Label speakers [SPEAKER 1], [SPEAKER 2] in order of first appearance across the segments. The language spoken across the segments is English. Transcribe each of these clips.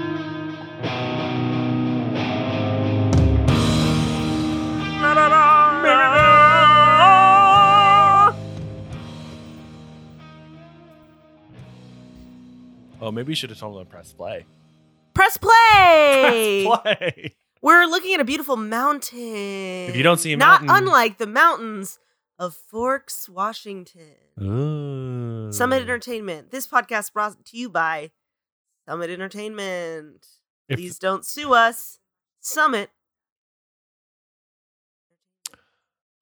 [SPEAKER 1] Oh, maybe you should have told them to press play.
[SPEAKER 2] Press play.
[SPEAKER 1] Press play.
[SPEAKER 2] We're looking at a beautiful mountain.
[SPEAKER 1] If you don't see a
[SPEAKER 2] not
[SPEAKER 1] mountain-
[SPEAKER 2] unlike the mountains of Forks, Washington.
[SPEAKER 1] Ooh.
[SPEAKER 2] Summit Entertainment. This podcast brought to you by Summit Entertainment.
[SPEAKER 1] If-
[SPEAKER 2] Please don't sue us. Summit.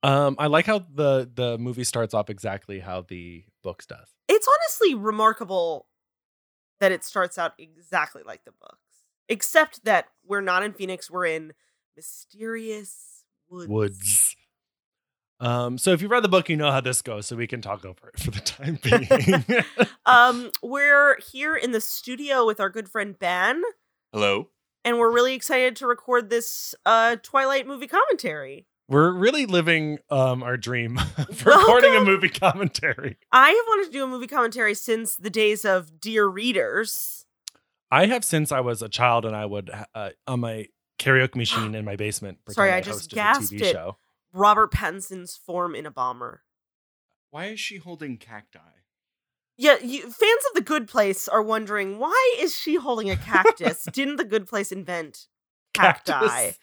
[SPEAKER 1] Um, I like how the the movie starts off exactly how the books does.
[SPEAKER 2] It's honestly remarkable that it starts out exactly like the books, except that we're not in Phoenix. We're in mysterious woods.
[SPEAKER 1] Woods. Um, so if you read the book, you know how this goes. So we can talk over it for the time being.
[SPEAKER 2] Um, we're here in the studio with our good friend Ben,
[SPEAKER 3] Hello.
[SPEAKER 2] and we're really excited to record this uh, Twilight movie commentary.
[SPEAKER 1] We're really living um, our dream of
[SPEAKER 2] Oh,
[SPEAKER 1] recording a
[SPEAKER 2] Welcome.
[SPEAKER 1] movie commentary.
[SPEAKER 2] I have wanted to do a movie commentary since the days of Dear Readers.
[SPEAKER 1] I have since I was a child, and I would uh, on my karaoke machine in my basement. pretend
[SPEAKER 2] Sorry, I just
[SPEAKER 1] hosted a
[SPEAKER 2] gasped
[SPEAKER 1] TV
[SPEAKER 2] it.
[SPEAKER 1] Show.
[SPEAKER 2] Robert Pattinson's form in a bomber.
[SPEAKER 3] Why is she holding cacti?
[SPEAKER 2] Yeah, you, fans of The Good Place are wondering why is she holding a cactus? Didn't The Good Place invent cacti?
[SPEAKER 1] Cactus.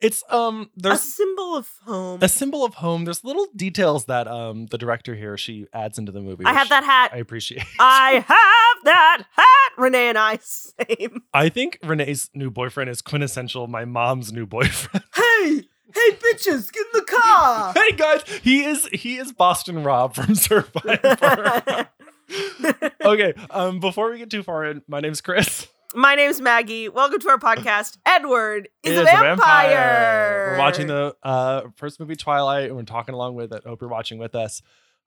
[SPEAKER 1] It's um
[SPEAKER 2] A
[SPEAKER 1] there's
[SPEAKER 2] symbol of home.
[SPEAKER 1] a symbol of home. There's little details that um the director here she adds into the movie.
[SPEAKER 2] I have
[SPEAKER 1] which
[SPEAKER 2] that hat.
[SPEAKER 1] I appreciate.
[SPEAKER 2] I have that hat. Renee and I same.
[SPEAKER 1] I think Renee's new boyfriend is quintessential my mom's new boyfriend.
[SPEAKER 2] Hey, hey, bitches, get in the car.
[SPEAKER 1] hey guys, he is he is Boston Rob from Survivor. okay, um before we get too far in, my name's Chris.
[SPEAKER 2] My name's Maggie. Welcome to our podcast. Edward is,
[SPEAKER 1] It
[SPEAKER 2] a, vampire.
[SPEAKER 1] We're watching the uh, first movie Twilight, and we're talking along with it. Hope you're watching with us.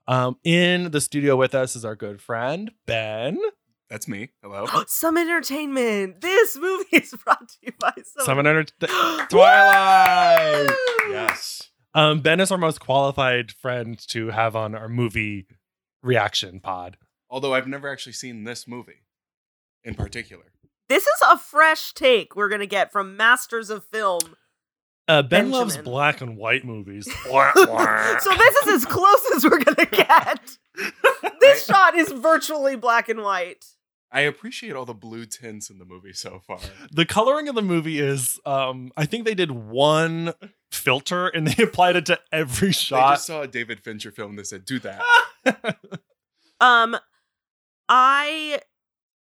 [SPEAKER 1] Um, in the studio with us is our good friend Ben.
[SPEAKER 3] That's me. Hello.
[SPEAKER 1] Oh.
[SPEAKER 2] Summit Entertainment. This movie is brought to you by Summit.
[SPEAKER 1] Summon under Twilight.
[SPEAKER 2] Woo!
[SPEAKER 3] yes.
[SPEAKER 1] Um, ben is our most qualified friend to have on our movie reaction pod.
[SPEAKER 3] Although I've never actually seen this movie in particular.
[SPEAKER 2] This is a fresh take we're gonna get from masters of film.
[SPEAKER 1] Uh, ben loves
[SPEAKER 2] Benjamin.
[SPEAKER 1] black and white movies.
[SPEAKER 2] so this is as close as we're gonna get. This shot is virtually black and white.
[SPEAKER 3] I appreciate all the blue tints in the movie so far.
[SPEAKER 1] the coloring of the movie is, um, I think they did one filter and they applied it to every
[SPEAKER 3] I
[SPEAKER 1] shot.
[SPEAKER 3] just saw a David Fincher film that said, do that.
[SPEAKER 2] Um, I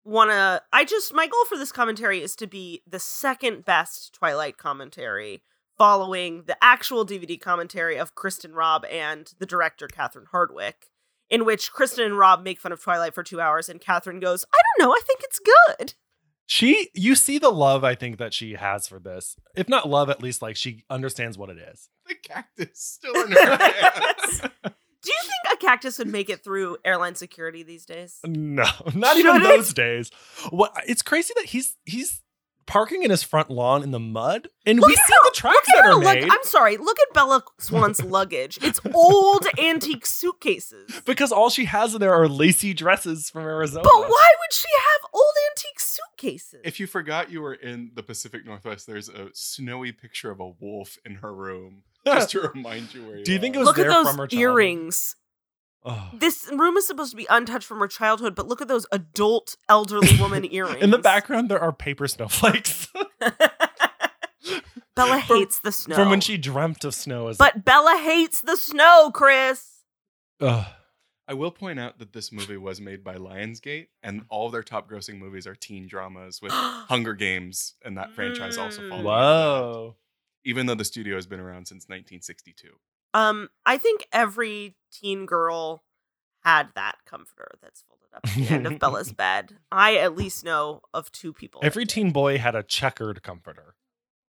[SPEAKER 2] wanna. I just my goal for this commentary is to be the second best Twilight commentary, following the actual DVD commentary of Kristen Robb and the director Catherine Hardwick, in which Kristen and Robb make fun of Twilight for two hours, and Catherine goes, "I don't know. I think it's good."
[SPEAKER 1] she you see the love i think that she has for this if not love at least like she understands what it is
[SPEAKER 3] the cactus still in her hand.
[SPEAKER 2] Do you think a cactus would make it through airline security these days?
[SPEAKER 1] no not
[SPEAKER 2] Should it?
[SPEAKER 1] even those days what it's crazy that he's he's parking in his front lawn in the mud and we
[SPEAKER 2] at
[SPEAKER 1] see the tracks
[SPEAKER 2] Look at
[SPEAKER 1] that
[SPEAKER 2] her
[SPEAKER 1] are
[SPEAKER 2] lug-
[SPEAKER 1] made
[SPEAKER 2] I'm sorry. Look at Bella Swan's luggage. It's old antique suitcases.
[SPEAKER 1] because all she has in there are lacy dresses from arizona
[SPEAKER 2] But why would she have old antique suitcases?
[SPEAKER 3] If you forgot you were in the Pacific Northwest, there's a snowy picture of a wolf in her room just to remind you where you
[SPEAKER 1] Do you think it
[SPEAKER 3] are.
[SPEAKER 1] was-
[SPEAKER 2] look at
[SPEAKER 1] there from her
[SPEAKER 2] those
[SPEAKER 1] childhood.
[SPEAKER 2] earrings.
[SPEAKER 1] Ugh.
[SPEAKER 2] This room is supposed to be untouched from her childhood, but look at those adult elderly woman earrings.
[SPEAKER 1] in the background there are paper snowflakes
[SPEAKER 2] Bella
[SPEAKER 1] From-
[SPEAKER 2] hates the snow.
[SPEAKER 1] from when she dreamt of snow as
[SPEAKER 2] But Bella hates the snow, Chris.
[SPEAKER 1] Ugh.
[SPEAKER 3] I will point out that this movie was made by Lionsgate, and all their top grossing movies are teen dramas with Hunger Games and that franchise also
[SPEAKER 2] Mm.
[SPEAKER 3] followed. that,
[SPEAKER 1] whoa
[SPEAKER 3] Even though the studio has been around since 1962.
[SPEAKER 2] Um, I think every teen girl had that comforter that's folded up at the end of Bella's bed. I at least know of two people. that
[SPEAKER 1] every
[SPEAKER 2] did.
[SPEAKER 1] teen boy had a checkered comforter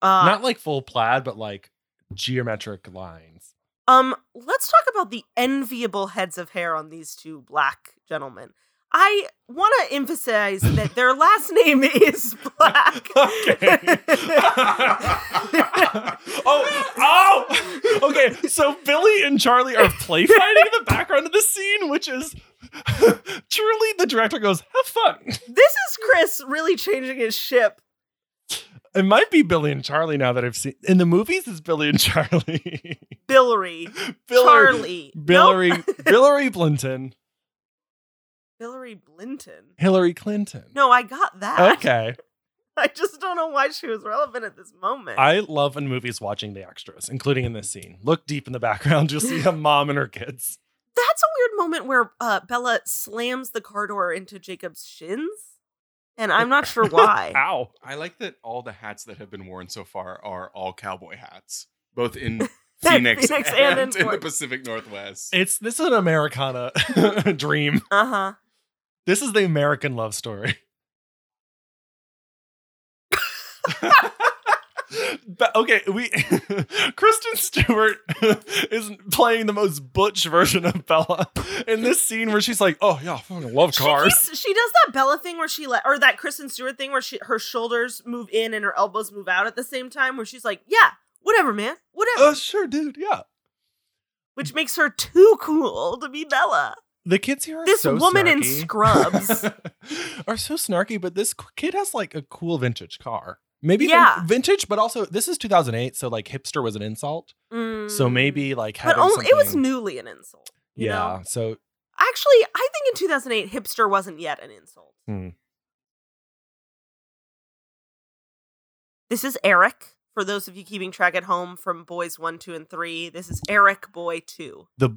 [SPEAKER 2] Uh,
[SPEAKER 1] not like full plaid, but like geometric lines.
[SPEAKER 2] um, let's talk about the enviable heads of hair on these two black gentlemen. I want to emphasize that their last name is Black.
[SPEAKER 1] oh, oh, okay. So Billy and Charlie are play fighting in the background of the scene, which is truly the director goes, "Have fun."
[SPEAKER 2] This is Chris really changing his ship.
[SPEAKER 1] It might be Billy and Charlie now that I've seen in the movies. It's Billy and Charlie,
[SPEAKER 2] Billery,
[SPEAKER 1] Biller,
[SPEAKER 2] Charlie, Nope.
[SPEAKER 1] Billary, Billary Blinton.
[SPEAKER 2] Hillary Blinton.
[SPEAKER 1] Hillary Clinton.
[SPEAKER 2] No, I got that.
[SPEAKER 1] Okay.
[SPEAKER 2] I just don't know why she was relevant at this moment.
[SPEAKER 1] I love in movies watching the extras, including in this scene. Look deep in the background, you'll see a mom and her kids.
[SPEAKER 2] That's a weird moment where uh, Bella slams the car door into Jacob's shins, and I'm not sure why.
[SPEAKER 1] Ow.
[SPEAKER 3] I like that all the hats that have been worn so far are all cowboy hats, both in
[SPEAKER 2] They're
[SPEAKER 3] Phoenix,
[SPEAKER 2] Phoenix and in
[SPEAKER 3] and, in, the
[SPEAKER 2] Fort-
[SPEAKER 3] Pacific Northwest.
[SPEAKER 1] It's this is an Americana dream.
[SPEAKER 2] Uh huh.
[SPEAKER 1] This is the American love story. but okay, we Kristen Stewart is playing the most butch version of Bella in this scene where she's like, "Oh yeah, I fucking love
[SPEAKER 2] She
[SPEAKER 1] cars."
[SPEAKER 2] keeps- She, does that Bella thing where she let, or that Kristen Stewart thing where she her shoulders move in and her elbows move out at the same time. Where she's like, "Yeah, whatever, man, whatever,"
[SPEAKER 1] Oh sure, dude, yeah.
[SPEAKER 2] which makes her too cool to be Bella.
[SPEAKER 1] The kids here are
[SPEAKER 2] This
[SPEAKER 1] so
[SPEAKER 2] woman in
[SPEAKER 1] snarky.
[SPEAKER 2] scrubs.
[SPEAKER 1] are so snarky, but this qu- kid has like a cool vintage car. Maybe even
[SPEAKER 2] Yeah.
[SPEAKER 1] vintage, but also this is 2008, so like hipster was an insult. So
[SPEAKER 2] Mm.
[SPEAKER 1] maybe like
[SPEAKER 2] but
[SPEAKER 1] having
[SPEAKER 2] only, it was
[SPEAKER 1] something-
[SPEAKER 2] newly an insult. you
[SPEAKER 1] yeah.
[SPEAKER 2] know?
[SPEAKER 1] So
[SPEAKER 2] Actually, I think in 2008, hipster wasn't yet an insult.
[SPEAKER 1] Hmm.
[SPEAKER 2] This is Eric. For those of you keeping track at home from Boys 1, 2, and 3, this is Eric Boy 2.
[SPEAKER 1] the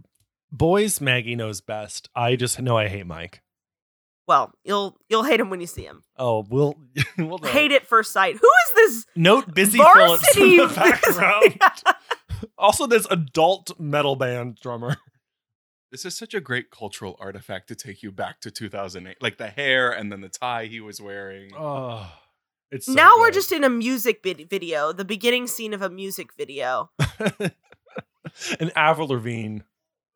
[SPEAKER 1] boys Maggie knows best. I just know I hate Mike.
[SPEAKER 2] Well, you'll you'll hate him when you see him.
[SPEAKER 1] Oh, we'll we'll know.
[SPEAKER 2] Hate at first sight. Who is
[SPEAKER 1] Note busy Phillips in
[SPEAKER 2] Varsity-
[SPEAKER 1] the background.
[SPEAKER 2] this?
[SPEAKER 1] also, this adult metal band drummer.
[SPEAKER 3] This is such a great cultural artifact to take you back to 2008, like the hair and then the tie he was wearing.
[SPEAKER 1] Oh, it's so
[SPEAKER 2] now we're
[SPEAKER 1] good.
[SPEAKER 2] just in a music vid- video, the beginning scene of a music video.
[SPEAKER 1] an Avril Lavigne.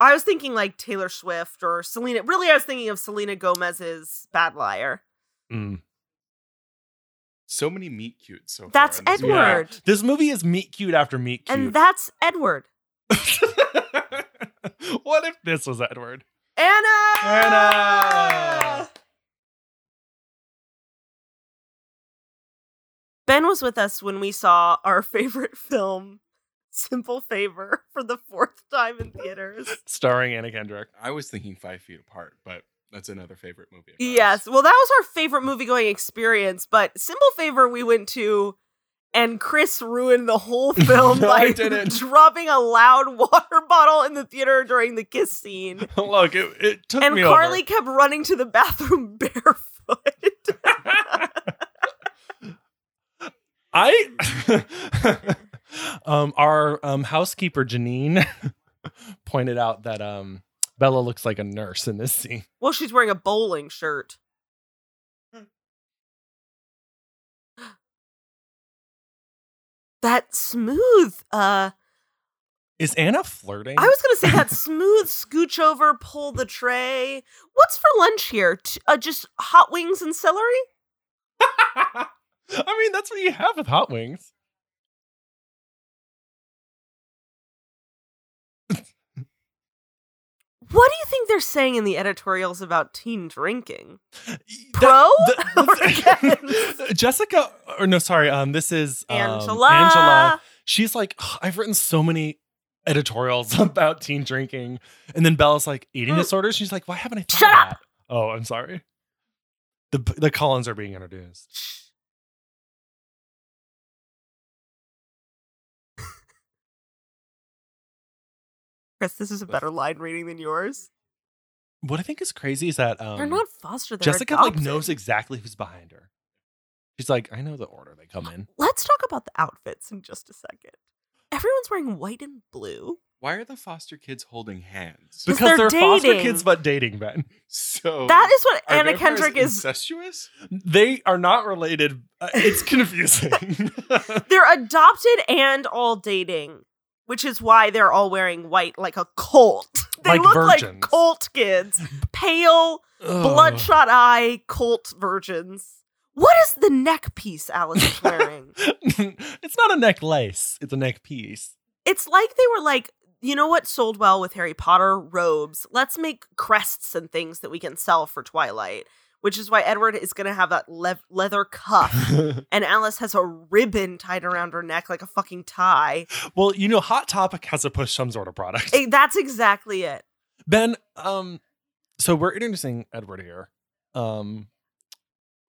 [SPEAKER 2] I was thinking like Taylor Swift or Selena. Really, I was thinking of Selena Gomez's Bad Liar.
[SPEAKER 1] Mm.
[SPEAKER 3] So many meet cutes. So far
[SPEAKER 2] That's
[SPEAKER 3] in this movie.
[SPEAKER 2] Edward.
[SPEAKER 1] This movie is meet cute after meet cute.
[SPEAKER 2] And that's Edward.
[SPEAKER 1] what if this was Edward?
[SPEAKER 2] Anna!
[SPEAKER 1] Anna!
[SPEAKER 2] Ben was with us when we saw our favorite film, Simple Favor, for the fourth time in theaters.
[SPEAKER 1] Starring Anna Kendrick.
[SPEAKER 3] I was thinking Five Feet Apart, but that's another favorite movie. of ours.
[SPEAKER 2] Yes. Well, that was our favorite movie going experience, but Simple Favor we went to and Chris ruined the whole film
[SPEAKER 1] No, I
[SPEAKER 2] by
[SPEAKER 1] didn't.
[SPEAKER 2] dropping a loud water bottle in the theater during the kiss scene.
[SPEAKER 1] Look, it, it took
[SPEAKER 2] And
[SPEAKER 1] me
[SPEAKER 2] Carly kept running to the bathroom barefoot.
[SPEAKER 1] over. I um our um housekeeper Janine pointed out that um Bella looks like a nurse in this scene.
[SPEAKER 2] Well, she's wearing a bowling shirt. That smooth, uh,
[SPEAKER 1] Is Anna flirting?
[SPEAKER 2] I was gonna say that smooth scooch over, pull the tray. What's for lunch here? T- uh, just hot wings and celery?
[SPEAKER 1] I mean, that's what you have with hot wings.
[SPEAKER 2] What do you think they're saying in the editorials about teen drinking?
[SPEAKER 1] That-
[SPEAKER 2] Pro?
[SPEAKER 1] the- the- Jessica, or no, sorry. Um, this is um,
[SPEAKER 2] Angela.
[SPEAKER 1] Angela. she's like, "Ugh, I've written so many editorials about teen drinking. And then Bella's like, eating
[SPEAKER 2] Mm.
[SPEAKER 1] disorders. She's like, why haven't I thought
[SPEAKER 2] Shut
[SPEAKER 1] of
[SPEAKER 2] up.
[SPEAKER 1] that? Oh, I'm sorry. The the Collins are being introduced.
[SPEAKER 2] Chris, this is a better line reading than yours.
[SPEAKER 1] What I think is crazy is that um,
[SPEAKER 2] they're not foster. They're
[SPEAKER 1] Jessica like
[SPEAKER 2] adopted.
[SPEAKER 1] knows exactly who's behind her. She's like, I know the order they come in.
[SPEAKER 2] Let's talk about the outfits in just a second. Everyone's wearing white and blue.
[SPEAKER 3] Why are the foster kids holding hands?
[SPEAKER 2] But-
[SPEAKER 1] Because they're,
[SPEAKER 2] they're
[SPEAKER 1] foster
[SPEAKER 2] dating.
[SPEAKER 1] kids, but dating Ben. Oh,
[SPEAKER 3] So
[SPEAKER 2] That is what
[SPEAKER 3] are
[SPEAKER 2] Anna
[SPEAKER 3] vampires
[SPEAKER 2] Kendrick is.
[SPEAKER 3] incestuous.
[SPEAKER 1] They are not related. Uh, it's confusing.
[SPEAKER 2] They're adopted and all dating, which is why they're all wearing white like a cult. They
[SPEAKER 1] Like
[SPEAKER 2] look like
[SPEAKER 1] virgins.
[SPEAKER 2] cult kids. Pale, bloodshot eye, cult virgins. What is the neck piece Alice is wearing?
[SPEAKER 1] it's not a necklace. It's a neck piece.
[SPEAKER 2] it's like they were like, you know what sold well with Harry Potter? Robes. Let's make crests and things that we can sell for Twilight, which is why Edward is going to have that lev leather cuff. And Alice has a ribbon tied around her neck like a fucking tie.
[SPEAKER 1] well, you know, Hot Topic has to push some sort of product.
[SPEAKER 2] Eh, that's exactly it.
[SPEAKER 1] Ben, um, so we're introducing Edward here. Um,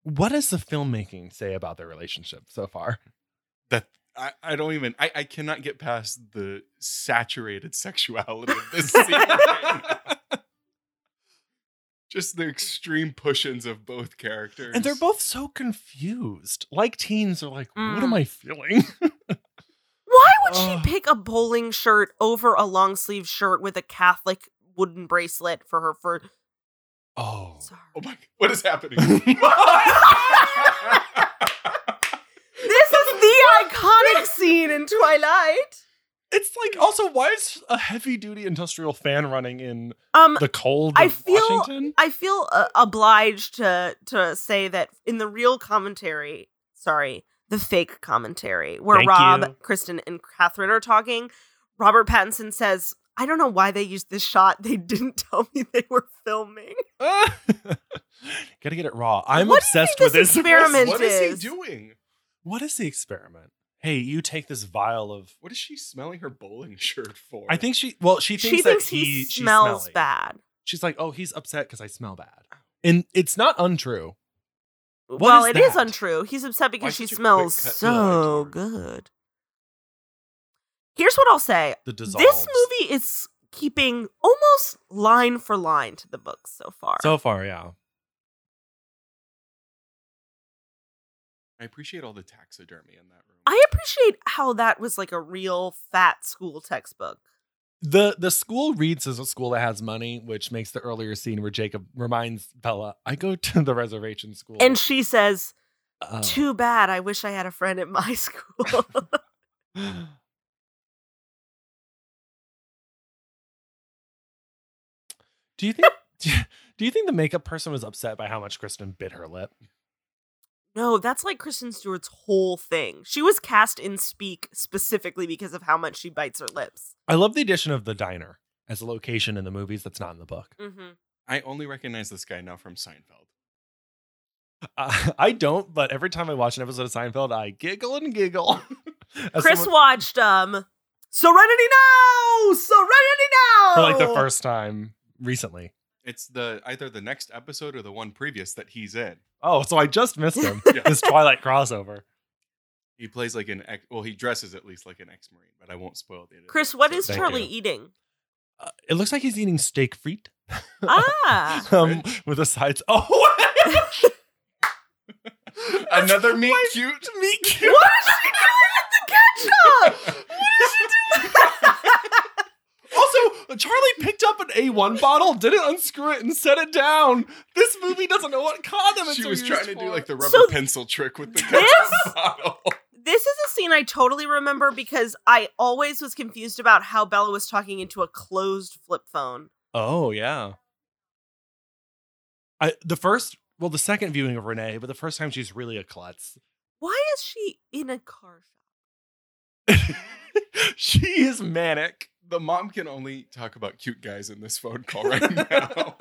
[SPEAKER 1] what does the filmmaking say about their relationship so far?
[SPEAKER 3] that I, I don't even I, I cannot get past the saturated sexuality of this scene. Just the extreme push-ins of both characters.
[SPEAKER 1] And they're both so confused. Like teens are like, what
[SPEAKER 2] Mm.
[SPEAKER 1] am I feeling?
[SPEAKER 2] Why would
[SPEAKER 1] Ugh.
[SPEAKER 2] she pick a bowling shirt over a long sleeve shirt with a Catholic wooden bracelet for her for
[SPEAKER 1] Oh.
[SPEAKER 2] sorry.
[SPEAKER 3] Oh my what is happening?
[SPEAKER 2] This is the iconic scene in Twilight.
[SPEAKER 1] It's like also why is a heavy duty industrial fan running in
[SPEAKER 2] Um
[SPEAKER 1] the cold
[SPEAKER 2] I
[SPEAKER 1] of
[SPEAKER 2] feel-
[SPEAKER 1] Washington?
[SPEAKER 2] I feel uh, obliged to to say that in the real commentary, sorry, the fake commentary where
[SPEAKER 1] Thank
[SPEAKER 2] Rob,
[SPEAKER 1] you.
[SPEAKER 2] Kristen, and Catherine are talking, Robert Pattinson says, "I don't know why they used this shot. They didn't tell me they were filming."
[SPEAKER 1] Gotta get it raw. I'm
[SPEAKER 2] What do you
[SPEAKER 1] obsessed
[SPEAKER 2] think
[SPEAKER 1] with
[SPEAKER 2] this
[SPEAKER 1] this.
[SPEAKER 2] experiment
[SPEAKER 3] what is he
[SPEAKER 2] is-
[SPEAKER 3] doing?
[SPEAKER 1] What is the experiment? Hey, you take this vial of.
[SPEAKER 3] What is she smelling her bowling shirt for?
[SPEAKER 1] I think she. Well, she thinks
[SPEAKER 2] she
[SPEAKER 1] that
[SPEAKER 2] thinks
[SPEAKER 1] he,
[SPEAKER 2] he
[SPEAKER 1] she's
[SPEAKER 2] smells
[SPEAKER 1] smelly.
[SPEAKER 2] bad. Oh.
[SPEAKER 1] She's like, oh, he's upset because I smell bad, and it's not untrue.
[SPEAKER 2] well,
[SPEAKER 1] is
[SPEAKER 2] it is
[SPEAKER 1] that?
[SPEAKER 2] untrue. He's upset because she
[SPEAKER 3] such a quick
[SPEAKER 2] smells
[SPEAKER 3] cut to
[SPEAKER 2] so
[SPEAKER 3] the
[SPEAKER 2] good. Here's what I'll say.
[SPEAKER 1] The dissolves.
[SPEAKER 2] This movie is keeping almost line for line to the book so far.
[SPEAKER 1] So far, yeah.
[SPEAKER 3] I appreciate all the taxidermy in that room.
[SPEAKER 2] I appreciate how that was like a real fat school textbook.
[SPEAKER 1] the The school reads as a school that has money, which makes the earlier scene where Jacob reminds Bella, "I go to the reservation school."
[SPEAKER 2] And she says,
[SPEAKER 1] Uh,
[SPEAKER 2] Too bad. I wish I had a friend at my school.
[SPEAKER 1] do you think? Do you think the makeup person was upset by how much Kristen bit her lip?
[SPEAKER 2] no, that's like Kristen Stewart's whole thing. She was cast in Speak specifically because of how much she bites her lips.
[SPEAKER 1] I love the addition of the diner as a location in the movies that's not in the book.
[SPEAKER 2] Mm-hmm.
[SPEAKER 3] I only recognize this guy now from Seinfeld.
[SPEAKER 1] Uh, I don't, but every time I watch an episode of Seinfeld, I giggle and giggle. As
[SPEAKER 2] Chris
[SPEAKER 1] someone-
[SPEAKER 2] watched um Serenity Now! Serenity Now!
[SPEAKER 1] for like the first time recently.
[SPEAKER 3] It's the either the next episode or the one previous that he's in.
[SPEAKER 1] Oh, so I just missed him.
[SPEAKER 3] Yeah.
[SPEAKER 1] this Twilight crossover.
[SPEAKER 3] He plays like an ex. Well, he dresses at least like an ex-marine, but I won't spoil the.
[SPEAKER 2] Chris, what is
[SPEAKER 1] Thank
[SPEAKER 2] Charlie
[SPEAKER 1] you.
[SPEAKER 2] eating?
[SPEAKER 1] Uh, it looks like he's eating steak frites
[SPEAKER 2] Ah!
[SPEAKER 1] um, with the sides. Oh,
[SPEAKER 3] Another meet cute.
[SPEAKER 1] me cute.
[SPEAKER 2] what is she doing with the ketchup?
[SPEAKER 1] Also, Charlie picked up an A1 bottle, didn't unscrew it, and set it down. This movie doesn't know what condom it's
[SPEAKER 3] She was
[SPEAKER 1] used
[SPEAKER 3] trying to do
[SPEAKER 1] for.
[SPEAKER 3] like the rubber
[SPEAKER 2] So-
[SPEAKER 3] pencil trick with the
[SPEAKER 2] This-
[SPEAKER 3] ketchup bottle.
[SPEAKER 2] This is a scene I totally remember because I always was confused about how Bella was talking into a closed flip phone.
[SPEAKER 1] Oh yeah. I the first well the second viewing of Renee, but the first time she's really a klutz.
[SPEAKER 2] Why is she in a car shop?
[SPEAKER 1] she is manic.
[SPEAKER 3] The mom can only talk about cute guys in this phone call right now.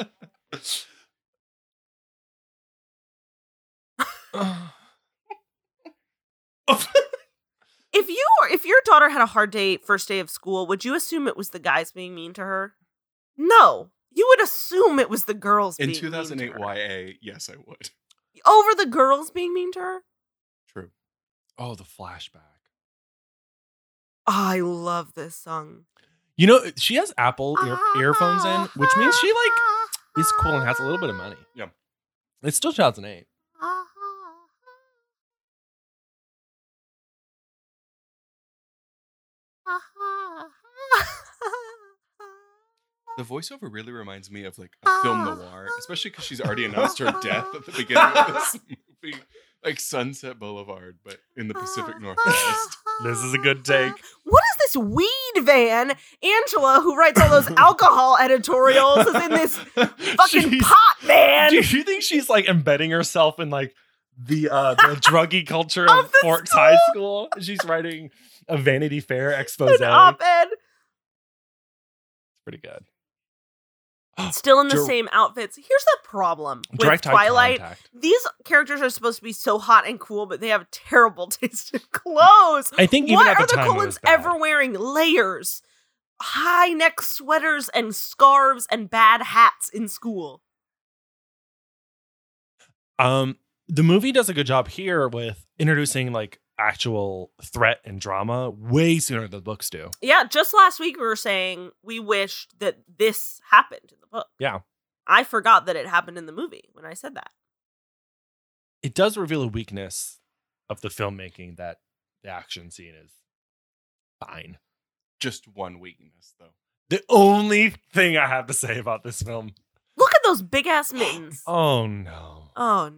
[SPEAKER 3] Oh,
[SPEAKER 2] If you or if your daughter had a hard day first day of school, would you assume it was the guys being mean to her? No. You would assume it was the girls
[SPEAKER 3] in
[SPEAKER 2] being mean to
[SPEAKER 3] 2008
[SPEAKER 2] her.
[SPEAKER 3] YA, yes, I would.
[SPEAKER 2] over the girls being mean to her.
[SPEAKER 3] True.
[SPEAKER 1] oh, the flashback.
[SPEAKER 2] I love this song.
[SPEAKER 1] You know, she has Apple ear- earphones in, which means she like is cool and has a little bit of money.
[SPEAKER 3] Yeah.
[SPEAKER 1] It's still 2008.
[SPEAKER 3] The voiceover really reminds me of like a film
[SPEAKER 2] Ah.
[SPEAKER 3] noir, especially because she's already announced her death at the beginning of this movie, like Sunset Boulevard, but in the
[SPEAKER 2] Ah.
[SPEAKER 3] Pacific Northwest.
[SPEAKER 1] This is a good take.
[SPEAKER 2] What is this weed van? Angela, who writes all those alcohol editorials, is in this fucking
[SPEAKER 1] She's-
[SPEAKER 2] pot van.
[SPEAKER 1] Do you think she's like embedding herself in like the uh the druggy culture of,
[SPEAKER 2] Of the
[SPEAKER 1] Forks High School? She's writing a Vanity Fair expose.
[SPEAKER 2] An
[SPEAKER 1] It's
[SPEAKER 2] op-ed.
[SPEAKER 1] pretty good.
[SPEAKER 2] Still in the
[SPEAKER 1] Dir-
[SPEAKER 2] same outfits. Here's the problem with
[SPEAKER 1] Direct eye
[SPEAKER 2] Twilight.
[SPEAKER 1] contact.
[SPEAKER 2] These characters are supposed to be so hot and cool, but they have terrible taste in clothes.
[SPEAKER 1] I think even
[SPEAKER 2] Why
[SPEAKER 1] at the
[SPEAKER 2] are the
[SPEAKER 1] time it
[SPEAKER 2] Colons
[SPEAKER 1] was bad.
[SPEAKER 2] ever wearing layers? high neck sweaters and scarves and bad hats in school.
[SPEAKER 1] Um, the movie does a good job here with introducing like actual threat and drama way sooner than the books do.
[SPEAKER 2] Yeah, just last week we were saying we wished that this happened in the book.
[SPEAKER 1] Yeah.
[SPEAKER 2] I forgot that it happened in the movie when I said that.
[SPEAKER 1] It does reveal a weakness of the filmmaking that the action scene is fine.
[SPEAKER 3] Just one weakness, though.
[SPEAKER 1] The only thing I have to say about this film.
[SPEAKER 2] Look at those big ass mittens. oh.
[SPEAKER 1] Oh no.
[SPEAKER 2] no.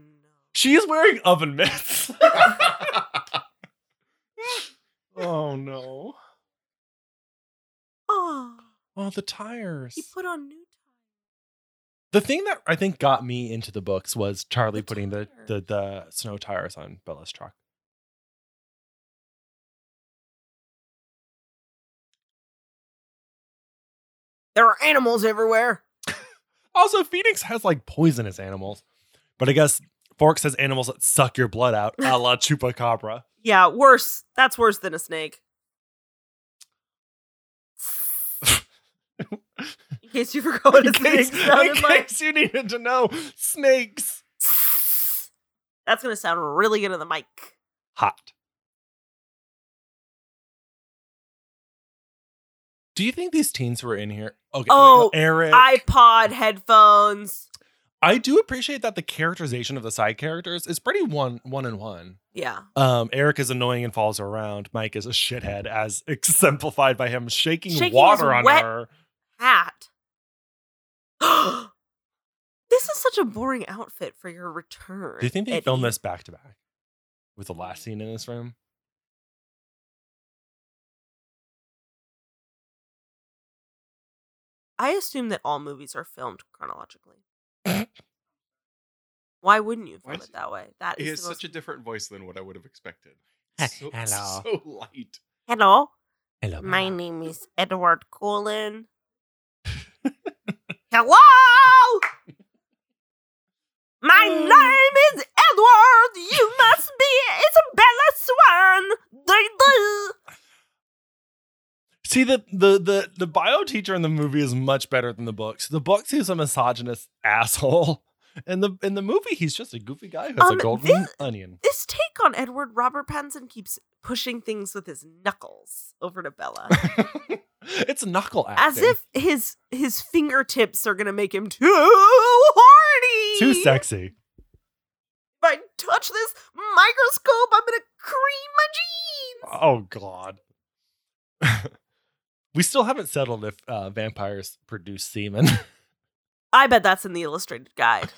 [SPEAKER 1] She is wearing oven mitts. oh no.
[SPEAKER 2] Oh,
[SPEAKER 1] Oh, the tires.
[SPEAKER 2] he put on new
[SPEAKER 1] The thing that I think got me into the books was Charlie
[SPEAKER 2] The
[SPEAKER 1] putting the,
[SPEAKER 2] tires.
[SPEAKER 1] the the snow tires on Bella's truck.
[SPEAKER 2] There are animals everywhere.
[SPEAKER 1] Also, Phoenix has like poisonous animals, but I guess Forks has animals that suck your blood out, a la chupacabra.
[SPEAKER 2] Yeah, worse. That's worse than a snake. in case you forgot what a
[SPEAKER 1] in
[SPEAKER 2] snake
[SPEAKER 1] case,
[SPEAKER 2] sounded
[SPEAKER 1] in
[SPEAKER 2] like.
[SPEAKER 1] case you needed to know, snakes
[SPEAKER 2] That's gonna sound really good in the mic.
[SPEAKER 1] hot. Do you think these teens who were in here? Okay, wait, no,
[SPEAKER 2] Oh,
[SPEAKER 1] Eric.
[SPEAKER 2] iPod headphones.
[SPEAKER 1] I do appreciate that the characterization of the side characters is pretty one one and one.
[SPEAKER 2] Yeah.
[SPEAKER 1] Um, Eric is annoying and falls around. Mike is a shithead, as exemplified by him shaking,
[SPEAKER 2] Shaking
[SPEAKER 1] water
[SPEAKER 2] his
[SPEAKER 1] on
[SPEAKER 2] wet-
[SPEAKER 1] her.
[SPEAKER 2] Hat. this is such a boring outfit for your return.
[SPEAKER 1] Do you think they
[SPEAKER 2] Eddie.
[SPEAKER 1] filmed this back to back with the last scene in this room?
[SPEAKER 2] I assume that all movies are filmed chronologically. Why wouldn't you
[SPEAKER 3] Why
[SPEAKER 2] film
[SPEAKER 3] is-
[SPEAKER 2] it that way? That
[SPEAKER 3] He
[SPEAKER 2] is,
[SPEAKER 3] has
[SPEAKER 2] the most-
[SPEAKER 3] such a different voice than what I would have expected.
[SPEAKER 1] Heh,
[SPEAKER 3] So,
[SPEAKER 1] hello.
[SPEAKER 3] so light.
[SPEAKER 2] Hello,
[SPEAKER 1] I love
[SPEAKER 2] my name is Edward Cullen. Hello, my
[SPEAKER 1] Mm.
[SPEAKER 2] name is Edward. You must be Isabella Swan. Dee dee.
[SPEAKER 1] See the the the the bio teacher in the movie is much better than the books. The books he's a misogynist asshole, and the in the movie he's just a goofy guy who has
[SPEAKER 2] Um,
[SPEAKER 1] a golden
[SPEAKER 2] this-
[SPEAKER 1] onion.
[SPEAKER 2] This take on Edward Robert Pattinson keeps pushing things with his knuckles over to Bella.
[SPEAKER 1] it's knuckle
[SPEAKER 2] as
[SPEAKER 1] acting.
[SPEAKER 2] if his his fingertips are gonna make him too horny.
[SPEAKER 1] too sexy.
[SPEAKER 2] If I touch this microscope, I'm gonna cream my jeans.
[SPEAKER 1] Oh God. we still haven't settled if uh, vampires produce semen.
[SPEAKER 2] I bet that's in the illustrated guide.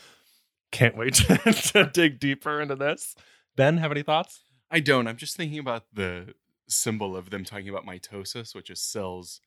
[SPEAKER 1] Can't wait to, to dig deeper into this. Ben, have any thoughts?
[SPEAKER 3] I don't. I'm just thinking about the symbol of them talking about mitosis, which is cells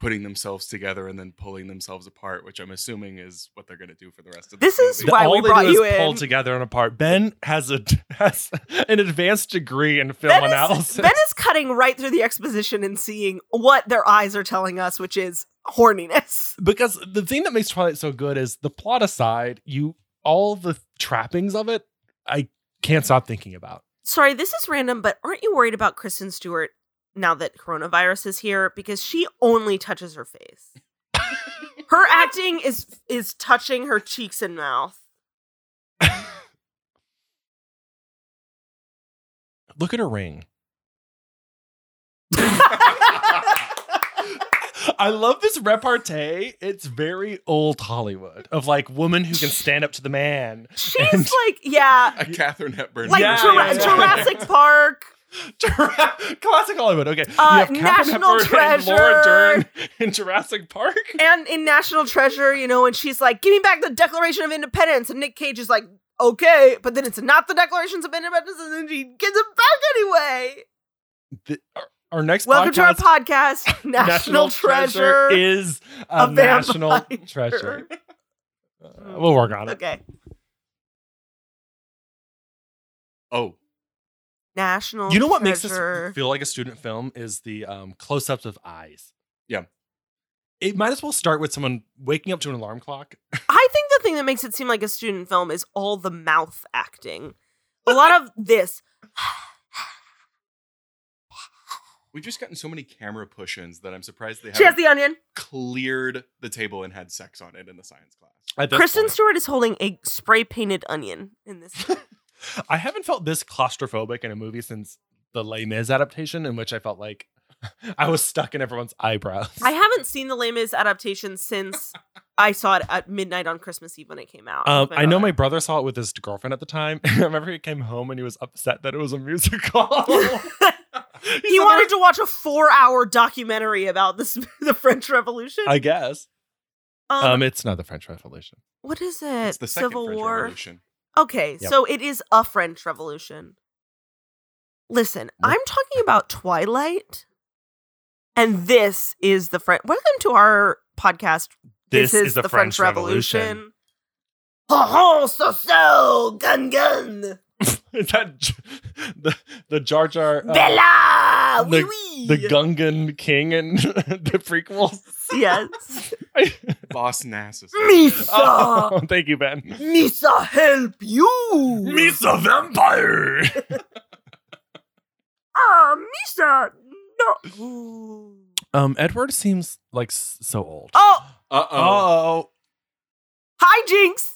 [SPEAKER 3] putting themselves together and then pulling themselves apart, which I'm assuming is what they're going to do for the rest of
[SPEAKER 2] This
[SPEAKER 3] movie.
[SPEAKER 2] is why
[SPEAKER 1] all
[SPEAKER 2] we
[SPEAKER 1] they
[SPEAKER 2] brought
[SPEAKER 1] do is
[SPEAKER 2] you
[SPEAKER 1] pull
[SPEAKER 2] in.
[SPEAKER 1] together and apart. Ben has a has an advanced degree in film
[SPEAKER 2] Ben is,
[SPEAKER 1] analysis.
[SPEAKER 2] ben is cutting right through the exposition and seeing what their eyes are telling us, which is horniness.
[SPEAKER 1] because the thing that makes Twilight so good is the plot aside, you all the trappings of it, I can't stop thinking about.
[SPEAKER 2] Sorry, this is random, but aren't you worried about Kristen Stewart now that coronavirus is here? Because she only touches her face. her acting is is touching her cheeks and mouth.
[SPEAKER 1] Look at her ring. I love this repartee. It's very old Hollywood of like woman who can stand up to the man.
[SPEAKER 2] She's
[SPEAKER 1] And-
[SPEAKER 2] like, yeah,
[SPEAKER 3] a Catherine Hepburn.
[SPEAKER 2] like
[SPEAKER 1] Yeah,
[SPEAKER 2] Jura-
[SPEAKER 1] yeah, yeah.
[SPEAKER 2] Jurassic Park.
[SPEAKER 1] Classic Hollywood. Okay,
[SPEAKER 2] Uh,
[SPEAKER 1] you have Catherine
[SPEAKER 2] National
[SPEAKER 1] Hepburn and Laura
[SPEAKER 2] Treasure.
[SPEAKER 1] Dern in Jurassic Park.
[SPEAKER 2] And in National Treasure, you know, and she's like, give me back the Declaration of Independence. And Nick Cage is like, okay. But then it's not the Declarations of Independence. And then she gives it back anyway.
[SPEAKER 1] The- our, our next
[SPEAKER 2] Welcome
[SPEAKER 1] podcast,
[SPEAKER 2] to our podcast, National, Treasure.
[SPEAKER 1] is a,
[SPEAKER 2] a
[SPEAKER 1] national
[SPEAKER 2] vampire.
[SPEAKER 1] treasure. Uh, we'll work on it.
[SPEAKER 2] Okay.
[SPEAKER 3] oh,
[SPEAKER 2] National
[SPEAKER 1] You know what makes
[SPEAKER 2] Treasure.
[SPEAKER 1] this feel like a student film is the um, close-ups of eyes.
[SPEAKER 3] Yeah.
[SPEAKER 1] It might as well start with someone waking up to an alarm clock.
[SPEAKER 2] I think the thing that makes it seem like a student film is all the mouth acting. A lot of this.
[SPEAKER 3] We've just gotten so many camera push-ins that I'm surprised they
[SPEAKER 2] She has
[SPEAKER 3] haven't
[SPEAKER 2] the onion.
[SPEAKER 3] cleared the table and had sex on it in the science class.
[SPEAKER 1] At this
[SPEAKER 2] Kristen
[SPEAKER 1] point.
[SPEAKER 2] Stewart is holding a spray painted onion in this.
[SPEAKER 1] I haven't felt this claustrophobic in a movie since the Les Mis adaptation, in which I felt like I was stuck in everyone's eyebrows.
[SPEAKER 2] I haven't seen the Les Mis adaptation since I saw it at midnight on Christmas Eve when it came out.
[SPEAKER 1] um,
[SPEAKER 2] with
[SPEAKER 1] I know my
[SPEAKER 2] brother.
[SPEAKER 1] brother saw it with his girlfriend at the time. I remember he came home and he was upset that it was a musical.
[SPEAKER 2] He wanted to watch a four-hour documentary about this, the French Revolution.
[SPEAKER 1] I guess.
[SPEAKER 2] um,
[SPEAKER 1] Um, it's not the French Revolution.
[SPEAKER 2] what is it?
[SPEAKER 3] It's the second
[SPEAKER 2] Uh, Civil
[SPEAKER 3] French
[SPEAKER 2] War.
[SPEAKER 3] Revolution.
[SPEAKER 2] Okay,
[SPEAKER 1] Yep.
[SPEAKER 2] so it is a French Revolution. Listen,
[SPEAKER 1] What?
[SPEAKER 2] I'm talking about Twilight, and this is the French. Welcome to our podcast. Oh, ho, so so gun gun
[SPEAKER 1] Is that J- the the Jar Jar uh,
[SPEAKER 2] Bella
[SPEAKER 1] the-
[SPEAKER 2] oui,
[SPEAKER 1] the
[SPEAKER 2] oui.
[SPEAKER 1] Gungan King and the prequels?
[SPEAKER 2] yes
[SPEAKER 3] Boss Nassus.
[SPEAKER 2] Meese.
[SPEAKER 1] Oh, thank you, Ben.
[SPEAKER 2] Misa help you
[SPEAKER 1] a vampire.
[SPEAKER 2] ah Misa no Ooh.
[SPEAKER 1] Um, Edward seems like s- so old.
[SPEAKER 2] oh
[SPEAKER 3] Uh oh.
[SPEAKER 1] Oh,
[SPEAKER 2] hi Jinx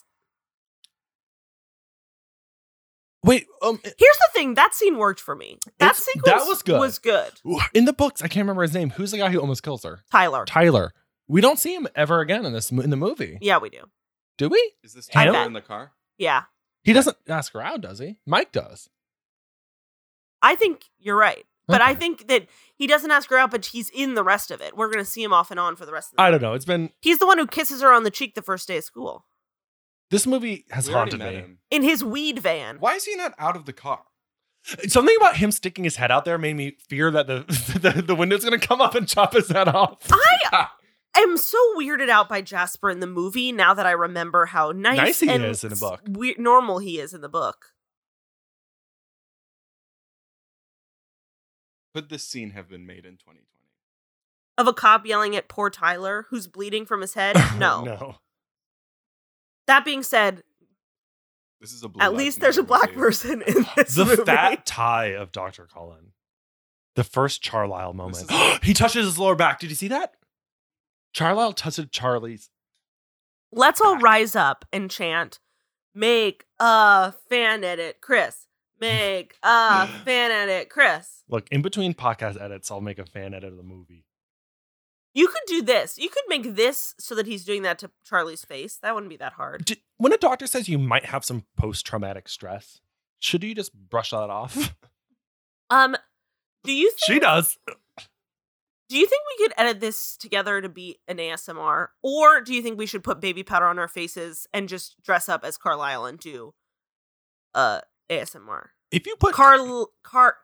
[SPEAKER 1] wait. Um,
[SPEAKER 2] Here's the thing: that scene worked for me. That
[SPEAKER 1] It's-
[SPEAKER 2] sequence
[SPEAKER 1] that was good.
[SPEAKER 2] Was good.
[SPEAKER 1] in the books, I can't remember his name. Who's the guy who almost kills her?
[SPEAKER 2] Tyler.
[SPEAKER 1] Tyler. We don't see him ever again in this mo- in the movie,
[SPEAKER 2] Yeah, we do.
[SPEAKER 1] do we?
[SPEAKER 3] Is this
[SPEAKER 1] I
[SPEAKER 3] Tyler
[SPEAKER 2] bet.
[SPEAKER 3] in the car?
[SPEAKER 2] Yeah,
[SPEAKER 1] He doesn't ask her out, does he? Mike does.
[SPEAKER 2] I think you're right, but I
[SPEAKER 1] Okay.
[SPEAKER 2] think that he doesn't ask her out, but he's in the rest of it. We're gonna see him off and on for the rest of the.
[SPEAKER 1] I don't know. It's been
[SPEAKER 2] He's the one who kisses her on the cheek the first day of school
[SPEAKER 1] this movie has
[SPEAKER 3] We already
[SPEAKER 1] haunted
[SPEAKER 3] met
[SPEAKER 1] me.
[SPEAKER 3] him.
[SPEAKER 2] in his weed van.
[SPEAKER 3] Why is he not out of the car?
[SPEAKER 1] Something about him sticking his head out there made me fear that the the, the window's gonna come up and chop his head off.
[SPEAKER 2] I am so weirded out by Jasper in the movie now that I remember how nice,
[SPEAKER 1] Nice he
[SPEAKER 2] and
[SPEAKER 1] is in the book.
[SPEAKER 2] we- normal he is in the book.
[SPEAKER 3] Could this scene have been made in 2020?
[SPEAKER 2] Of a cop yelling at poor Tyler, who's bleeding from his head. No.
[SPEAKER 1] Oh, no.
[SPEAKER 2] That being said,
[SPEAKER 3] This is a blue
[SPEAKER 2] at
[SPEAKER 3] lives
[SPEAKER 2] least there's a
[SPEAKER 3] matter
[SPEAKER 2] black
[SPEAKER 3] movie.
[SPEAKER 2] person in this
[SPEAKER 1] the
[SPEAKER 2] movie.
[SPEAKER 1] fat tie of Dr. Cullen. The first Charlisle moment. he touches his lower back. Did you see that? Charlisle touches Charlie's.
[SPEAKER 2] Let's all rise up and chant, make a fan edit, Chris. Make a fan edit, Chris.
[SPEAKER 1] Look, in between podcast edits, I'll make a fan edit of the movie.
[SPEAKER 2] You could do this. You could make this so that he's doing that to Charlie's face. That wouldn't be that hard.
[SPEAKER 1] D- when a doctor says you might have some post traumatic stress, should you just brush that off?
[SPEAKER 2] Um, do you think
[SPEAKER 1] she does.
[SPEAKER 2] do you think we could edit this together to be an ASMR, or do you think we should put baby powder on our faces and just dress up as Carlisle and do uh ASMR?
[SPEAKER 1] If you put
[SPEAKER 2] Carl Car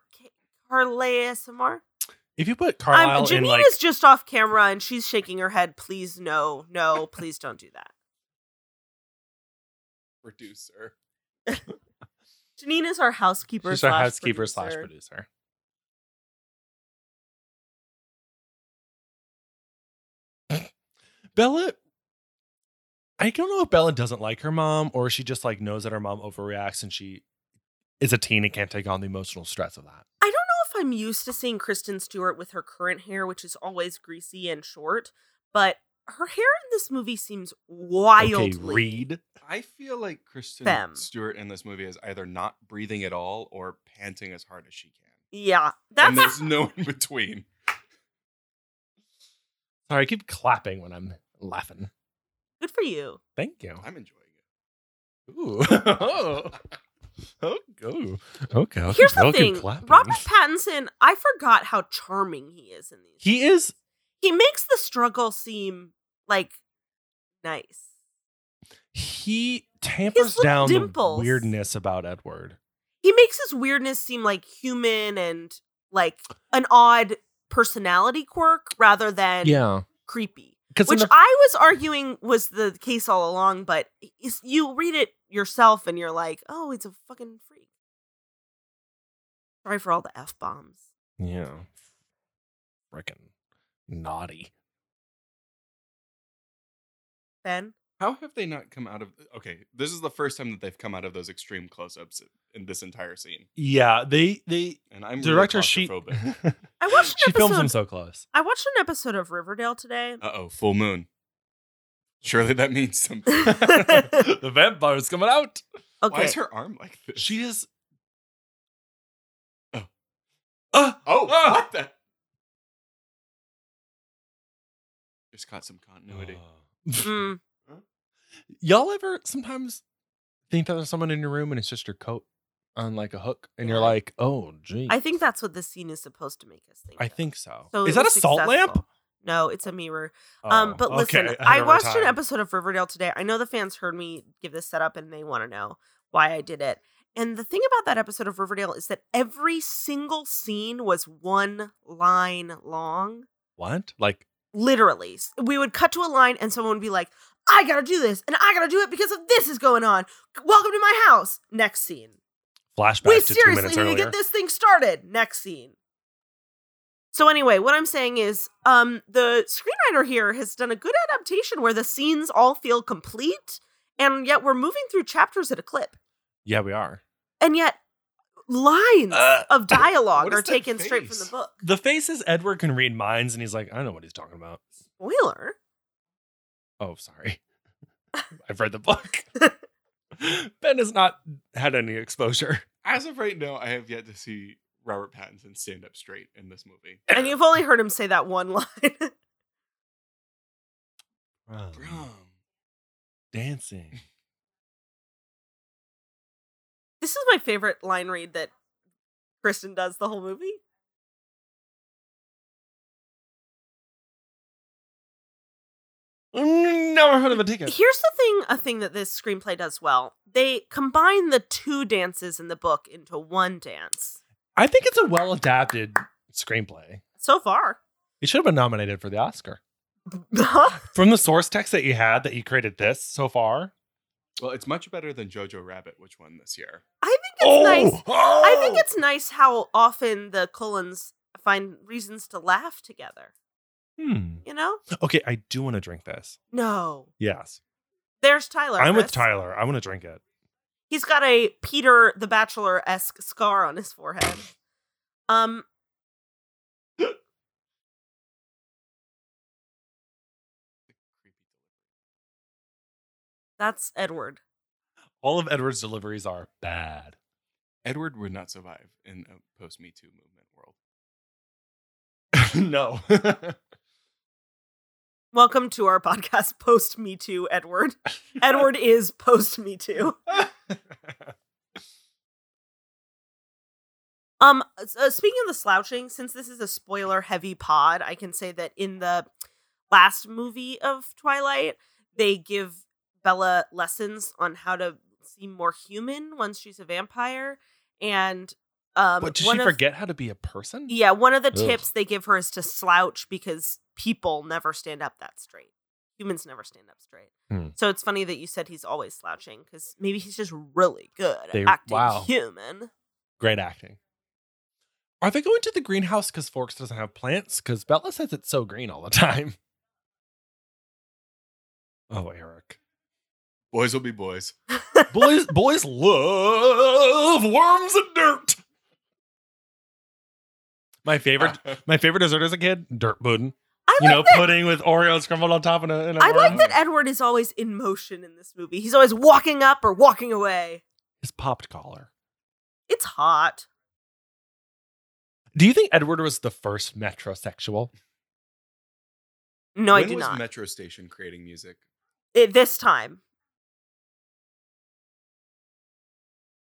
[SPEAKER 2] Carl ASMR.
[SPEAKER 1] if you put
[SPEAKER 2] Um,
[SPEAKER 1] Carlisle in
[SPEAKER 2] Janine
[SPEAKER 1] like
[SPEAKER 2] is just off camera and she's shaking her head. Please, no, no, please don't do that.
[SPEAKER 3] Producer.
[SPEAKER 2] Janine is our housekeeper.
[SPEAKER 1] she's our
[SPEAKER 2] slash
[SPEAKER 1] housekeeper slash
[SPEAKER 2] producer.
[SPEAKER 1] producer. Bella, I don't know if Bella doesn't like her mom or she just like knows that her mom overreacts and she is a teen and can't take on the emotional stress of that.
[SPEAKER 2] I don't know if I'm used to seeing Kristen Stewart with her current hair, which is always greasy and short, but her hair in this movie seems wildly.
[SPEAKER 1] Okay, read.
[SPEAKER 3] I feel like Kristen
[SPEAKER 2] Femme.
[SPEAKER 3] Stewart in this movie is either not breathing at all or panting as hard as she can.
[SPEAKER 2] Yeah,
[SPEAKER 3] and
[SPEAKER 2] that's
[SPEAKER 3] there's no in between.
[SPEAKER 1] Sorry, I keep clapping when I'm laughing.
[SPEAKER 2] good for you.
[SPEAKER 1] Thank you.
[SPEAKER 3] I'm enjoying it.
[SPEAKER 1] Ooh. oh. Oh, go. Okay. I'll
[SPEAKER 2] Here's
[SPEAKER 1] keep-
[SPEAKER 2] the
[SPEAKER 1] I'll keep
[SPEAKER 2] thing,
[SPEAKER 1] clapping.
[SPEAKER 2] Robert Pattinson. I forgot how charming he is in these.
[SPEAKER 1] He is
[SPEAKER 2] he makes the struggle seem like nice.
[SPEAKER 1] he tampers
[SPEAKER 2] little
[SPEAKER 1] down
[SPEAKER 2] dimples.
[SPEAKER 1] the weirdness about Edward.
[SPEAKER 2] he makes his weirdness seem like human and like an odd personality quirk rather than
[SPEAKER 1] Yeah,
[SPEAKER 2] creepy
[SPEAKER 1] because
[SPEAKER 2] which i was arguing was the case all along but is, you read it yourself and you're like oh it's a fucking freak sorry for all the f-bombs
[SPEAKER 1] yeah, freaking naughty.
[SPEAKER 2] ben
[SPEAKER 3] How have they not come out of? Okay, this is the first time that they've come out of those extreme close-ups in this entire scene,
[SPEAKER 1] Yeah, they they
[SPEAKER 3] and I'm
[SPEAKER 1] director
[SPEAKER 3] really
[SPEAKER 1] she
[SPEAKER 3] claustrophobic.
[SPEAKER 2] I watched an
[SPEAKER 1] she films them
[SPEAKER 2] episode.
[SPEAKER 1] so close.
[SPEAKER 2] I watched an episode of Riverdale today.
[SPEAKER 3] Uh oh, full moon. Surely that means something.
[SPEAKER 2] okay.
[SPEAKER 1] the vampire's coming out.
[SPEAKER 3] Why is her arm like this?
[SPEAKER 1] She is.
[SPEAKER 3] Oh.
[SPEAKER 1] Ah!
[SPEAKER 3] oh,
[SPEAKER 1] Ah!
[SPEAKER 3] what the? Just caught some continuity.
[SPEAKER 2] Mm.
[SPEAKER 1] Uh, Hmm. Y'all ever sometimes think that there's someone in your room and it's just your coat on like a hook, and you're
[SPEAKER 3] Yeah.
[SPEAKER 1] like, "Oh, gee."
[SPEAKER 2] I think that's what this scene is supposed to make us think.
[SPEAKER 1] I
[SPEAKER 2] of.
[SPEAKER 1] think so.
[SPEAKER 2] So it
[SPEAKER 1] is that a
[SPEAKER 2] was
[SPEAKER 1] salt lamp?
[SPEAKER 2] successful. No, it's a mirror.
[SPEAKER 1] Oh,
[SPEAKER 2] um, but listen,
[SPEAKER 1] okay,
[SPEAKER 2] I,
[SPEAKER 1] remember
[SPEAKER 2] watched
[SPEAKER 1] time.
[SPEAKER 2] an episode of Riverdale today. I know the fans heard me give this setup and they want to know why I did it. And the thing about that episode of Riverdale is that every single scene was one line long.
[SPEAKER 1] What? Like,
[SPEAKER 2] Literally, S- we would cut to a line and someone would be like, "I gotta do this, and I gotta do it because of this is going on." Welcome to my house. Next scene.
[SPEAKER 1] flashback
[SPEAKER 2] we
[SPEAKER 1] to two
[SPEAKER 2] seriously
[SPEAKER 1] minutes
[SPEAKER 2] need to
[SPEAKER 1] earlier.
[SPEAKER 2] get this thing started. Next scene. So anyway, what I'm saying is, um, the screenwriter here has done a good adaptation where the scenes all feel complete, and yet we're moving through chapters at a clip,
[SPEAKER 1] Yeah, we are.
[SPEAKER 2] and yet lines
[SPEAKER 1] Uh,
[SPEAKER 2] of
[SPEAKER 3] what
[SPEAKER 2] dialogue
[SPEAKER 3] is
[SPEAKER 2] are
[SPEAKER 3] that
[SPEAKER 2] taken straight from
[SPEAKER 3] face?
[SPEAKER 2] the book.
[SPEAKER 1] The faces Edward can read minds, and he's like, I don't know what he's talking about.
[SPEAKER 2] Spoiler.
[SPEAKER 1] Oh, sorry. I've read the book. ben has not had any exposure.
[SPEAKER 3] As of right now, I have yet to see Robert Pattinson stand up straight in this movie.
[SPEAKER 2] And you've only heard him say that one line.
[SPEAKER 1] Oh.
[SPEAKER 3] Brum.
[SPEAKER 1] dancing.
[SPEAKER 2] this is my favorite line read that Kristen does the whole movie.
[SPEAKER 1] Never heard of a ticket.
[SPEAKER 2] Here's the thing a thing that this screenplay does well. They combine the two dances in the book into one dance.
[SPEAKER 1] I think it's a well adapted screenplay.
[SPEAKER 2] So far.
[SPEAKER 1] It should have been nominated for the Oscar.
[SPEAKER 2] I
[SPEAKER 1] From the source text that you had that you created this so far.
[SPEAKER 3] Well, it's much better than Jojo Rabbit, which won this year.
[SPEAKER 2] think it's nice.
[SPEAKER 1] Oh!
[SPEAKER 2] I think it's nice how often the Cullens find reasons to laugh together.
[SPEAKER 1] Hmm.
[SPEAKER 2] You know?
[SPEAKER 1] Okay, I do want to drink this.
[SPEAKER 2] No.
[SPEAKER 1] Yes.
[SPEAKER 2] There's Tyler.
[SPEAKER 1] I'm with
[SPEAKER 2] Chris.
[SPEAKER 1] Tyler. I want to drink it.
[SPEAKER 2] He's got a Peter the Bachelor esque scar on his forehead. Um, that's Edward.
[SPEAKER 1] All of Edward's deliveries are bad.
[SPEAKER 3] Edward would not survive in a post Me Too movement world.
[SPEAKER 1] no.
[SPEAKER 2] Welcome to our podcast, Post Me Too, Edward. Edward is Post Me Too. Um, s- uh, speaking of the slouching, since this is a spoiler-heavy pod, I can say that in the last movie of Twilight, they give Bella lessons on how to seem more human once she's a vampire, and um,
[SPEAKER 1] but did
[SPEAKER 2] one
[SPEAKER 1] she
[SPEAKER 2] of-
[SPEAKER 1] forget how to be a person?
[SPEAKER 2] Yeah, one of the
[SPEAKER 1] Ugh.
[SPEAKER 2] tips they give her is to slouch because people never stand up that straight. Humans never stand up straight.
[SPEAKER 1] Hmm.
[SPEAKER 2] So it's funny that you said he's always slouching because maybe he's just really good at
[SPEAKER 1] They-
[SPEAKER 2] acting
[SPEAKER 1] wow.
[SPEAKER 2] human.
[SPEAKER 1] Great acting. Are they going to the greenhouse because Forks doesn't have plants? Because Bella says it's so green all the time. Oh, Eric.
[SPEAKER 3] Boys will be boys.
[SPEAKER 1] boys boys love worms and dirt. My
[SPEAKER 2] Ah.
[SPEAKER 1] favorite my favorite dessert as a kid, dirt pudding.
[SPEAKER 2] I
[SPEAKER 1] You
[SPEAKER 2] like
[SPEAKER 1] know,
[SPEAKER 2] that.
[SPEAKER 1] pudding with Oreo scrambled on top and a, and a
[SPEAKER 2] I like
[SPEAKER 1] worm.
[SPEAKER 2] that Edward is always in motion in this movie. He's always walking up or walking away.
[SPEAKER 1] his popped collar.
[SPEAKER 2] It's hot.
[SPEAKER 1] Do you think Edward was the first metrosexual?
[SPEAKER 2] No,
[SPEAKER 3] when
[SPEAKER 2] I do
[SPEAKER 3] was
[SPEAKER 2] not.
[SPEAKER 3] Metro Station creating music?
[SPEAKER 2] It- this time.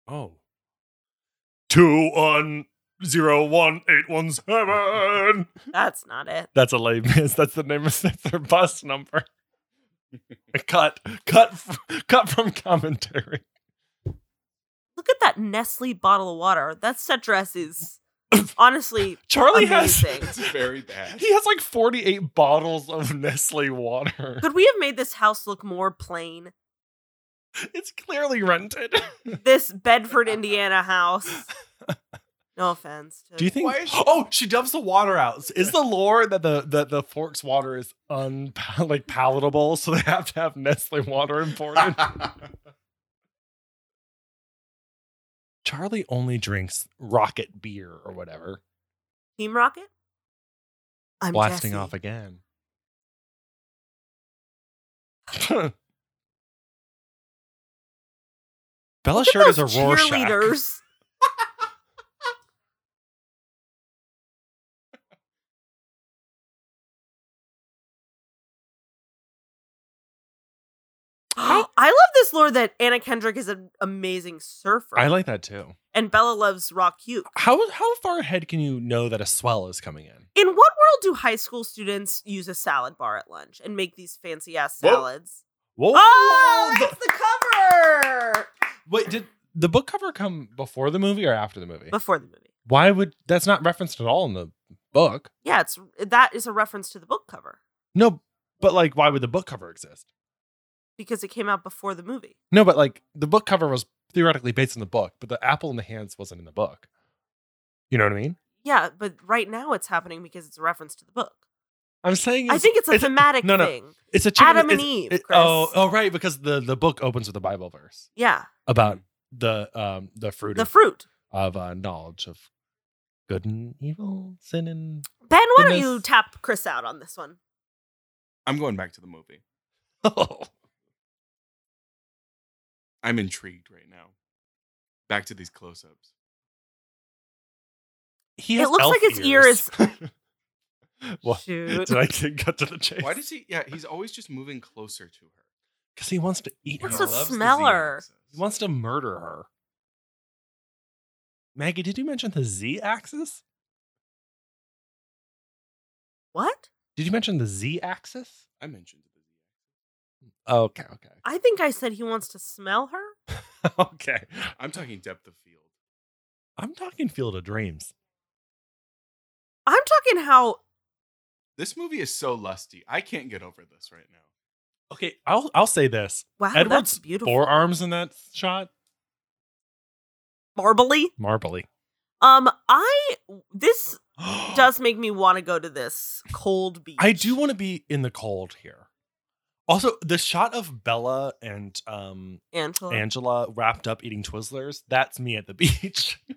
[SPEAKER 1] Oh. Two one zero one eight one seven.
[SPEAKER 2] That's not it.
[SPEAKER 1] That's a lame miss. That's the name of that's their bus number. cut, cut, f- cut from commentary.
[SPEAKER 2] Look at that Nestle bottle of water. That set dress is honestly
[SPEAKER 1] Charlie
[SPEAKER 2] Amazing.
[SPEAKER 1] has
[SPEAKER 3] It's very bad.
[SPEAKER 1] He has like 48 bottles of Nestle water.
[SPEAKER 2] could we have made this house look more plain?
[SPEAKER 1] It's clearly rented.
[SPEAKER 2] This Bedford, Indiana house. No offense. To
[SPEAKER 1] Do you think?
[SPEAKER 3] Why is she-
[SPEAKER 1] oh, she dumps the water out. Is the lore that the the, the Forks water is un like palatable, so they have to have Nestle water imported? Charlie only drinks rocket beer or whatever.
[SPEAKER 2] Team Rocket? I'm
[SPEAKER 1] blasting
[SPEAKER 2] Jesse.
[SPEAKER 1] off again. Bella
[SPEAKER 2] Look at
[SPEAKER 1] shirt is a
[SPEAKER 2] those
[SPEAKER 1] Rorschach.
[SPEAKER 2] cheerleaders. I love this lore that Anna Kendrick is an amazing surfer.
[SPEAKER 1] I like that too.
[SPEAKER 2] and Bella loves rock cute.
[SPEAKER 1] How how far ahead can you know that a swell is coming in?
[SPEAKER 2] In what world do high school students use a salad bar at lunch and make these fancy ass
[SPEAKER 3] Whoa.
[SPEAKER 2] salads?
[SPEAKER 1] Whoa!
[SPEAKER 2] Oh,
[SPEAKER 1] the-
[SPEAKER 2] that's the cover
[SPEAKER 1] Wait, did the book cover come before the movie or after the movie?
[SPEAKER 2] before the movie.
[SPEAKER 1] Why would that's not referenced at all in the book?
[SPEAKER 2] Yeah, it's that is a reference to the book cover
[SPEAKER 1] No, but like, why would the book cover exist?
[SPEAKER 2] because it came out before the movie.
[SPEAKER 1] No, but like, the book cover was theoretically based on the book, but the apple in the hands wasn't in the book. You know what I mean?
[SPEAKER 2] Yeah, but right now it's happening because it's a reference to the book.
[SPEAKER 1] I'm saying
[SPEAKER 2] I think it's a thematic
[SPEAKER 1] no, no.
[SPEAKER 2] thing.
[SPEAKER 1] it's a chicken-
[SPEAKER 2] Adam and
[SPEAKER 1] it's-
[SPEAKER 2] Eve,
[SPEAKER 1] it-
[SPEAKER 2] Chris.
[SPEAKER 1] oh, oh, right, because the the book opens with a Bible verse
[SPEAKER 2] Yeah,
[SPEAKER 1] about the um the fruit
[SPEAKER 2] the
[SPEAKER 1] of,
[SPEAKER 2] fruit.
[SPEAKER 1] of uh, knowledge of good and evil, sin and
[SPEAKER 2] Ben, why don't
[SPEAKER 1] Goodness.
[SPEAKER 2] you tap Chris out on this one?
[SPEAKER 3] I'm going back to the movie.
[SPEAKER 1] oh.
[SPEAKER 3] I'm intrigued right now. Back to these close-ups.
[SPEAKER 1] He
[SPEAKER 2] It
[SPEAKER 1] has
[SPEAKER 2] looks
[SPEAKER 1] elf
[SPEAKER 2] like its ear
[SPEAKER 1] ears. Well,
[SPEAKER 2] Shoot.
[SPEAKER 1] Did I get cut to the chase?
[SPEAKER 3] Why does he? Yeah, he's always just moving closer to her.
[SPEAKER 1] Because he wants to eat
[SPEAKER 2] What's
[SPEAKER 1] her.
[SPEAKER 2] the
[SPEAKER 3] He loves
[SPEAKER 2] smell her?
[SPEAKER 3] Z-axis.
[SPEAKER 1] he wants to murder her. Maggie, did you mention the Z axis?
[SPEAKER 2] What?
[SPEAKER 1] Did you mention the Z axis?
[SPEAKER 3] I mentioned it.
[SPEAKER 1] Okay, okay,
[SPEAKER 2] I think I said he wants to smell her.
[SPEAKER 1] okay.
[SPEAKER 3] I'm talking depth of field.
[SPEAKER 1] I'm talking Field of Dreams.
[SPEAKER 2] I'm talking how
[SPEAKER 3] This movie is so lusty. I can't get over this right now.
[SPEAKER 1] Okay, I'll I'll say this:
[SPEAKER 2] wow,
[SPEAKER 1] Edward's
[SPEAKER 2] that's beautiful.
[SPEAKER 1] forearms in that shot,
[SPEAKER 2] Marbly.
[SPEAKER 1] marbly.
[SPEAKER 2] Um, I this does make me want to go to this cold beach.
[SPEAKER 1] I do want to be in the cold here. Also, the shot of Bella and um,
[SPEAKER 2] Angela.
[SPEAKER 1] Angela wrapped up eating Twizzlers. That's me at the beach.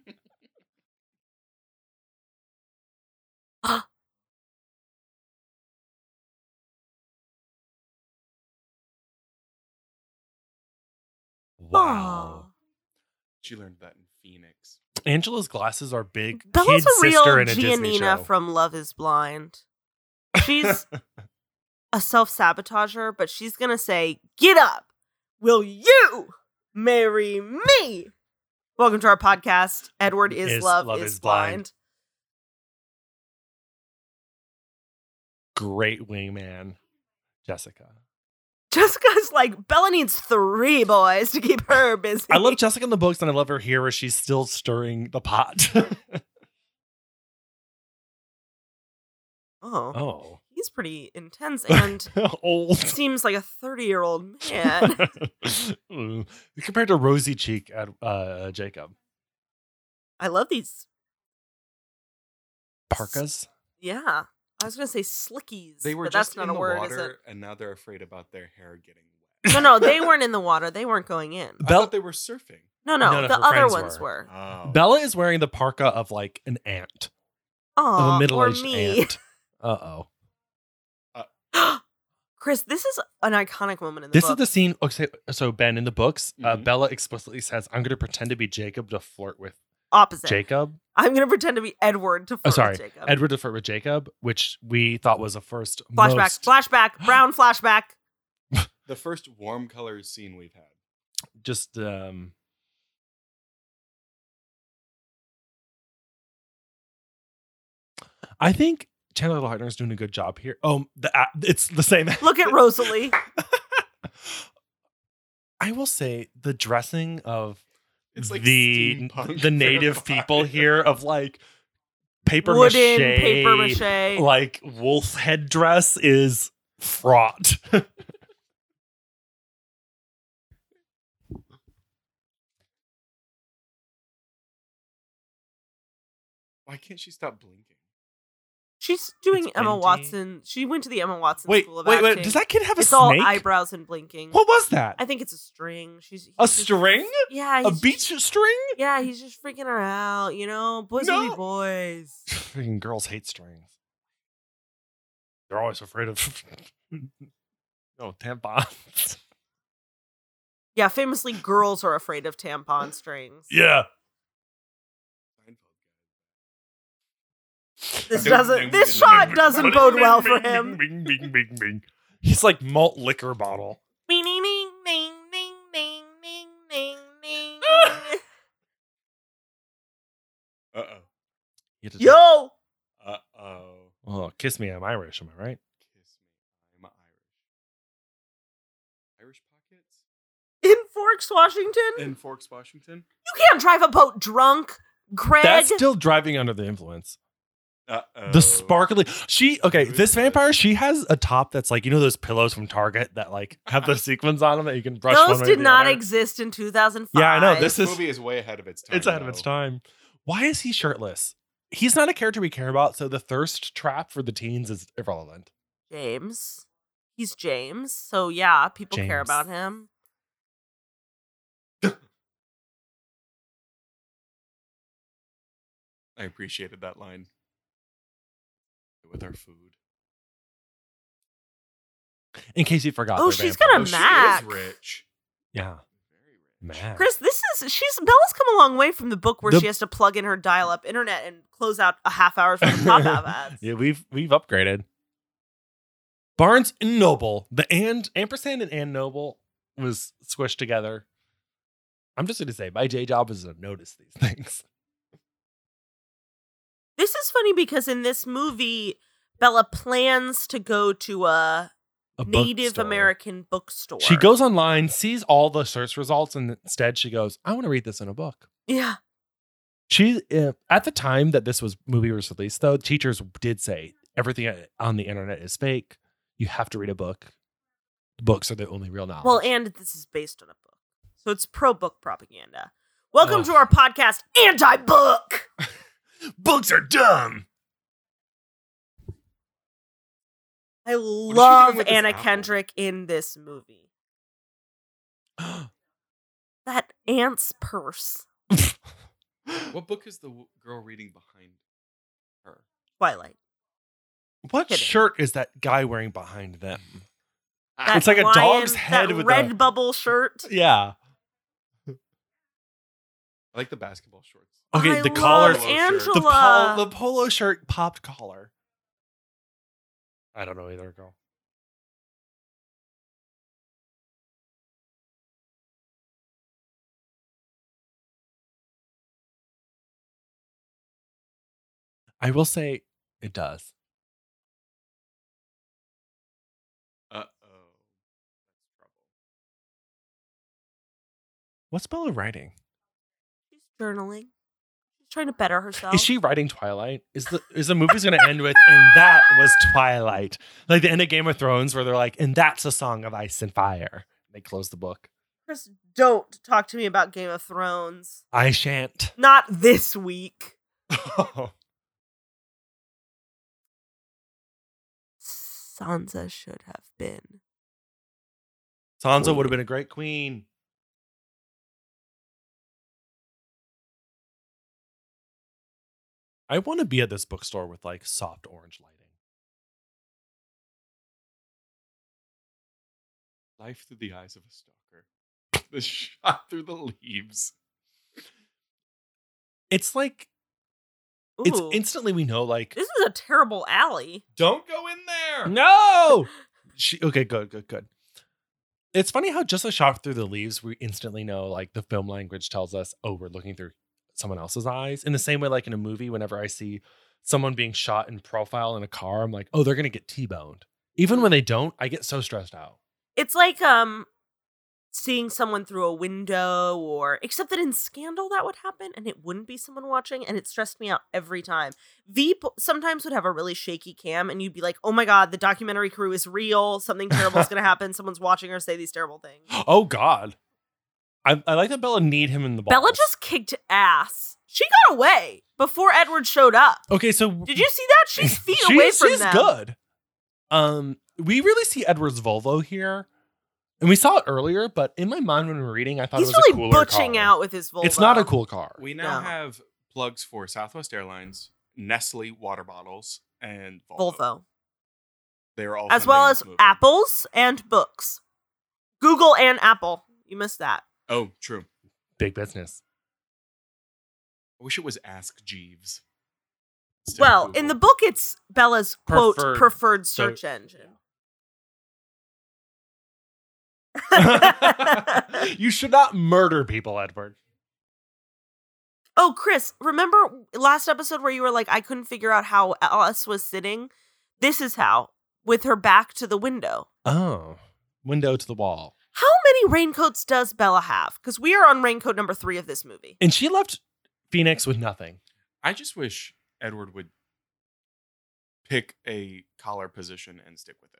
[SPEAKER 1] Wow.
[SPEAKER 2] Aw.
[SPEAKER 3] She learned that in Phoenix.
[SPEAKER 1] Angela's glasses are big.
[SPEAKER 2] Bella's
[SPEAKER 1] Kid
[SPEAKER 2] a real
[SPEAKER 1] sister in a Disney show.
[SPEAKER 2] Giannina from Love Is Blind. She's a self sabotager, but she's gonna say, "Get up! Will you marry me?" Welcome to our podcast. Edward is,
[SPEAKER 1] Is
[SPEAKER 2] love,
[SPEAKER 1] Love
[SPEAKER 2] is,
[SPEAKER 1] Is
[SPEAKER 2] blind.
[SPEAKER 1] Blind. Great wingman, Jessica.
[SPEAKER 2] Jessica's like Bella needs three boys to keep her busy.
[SPEAKER 1] I love Jessica in the books, and I love her here where she's still stirring the pot.
[SPEAKER 2] Oh,
[SPEAKER 1] oh,
[SPEAKER 2] he's pretty intense and
[SPEAKER 1] old.
[SPEAKER 2] seems like a thirty-year-old man.
[SPEAKER 1] Mm. Compared to rosy cheek at uh, Jacob
[SPEAKER 2] I love these.
[SPEAKER 1] Parkas.
[SPEAKER 2] Yeah, I was gonna say slickies.
[SPEAKER 3] They were
[SPEAKER 2] but
[SPEAKER 3] just
[SPEAKER 2] that's not
[SPEAKER 3] in
[SPEAKER 2] a
[SPEAKER 3] the
[SPEAKER 2] word, is it?
[SPEAKER 3] water, and now they're afraid about their hair getting wet.
[SPEAKER 2] No, no, they weren't in the water. They weren't going in.
[SPEAKER 3] I
[SPEAKER 1] Bel-
[SPEAKER 3] thought they were surfing.
[SPEAKER 2] No, no,
[SPEAKER 1] No, no,
[SPEAKER 2] the
[SPEAKER 1] her
[SPEAKER 2] other
[SPEAKER 1] friends
[SPEAKER 2] ones were.
[SPEAKER 3] Oh.
[SPEAKER 1] Bella is wearing the parka of like an ant, of
[SPEAKER 2] Aw,
[SPEAKER 1] a
[SPEAKER 2] or
[SPEAKER 1] middle-aged
[SPEAKER 2] me.
[SPEAKER 1] ant. Uh oh.
[SPEAKER 2] Chris, this is an iconic moment in the
[SPEAKER 1] This
[SPEAKER 2] book.
[SPEAKER 1] is the scene. Okay, so Ben in the books, uh,
[SPEAKER 3] Mhm.
[SPEAKER 1] Bella explicitly says, "I'm going to pretend to be Jacob to flirt with
[SPEAKER 2] opposite.
[SPEAKER 1] Jacob." Oh,
[SPEAKER 2] I'm gonna pretend to be Edward to flirt with
[SPEAKER 1] sorry,
[SPEAKER 2] Jacob.
[SPEAKER 1] Edward to flirt with Jacob, which we thought was a first.
[SPEAKER 2] flashback,
[SPEAKER 1] most-
[SPEAKER 2] flashback, brown flashback.
[SPEAKER 3] The first warm color scene we've had.
[SPEAKER 1] just um I think Chandler Lautner's doing a good job here. Oh, the a- it's the same.
[SPEAKER 2] Look at Rosalie.
[SPEAKER 1] I will say the dressing of
[SPEAKER 3] It's like
[SPEAKER 1] the
[SPEAKER 3] steampunk
[SPEAKER 1] the native
[SPEAKER 3] vampire.
[SPEAKER 1] people here of like paper
[SPEAKER 2] Wooden
[SPEAKER 1] mache,
[SPEAKER 2] paper mache.
[SPEAKER 1] like wolf head dress is fraught.
[SPEAKER 3] Why can't she stop blinking?
[SPEAKER 2] She's doing
[SPEAKER 1] It's
[SPEAKER 2] Emma
[SPEAKER 1] empty.
[SPEAKER 2] Watson. She went to the Emma Watson
[SPEAKER 1] Wait,
[SPEAKER 2] School of
[SPEAKER 1] wait,
[SPEAKER 2] Acting.
[SPEAKER 1] wait. Does that kid have a
[SPEAKER 2] it's all
[SPEAKER 1] snake?
[SPEAKER 2] eyebrows and blinking.
[SPEAKER 1] What was that?
[SPEAKER 2] I think it's a string. She's
[SPEAKER 1] A
[SPEAKER 2] he's just-
[SPEAKER 1] string?
[SPEAKER 2] Yeah,
[SPEAKER 1] A
[SPEAKER 2] he's
[SPEAKER 1] beach string?
[SPEAKER 2] Just, yeah, he's just freaking her out. You know, boys will
[SPEAKER 1] No.
[SPEAKER 2] be boys.
[SPEAKER 1] Freaking girls hate strings. They're always afraid of no tampons.
[SPEAKER 2] Yeah, famously, girls are afraid of tampon strings.
[SPEAKER 1] yeah.
[SPEAKER 2] This doesn't. This shot doesn't bode well for him.
[SPEAKER 1] Bing, bing, bing, bing, bing. He's like malt liquor bottle.
[SPEAKER 2] Ding, ding, ding, ding, ding, ding, ding, ding, ding.
[SPEAKER 3] Uh
[SPEAKER 1] You have to take-
[SPEAKER 2] Yo,
[SPEAKER 3] oh. Uh oh.
[SPEAKER 1] Oh, kiss me. I'm Irish. Am I right?
[SPEAKER 3] Kiss me. I'm Irish. Irish pockets
[SPEAKER 2] in Forks, Washington,
[SPEAKER 3] in Forks, Washington.
[SPEAKER 2] you can't drive a boat drunk, Craig.
[SPEAKER 1] That's still driving under the influence.
[SPEAKER 3] Uh oh.
[SPEAKER 1] The sparkly. She okay.
[SPEAKER 3] Who is
[SPEAKER 1] This
[SPEAKER 3] that?
[SPEAKER 1] vampire. She has a top that's like you know those pillows from Target that like have the sequins on them that you can brush. one
[SPEAKER 2] Those
[SPEAKER 1] way or
[SPEAKER 2] did
[SPEAKER 1] the
[SPEAKER 2] not
[SPEAKER 1] other.
[SPEAKER 2] exist in 2005.
[SPEAKER 1] Yeah, I know, this-
[SPEAKER 3] This
[SPEAKER 1] is-
[SPEAKER 3] movie is way ahead of its time.
[SPEAKER 1] It's ahead of its
[SPEAKER 3] though.
[SPEAKER 1] time. Why is he shirtless? He's not a character we care about, so the thirst trap for the teens is irrelevant.
[SPEAKER 2] James. He's James. So yeah, people care
[SPEAKER 1] James.
[SPEAKER 2] about him.
[SPEAKER 3] I appreciated that line. With our food.
[SPEAKER 1] In case you forgot.
[SPEAKER 2] Oh,
[SPEAKER 1] they're
[SPEAKER 2] she's
[SPEAKER 1] vampires.
[SPEAKER 2] got a Mac.
[SPEAKER 3] She is rich.
[SPEAKER 1] Yeah,
[SPEAKER 3] Very rich.
[SPEAKER 1] man.
[SPEAKER 2] Chris, this is she's Bella's come a long way from the book where
[SPEAKER 1] The-
[SPEAKER 2] she has to plug in her dial-up internet and close out a half hour's worth of pop ads.
[SPEAKER 1] yeah, we've we've upgraded. Barnes and Noble, the and ampersand and and Noble was squished together. I'm just gonna say my day job is to notice these things.
[SPEAKER 2] This is funny because in this movie, Bella plans to go to a,
[SPEAKER 1] A
[SPEAKER 2] Native
[SPEAKER 1] bookstore.
[SPEAKER 2] American bookstore.
[SPEAKER 1] She goes online, sees all the search results, and instead she goes, "I want to read this in a book."
[SPEAKER 2] Yeah.
[SPEAKER 1] She uh, at the time that this was movie was released, though, teachers did say everything uh, on the internet is fake. You have to read a book. Books are the only real knowledge.
[SPEAKER 2] Well, and this is based on a book. So it's pro book propaganda. Welcome
[SPEAKER 1] Ugh.
[SPEAKER 2] to our podcast, Anti Book.
[SPEAKER 1] books are dumb.
[SPEAKER 2] I
[SPEAKER 3] doing
[SPEAKER 2] love
[SPEAKER 3] with this
[SPEAKER 2] Anna
[SPEAKER 3] apple?
[SPEAKER 2] Kendrick in this movie. That ant's purse,
[SPEAKER 3] What book is the w- girl reading behind her?
[SPEAKER 2] Twilight.
[SPEAKER 1] What
[SPEAKER 2] Kidding.
[SPEAKER 1] shirt is that guy wearing behind them?
[SPEAKER 2] That
[SPEAKER 1] It's like a
[SPEAKER 2] lion-
[SPEAKER 1] dog's head
[SPEAKER 2] that
[SPEAKER 1] with a-
[SPEAKER 2] red bubble shirt.
[SPEAKER 1] Yeah.
[SPEAKER 3] I like the basketball shorts.
[SPEAKER 1] Okay,
[SPEAKER 2] I
[SPEAKER 1] the
[SPEAKER 2] love
[SPEAKER 1] collar,
[SPEAKER 3] Polo
[SPEAKER 2] Angela.
[SPEAKER 3] shirt.
[SPEAKER 1] the, pol- the polo shirt popped collar. I don't know either, girl. I will say it does.
[SPEAKER 3] Uh oh.
[SPEAKER 1] What's Bella writing?
[SPEAKER 2] She's journaling. She's trying to better herself.
[SPEAKER 1] Is she writing Twilight? Is the is the movie's gonna end with and that was Twilight? Like the end of Game of Thrones where they're like, and that's a song of ice and fire. They close the book.
[SPEAKER 2] Chris, don't talk to me about Game of Thrones.
[SPEAKER 1] I shan't.
[SPEAKER 2] Not this week. Sansa should have been.
[SPEAKER 1] Sansa would have been a great queen. I want to be at this bookstore with like soft orange lighting.
[SPEAKER 3] Life through the eyes of a stalker. The shot through the leaves.
[SPEAKER 1] It's like
[SPEAKER 2] Ooh,
[SPEAKER 1] it's instantly we know like
[SPEAKER 2] this is a terrible alley.
[SPEAKER 3] Don't go in there.
[SPEAKER 1] No. She okay, good, good, good. It's funny how just a shot through the leaves, we instantly know like the film language tells us, oh, we're looking through someone else's eyes. In the same way, like in a movie, whenever I see someone being shot in profile in a car, I'm like, oh, they're gonna get T-boned. Even when they don't, I get so stressed out.
[SPEAKER 2] It's like um seeing someone through a window or except that in Scandal that would happen and it wouldn't be someone watching and it stressed me out every time. Veep sometimes would have a really shaky cam and you'd be like, "Oh my god, the documentary crew is real. Something terrible is going to happen. Someone's watching her say these terrible things."
[SPEAKER 1] Oh God. I, I like that Bella need him in the balls.
[SPEAKER 2] Bella just kicked ass. She got away before Edward showed up.
[SPEAKER 1] Okay, so
[SPEAKER 2] Did you see that? She's feet away from
[SPEAKER 1] she's
[SPEAKER 2] them.
[SPEAKER 1] good. Um, we really see Edward's Volvo here, and we saw it earlier. But in my mind, when we were reading, I thought
[SPEAKER 2] He's
[SPEAKER 1] it was
[SPEAKER 2] really
[SPEAKER 1] a cooler
[SPEAKER 2] butching
[SPEAKER 1] car.
[SPEAKER 2] out with his Volvo.
[SPEAKER 1] It's not a cool car.
[SPEAKER 3] We now
[SPEAKER 2] No.
[SPEAKER 3] have plugs for Southwest Airlines, Nestle water bottles, and Volvo.
[SPEAKER 2] Volvo,
[SPEAKER 3] They are all
[SPEAKER 2] as
[SPEAKER 3] funding
[SPEAKER 2] well
[SPEAKER 3] this
[SPEAKER 2] as
[SPEAKER 3] movie.
[SPEAKER 2] apples and books. Google and Apple. You missed that.
[SPEAKER 3] Oh, true.
[SPEAKER 1] Big business.
[SPEAKER 3] I wish it was Ask Jeeves. Instead of
[SPEAKER 2] well, in the
[SPEAKER 3] Google.
[SPEAKER 2] book, it's Bella's quote
[SPEAKER 1] Preferred
[SPEAKER 2] preferred,
[SPEAKER 1] so-
[SPEAKER 2] search engine.
[SPEAKER 1] you should not murder people, Edward.
[SPEAKER 2] Oh, Chris, remember last episode where you were like, I couldn't figure out how Alice was sitting? This is how, with her back to the window.
[SPEAKER 1] Oh, window to the wall,
[SPEAKER 2] How many raincoats does Bella have? Because we are on raincoat number three of this movie.
[SPEAKER 1] and she left Phoenix with nothing.
[SPEAKER 3] I just wish Edward would pick a collar position and stick with it.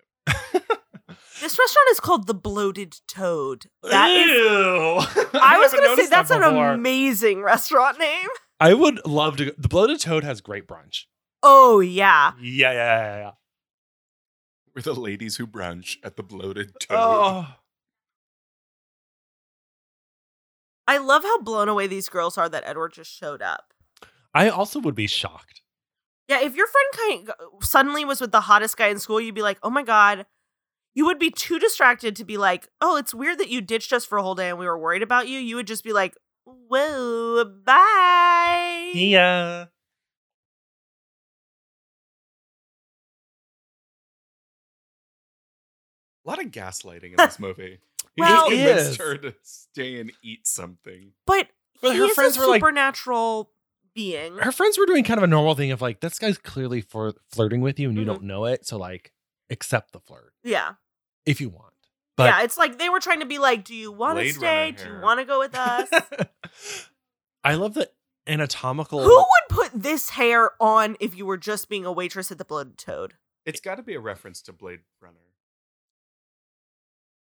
[SPEAKER 2] This restaurant is called the Bloated Toad. That is. I
[SPEAKER 1] I
[SPEAKER 2] was going to say that's an
[SPEAKER 1] before.
[SPEAKER 2] amazing restaurant name.
[SPEAKER 1] I would love to. Go. The bloated toad has great brunch.
[SPEAKER 2] Oh yeah.
[SPEAKER 1] Yeah, yeah, yeah, yeah.
[SPEAKER 3] We're the ladies who brunch at the bloated toad.
[SPEAKER 1] Oh,
[SPEAKER 2] I love how blown away these girls are that Edward just showed up.
[SPEAKER 1] I also would be shocked.
[SPEAKER 2] Yeah, if your friend kind suddenly was with the hottest guy in school, you'd be like, "Oh my god." You would be too distracted to be like, "Oh, it's weird that you ditched us for a whole day and we were worried about you." You would just be like, "Whoa, bye."
[SPEAKER 1] Yeah.
[SPEAKER 3] A lot of gaslighting in this movie. He
[SPEAKER 2] Well-
[SPEAKER 3] just
[SPEAKER 1] It
[SPEAKER 3] convinced
[SPEAKER 1] is.
[SPEAKER 3] her to stay and eat something.
[SPEAKER 2] But
[SPEAKER 1] But
[SPEAKER 2] he
[SPEAKER 1] her
[SPEAKER 2] is
[SPEAKER 1] friends
[SPEAKER 2] a
[SPEAKER 1] were like-
[SPEAKER 2] supernatural being.
[SPEAKER 1] Her friends were doing kind of a normal thing of like, this guy's clearly for flirting with you and you
[SPEAKER 2] Mhm.
[SPEAKER 1] don't know it. So, like, accept the flirt
[SPEAKER 2] yeah.
[SPEAKER 1] if you want. But-
[SPEAKER 2] yeah, it's like they were trying to be like, "Do you want to
[SPEAKER 3] Blade
[SPEAKER 2] stay?
[SPEAKER 3] Runner
[SPEAKER 2] Do you
[SPEAKER 3] hair."
[SPEAKER 2] want to go with us?"
[SPEAKER 1] I love the anatomical.
[SPEAKER 2] Who would put this hair on if you were just being a waitress at the Blood Toad?
[SPEAKER 3] It's got to be a reference to Blade Runner.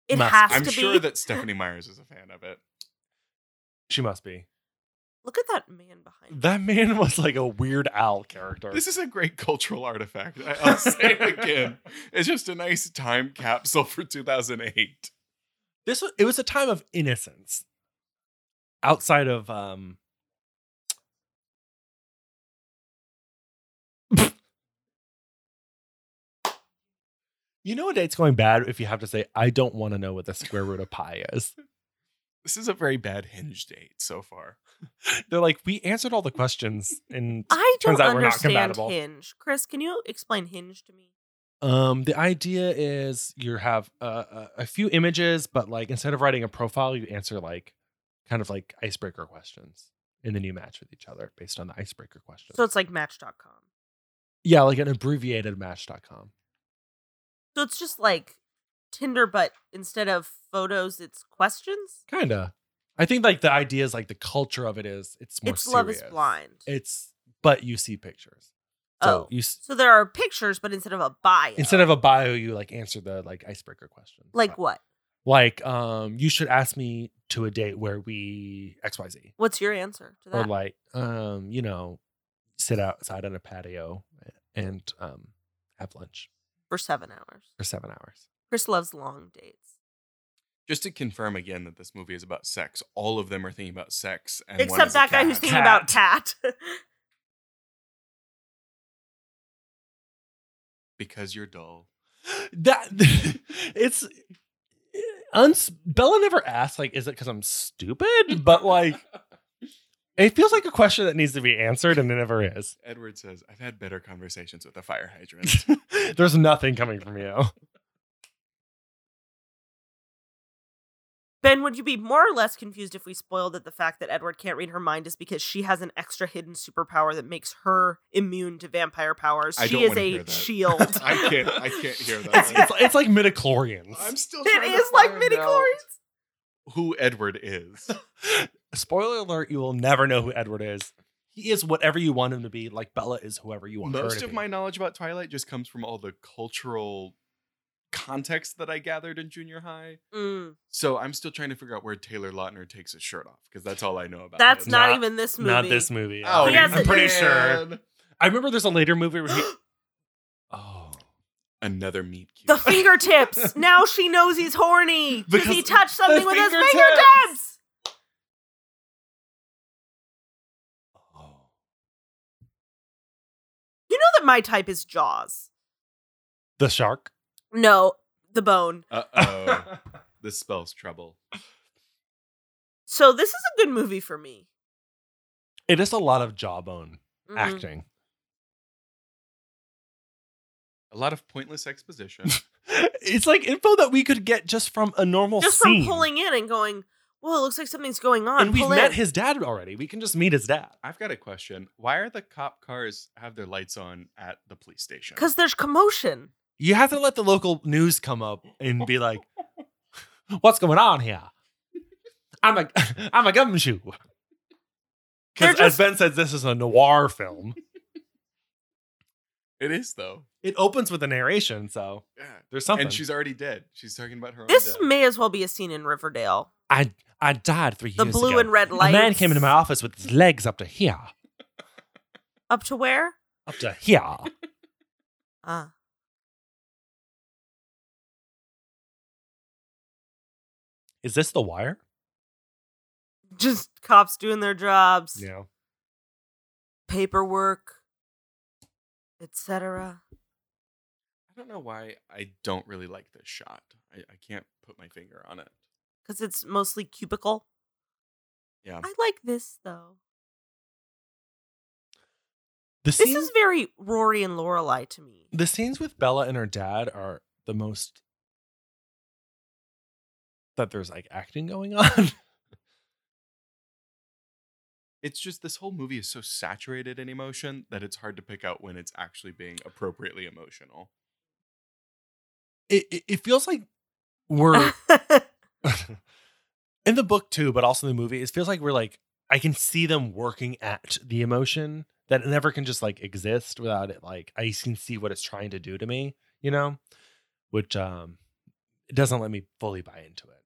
[SPEAKER 2] It
[SPEAKER 1] Must-
[SPEAKER 2] has
[SPEAKER 3] I'm
[SPEAKER 2] to
[SPEAKER 3] sure
[SPEAKER 2] be.
[SPEAKER 3] that Stephanie Myers is a fan of it.
[SPEAKER 1] She must be.
[SPEAKER 2] Look at that man behind.
[SPEAKER 1] That man was like a weird owl character.
[SPEAKER 3] This is a great cultural artifact. I- I'll say it again. It's just a nice time capsule for 2008.
[SPEAKER 1] this was it was a time of innocence outside of um you know a date's going bad if you have to say i don't want to know what the square root of pi is
[SPEAKER 3] This is a very bad hinge date so far.
[SPEAKER 1] they're like we answered all the questions and
[SPEAKER 2] I don't
[SPEAKER 1] Turns out we're not
[SPEAKER 2] understand
[SPEAKER 1] compatible.
[SPEAKER 2] Hinge. Chris, can you explain Hinge to me?
[SPEAKER 1] um the idea is you have uh, a, a few images but like instead of writing a profile you answer like kind of like icebreaker questions and then you match with each other based on the icebreaker questions
[SPEAKER 2] So it's like Match.com.
[SPEAKER 1] Yeah, like an abbreviated match.com.
[SPEAKER 2] So it's just like Tinder, but instead of photos, it's questions.
[SPEAKER 1] Kinda. I think like the idea is like the culture of it is it's more
[SPEAKER 2] it's Love is
[SPEAKER 1] serious.
[SPEAKER 2] Blind.
[SPEAKER 1] It's but you see pictures. So
[SPEAKER 2] oh,
[SPEAKER 1] you s-
[SPEAKER 2] so there are pictures, but instead of a bio,
[SPEAKER 1] instead of a bio, you like answer the like icebreaker question.
[SPEAKER 2] like what?
[SPEAKER 1] Like um you should ask me to a date where we XYZ.
[SPEAKER 2] What's your answer to
[SPEAKER 1] Or
[SPEAKER 2] that?
[SPEAKER 1] like um, you know, sit outside on a patio eh, and um have lunch
[SPEAKER 2] For seven hours,
[SPEAKER 1] for seven hours.
[SPEAKER 2] Chris loves long dates.
[SPEAKER 3] Just to confirm again that this movie is about sex, all of them are thinking about sex. And one
[SPEAKER 2] Except
[SPEAKER 3] is a
[SPEAKER 2] that guy
[SPEAKER 3] cat.
[SPEAKER 2] who's thinking about cat.
[SPEAKER 3] Because you're dull.
[SPEAKER 1] that it's uns Bella never asked like is it because I'm stupid but like it feels like a question that needs to be answered and it never is
[SPEAKER 3] Edward says, I've had better conversations with a fire hydrant.
[SPEAKER 1] there's nothing coming from you
[SPEAKER 2] Ben, would you be more or less confused if we spoiled that the fact that Edward can't read her mind is because she has an extra hidden superpower that makes her immune to vampire powers?
[SPEAKER 3] I
[SPEAKER 2] she
[SPEAKER 3] don't
[SPEAKER 2] is
[SPEAKER 3] wanna
[SPEAKER 2] a
[SPEAKER 3] hear that.
[SPEAKER 2] shield.
[SPEAKER 3] I can't- I can't hear
[SPEAKER 1] it's,
[SPEAKER 3] that.
[SPEAKER 1] it's, it's like midichlorians
[SPEAKER 3] I'm still
[SPEAKER 2] it
[SPEAKER 3] trying to
[SPEAKER 2] is like
[SPEAKER 3] find
[SPEAKER 2] midi
[SPEAKER 3] out Who Edward is.
[SPEAKER 1] spoiler alert you will never know who Edward is he is whatever you want him to be like Bella is whoever you want her
[SPEAKER 3] Most
[SPEAKER 1] to
[SPEAKER 3] of
[SPEAKER 1] be.
[SPEAKER 3] my knowledge about Twilight just comes from all the cultural context that I gathered in junior high.
[SPEAKER 2] Mm.
[SPEAKER 3] So I'm still trying to figure out where Taylor Lautner takes his shirt off because that's all I know about.
[SPEAKER 2] That's
[SPEAKER 3] him.
[SPEAKER 2] not,
[SPEAKER 1] Not-
[SPEAKER 2] even this movie.
[SPEAKER 1] Not this movie.
[SPEAKER 3] Oh,
[SPEAKER 2] He has
[SPEAKER 1] I'm
[SPEAKER 2] it-
[SPEAKER 1] pretty sure.
[SPEAKER 3] man.
[SPEAKER 1] I remember there's a later movie where he. oh.
[SPEAKER 3] Another meat cute.
[SPEAKER 2] The fingertips. now she knows he's horny because he
[SPEAKER 3] Because
[SPEAKER 2] touched something with his
[SPEAKER 3] fingertips.
[SPEAKER 2] fingertips.
[SPEAKER 1] oh.
[SPEAKER 2] You know that my type is Jaws.
[SPEAKER 1] The shark.
[SPEAKER 2] No, the bone.
[SPEAKER 3] Uh oh. this spells trouble.
[SPEAKER 2] So this is a good movie for me.
[SPEAKER 1] it is a lot of jawbone
[SPEAKER 2] Mhm.
[SPEAKER 1] acting.
[SPEAKER 3] A lot of pointless exposition.
[SPEAKER 1] It's like info that we could get just from a normal
[SPEAKER 2] Just
[SPEAKER 1] scene.
[SPEAKER 2] from pulling in and going, well, it looks like something's going on.
[SPEAKER 1] and we've
[SPEAKER 2] Pull in.
[SPEAKER 1] met his dad already. We can just meet his dad.
[SPEAKER 3] I've got a question. Why are the cop cars have their lights on at the police station?
[SPEAKER 2] Because there's commotion.
[SPEAKER 1] You have to let the local news come up and be like, "What's going on here?" I'm a I'm a gumshoe.
[SPEAKER 2] They're
[SPEAKER 1] Because as
[SPEAKER 2] just-
[SPEAKER 1] Ben said, this is a noir film.
[SPEAKER 3] it is though.
[SPEAKER 1] It opens with a narration, so
[SPEAKER 3] Yeah.
[SPEAKER 1] there's something.
[SPEAKER 3] And she's already dead. She's talking about her
[SPEAKER 1] Oh,
[SPEAKER 3] own
[SPEAKER 2] This
[SPEAKER 3] death.
[SPEAKER 2] may as well be a scene in Riverdale.
[SPEAKER 1] I I died three
[SPEAKER 2] The
[SPEAKER 1] years
[SPEAKER 2] blue
[SPEAKER 1] ago.
[SPEAKER 2] and red
[SPEAKER 1] a
[SPEAKER 2] lights.
[SPEAKER 1] man came into my office with his legs up to here,
[SPEAKER 2] Up to where?
[SPEAKER 1] up to here.
[SPEAKER 2] Uh.
[SPEAKER 1] Is this the wire?
[SPEAKER 2] Just cops doing their jobs,
[SPEAKER 1] Yeah.
[SPEAKER 2] paperwork, etc.
[SPEAKER 3] I don't know why I don't really like this shot. I, I can't put my finger on it.
[SPEAKER 2] Because it's mostly cubicle.
[SPEAKER 3] Yeah.
[SPEAKER 2] I like this though.
[SPEAKER 1] The
[SPEAKER 2] This
[SPEAKER 1] scene
[SPEAKER 2] is very Rory and Lorelai to me.
[SPEAKER 1] the scenes with Bella and her dad are the most that there's like acting going on.
[SPEAKER 3] It's just this whole movie is so saturated in emotion that it's hard to pick out when it's actually being appropriately emotional.
[SPEAKER 1] It it, it feels like we're in the book too, but also in the movie. It feels like we're like I can see them working at the emotion that it never can just like exist without it. Like I can see what it's trying to do to me, you know, which um it doesn't let me fully buy into it.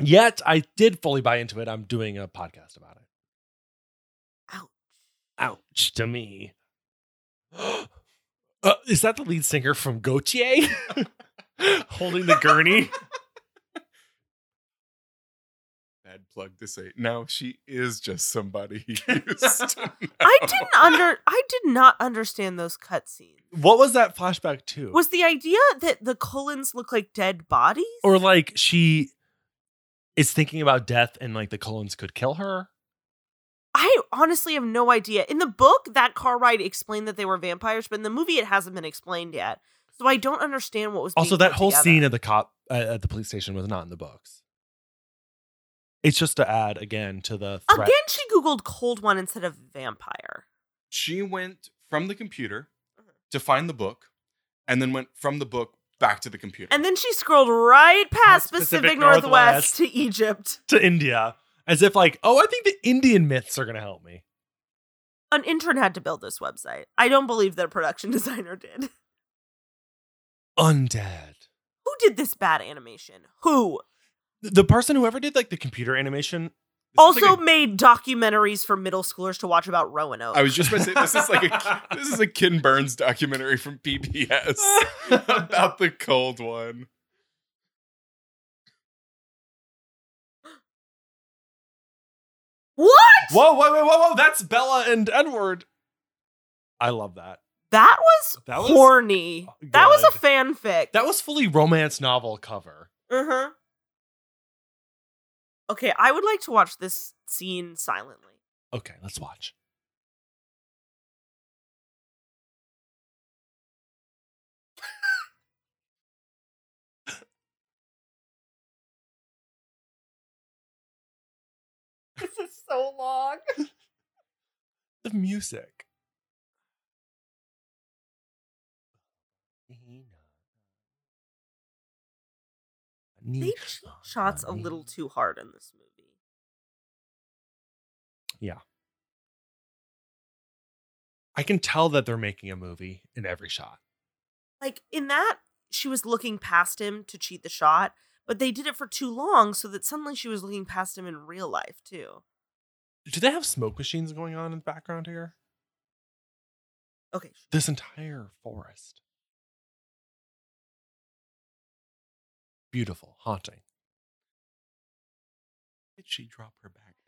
[SPEAKER 1] Yet I did fully buy into it. I'm doing a podcast about it.
[SPEAKER 2] Ouch.
[SPEAKER 1] Ouch to me. Uh, is that the lead singer from Gautier holding the gurney?
[SPEAKER 3] Bad plug to say. Now she is just somebody he used to
[SPEAKER 2] I
[SPEAKER 3] know.
[SPEAKER 2] didn't under I did not understand those cutscenes.
[SPEAKER 1] What was that flashback to?
[SPEAKER 2] Was the idea that the Cullens look like dead bodies?
[SPEAKER 1] or like she is thinking about death and like the Cullens could kill her.
[SPEAKER 2] I honestly have no idea. In the book, that car ride explained that they were vampires, but in the movie, it hasn't been explained yet. So I don't understand what was.
[SPEAKER 1] Also,
[SPEAKER 2] being
[SPEAKER 1] that
[SPEAKER 2] put
[SPEAKER 1] whole
[SPEAKER 2] together.
[SPEAKER 1] scene at the cop uh, at the police station was not in the books. It's just to add again to the threat.
[SPEAKER 2] Again, she googled cold one instead of vampire.
[SPEAKER 3] she went from the computer to find the book and then went from the book back to the computer.
[SPEAKER 2] And then she scrolled right past
[SPEAKER 1] Pacific
[SPEAKER 2] Pacific, Northwest,
[SPEAKER 1] Northwest.
[SPEAKER 2] to Egypt.
[SPEAKER 1] to India as if like, oh, I think the Indian myths are gonna help me.
[SPEAKER 2] An intern had to build this website. I don't believe that a production designer did.
[SPEAKER 1] Undead.
[SPEAKER 2] Who did this bad animation? Who
[SPEAKER 1] The- The person whoever did like the computer animation
[SPEAKER 3] This is
[SPEAKER 2] also
[SPEAKER 3] like a-
[SPEAKER 2] made documentaries for middle schoolers to watch about Roanoke?
[SPEAKER 3] I was just about to say this is like a this is a Ken Burns documentary from PBS about the cold one.
[SPEAKER 2] what?
[SPEAKER 1] Whoa, whoa, whoa, whoa, whoa! That's Bella and Edward. I love that.
[SPEAKER 2] That was
[SPEAKER 1] That was
[SPEAKER 2] horny. That was a
[SPEAKER 1] good.
[SPEAKER 2] fanfic.
[SPEAKER 1] That was fully romance novel cover.
[SPEAKER 2] Uh-huh. Okay, I would like to watch this scene silently.
[SPEAKER 1] Okay, let's watch.
[SPEAKER 2] This is so long.
[SPEAKER 1] The music.
[SPEAKER 2] They ch- shots a little too hard in this movie.
[SPEAKER 1] I can tell that they're making a movie in every shot.
[SPEAKER 2] Like in that she was looking past him to cheat the shot, but they did it for too long so that suddenly she was looking past him in real life too.
[SPEAKER 1] Do they have smoke machines going on in the background here?
[SPEAKER 2] Okay. sh-
[SPEAKER 1] This entire forest. Beautiful, haunting.
[SPEAKER 3] Did she drop her backpack?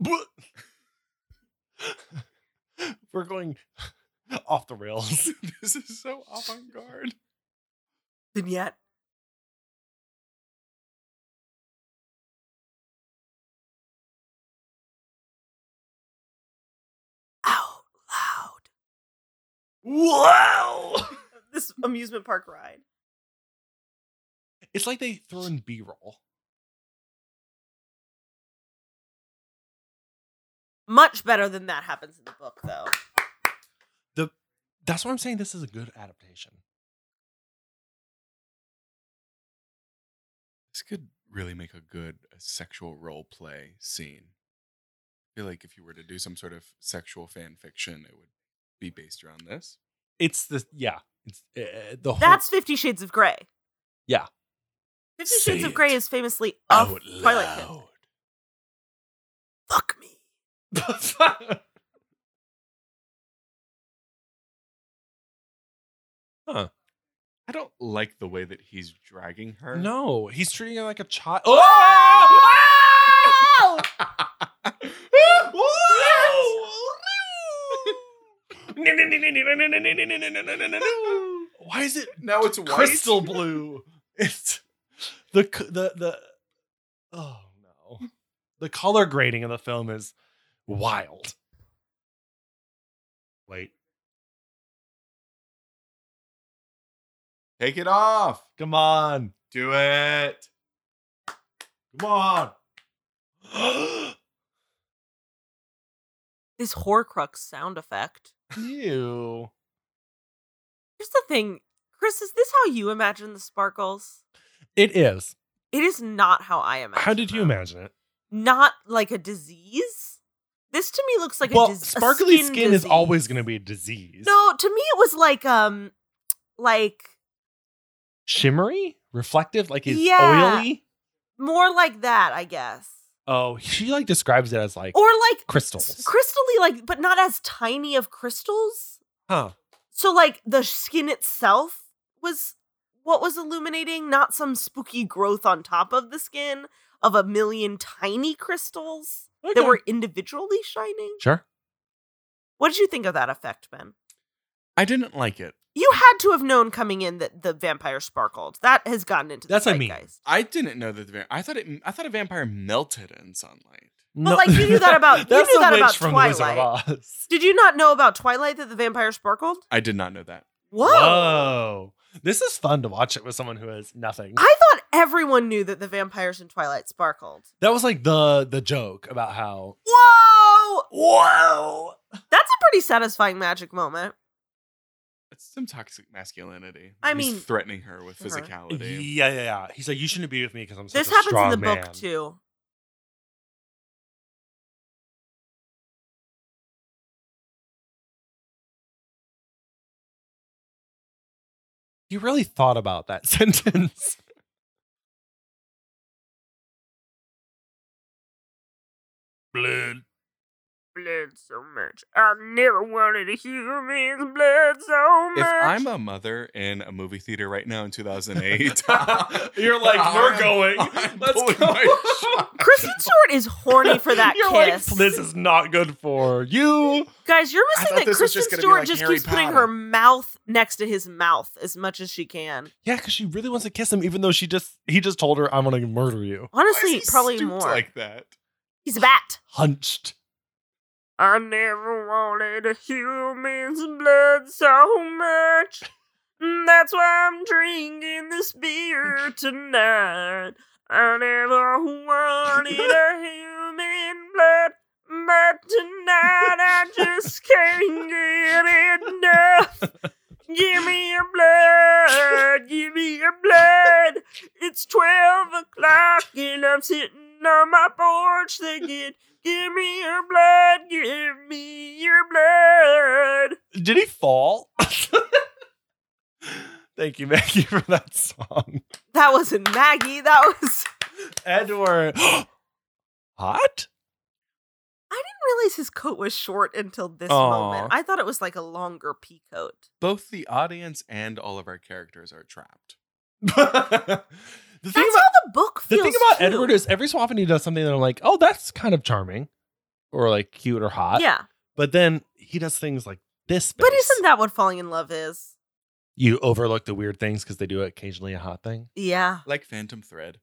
[SPEAKER 1] We're going off the rails.
[SPEAKER 3] this is so avant garde.
[SPEAKER 2] Vignette. Out loud.
[SPEAKER 1] Wow!
[SPEAKER 2] This amusement park ride.
[SPEAKER 1] It's like they throw in B roll.
[SPEAKER 2] Much better than that happens in the book, though.
[SPEAKER 1] That's why I'm saying this is a good adaptation.
[SPEAKER 3] This could really make a good uh, sexual role play scene. I feel like if you were to do some sort of sexual fan fiction, it would be based around this.
[SPEAKER 1] It's the yeah. It's uh, the whole.
[SPEAKER 2] That's Fifty Shades of Grey.
[SPEAKER 1] Yeah.
[SPEAKER 2] Fifty
[SPEAKER 3] Say
[SPEAKER 2] Shades of
[SPEAKER 3] it
[SPEAKER 2] Grey is famously a Twilight fan. Fuck me.
[SPEAKER 1] huh.
[SPEAKER 3] I don't like the way that he's dragging her. Oh!
[SPEAKER 1] No, he's treating her like a child. Why is it
[SPEAKER 3] now it's white.
[SPEAKER 1] crystal blue? It's the c- the the oh no. The color grading of the film is wild. Wait,
[SPEAKER 3] Take it off.
[SPEAKER 1] come on.
[SPEAKER 3] Do it.
[SPEAKER 1] Come on.
[SPEAKER 2] This Horcrux sound effect.
[SPEAKER 1] Ew.
[SPEAKER 2] Here's the thing, Chris. Is this how you imagine the sparkles?
[SPEAKER 1] It is.
[SPEAKER 2] It is not how I imagine.
[SPEAKER 1] How did you
[SPEAKER 2] them.
[SPEAKER 1] imagine it?
[SPEAKER 2] Not like a disease. This to me looks like
[SPEAKER 1] well,
[SPEAKER 2] a dis- a
[SPEAKER 1] sparkly skin, is
[SPEAKER 2] disease.
[SPEAKER 1] always going to be a disease.
[SPEAKER 2] No, to me it was like um, like
[SPEAKER 1] Shimmery, reflective, like it's
[SPEAKER 2] Yeah.
[SPEAKER 1] oily.
[SPEAKER 2] more like that, I guess,
[SPEAKER 1] Oh, she like describes it as like
[SPEAKER 2] or like
[SPEAKER 1] crystals.
[SPEAKER 2] s- crystally, like but not as tiny of crystals.
[SPEAKER 1] huh.
[SPEAKER 2] So like the skin itself was what was illuminating, not some spooky growth on top of the skin of a million tiny crystals that
[SPEAKER 1] Okay.
[SPEAKER 2] were individually shining.
[SPEAKER 1] sure.
[SPEAKER 2] What did you think of that effect, Ben?
[SPEAKER 3] I didn't like it.
[SPEAKER 2] You had to have known coming in that the vampire sparkled. That has gotten into the
[SPEAKER 1] That's what I mean.
[SPEAKER 2] zeitgeist.
[SPEAKER 3] I didn't know that the vampire. I thought it. I thought a vampire melted in sunlight.
[SPEAKER 1] No.
[SPEAKER 2] like, you knew that about- you
[SPEAKER 1] That's
[SPEAKER 2] knew
[SPEAKER 1] the
[SPEAKER 2] that
[SPEAKER 1] witch
[SPEAKER 2] about
[SPEAKER 1] from The Wizard of Oz.
[SPEAKER 2] Did you not know about Twilight that the vampire sparkled?
[SPEAKER 3] I did not know that.
[SPEAKER 2] Whoa.
[SPEAKER 1] Whoa. This is fun to watch it with someone who has nothing.
[SPEAKER 2] I thought everyone knew that the vampires in Twilight sparkled.
[SPEAKER 1] that was like the the joke about how
[SPEAKER 2] Whoa!
[SPEAKER 1] Whoa.
[SPEAKER 2] That's a pretty satisfying magic moment.
[SPEAKER 3] It's some toxic masculinity.
[SPEAKER 2] I
[SPEAKER 3] He's
[SPEAKER 2] mean-
[SPEAKER 3] threatening her with
[SPEAKER 2] Uh-huh.
[SPEAKER 3] physicality.
[SPEAKER 1] Yeah, yeah, yeah. He's like, you shouldn't be with me because I'm such
[SPEAKER 2] this
[SPEAKER 1] a
[SPEAKER 2] happens in
[SPEAKER 1] strong
[SPEAKER 2] the
[SPEAKER 1] man.
[SPEAKER 2] book too.
[SPEAKER 1] You really thought about that sentence. Blood.
[SPEAKER 2] blood so much. I never wanted a human's blood so much.
[SPEAKER 3] If I'm a mother in a movie theater right now in 2008,
[SPEAKER 1] You're like, we're
[SPEAKER 3] I'm-
[SPEAKER 1] going.
[SPEAKER 3] I'm
[SPEAKER 1] Let's
[SPEAKER 3] pulling
[SPEAKER 1] go.
[SPEAKER 3] my
[SPEAKER 2] Kristen Stewart is horny for that
[SPEAKER 1] You're
[SPEAKER 2] kiss.
[SPEAKER 1] like, this is not good for you.
[SPEAKER 2] Guys, you're
[SPEAKER 3] I
[SPEAKER 2] missing
[SPEAKER 3] thought
[SPEAKER 2] that
[SPEAKER 3] this was
[SPEAKER 2] Kristen
[SPEAKER 3] just gonna be
[SPEAKER 2] Stewart
[SPEAKER 3] like
[SPEAKER 2] just
[SPEAKER 3] Harry
[SPEAKER 2] keeps putting
[SPEAKER 3] Potter.
[SPEAKER 2] her mouth next to his mouth as much as she can.
[SPEAKER 1] Yeah, because she really wants to kiss him, even though she just he just told her, "I'm gonna murder you."
[SPEAKER 3] Why is
[SPEAKER 2] Honestly,
[SPEAKER 3] he
[SPEAKER 2] probably
[SPEAKER 3] stooped
[SPEAKER 2] more.
[SPEAKER 3] like that.
[SPEAKER 2] He's a bat.
[SPEAKER 1] Hunched.
[SPEAKER 2] I never wanted a human's blood so much. And That's why I'm drinking this beer tonight. I never wanted a human blood, but tonight I just can't get enough. Give me your blood, give me your blood. It's 12 o'clock and I'm sitting on my porch thinking, give me your blood, give me your blood.
[SPEAKER 1] Did he fall? Thank you, Maggie, for that song.
[SPEAKER 2] That wasn't Maggie, that was.
[SPEAKER 1] Edward, hot.
[SPEAKER 2] realize his coat was short until this
[SPEAKER 1] Aw.
[SPEAKER 2] moment. I thought it was like a longer pea coat.
[SPEAKER 3] Both the audience and all of our characters are trapped.
[SPEAKER 1] the thing
[SPEAKER 2] That's
[SPEAKER 1] about
[SPEAKER 2] how the book
[SPEAKER 1] the
[SPEAKER 2] feels.
[SPEAKER 1] thing about
[SPEAKER 2] too.
[SPEAKER 1] Edward is every so often he does something that I'm like, oh, that's kind of charming, or like cute or hot.
[SPEAKER 2] yeah,
[SPEAKER 1] But then he does things like this.
[SPEAKER 2] but isn't that what falling in love is?
[SPEAKER 1] you overlook the weird things because they do occasionally a hot thing?
[SPEAKER 2] Yeah,
[SPEAKER 3] Like Phantom Thread.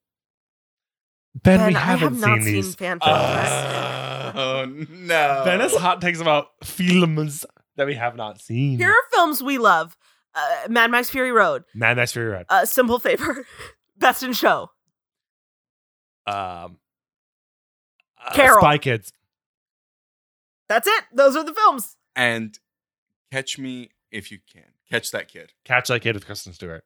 [SPEAKER 1] Ben,
[SPEAKER 2] Ben,
[SPEAKER 1] we
[SPEAKER 2] I have
[SPEAKER 1] haven't
[SPEAKER 2] not
[SPEAKER 1] seen
[SPEAKER 2] seen
[SPEAKER 1] these.
[SPEAKER 2] Phantom
[SPEAKER 1] Uh,
[SPEAKER 3] oh no.
[SPEAKER 1] ben
[SPEAKER 2] Oh.
[SPEAKER 1] has hot takes about films that we have not seen.
[SPEAKER 2] here are films we love: uh, Mad Max: Fury Road,
[SPEAKER 1] Mad Max Fury Road.
[SPEAKER 2] uh, Simple Favor, Best in Show.
[SPEAKER 1] Um, uh,
[SPEAKER 2] Carol.
[SPEAKER 1] Spy Kids.
[SPEAKER 2] That's it. Those are the films.
[SPEAKER 3] and catch me if you can. Catch that kid.
[SPEAKER 1] Catch That Kid with Kristen Stewart.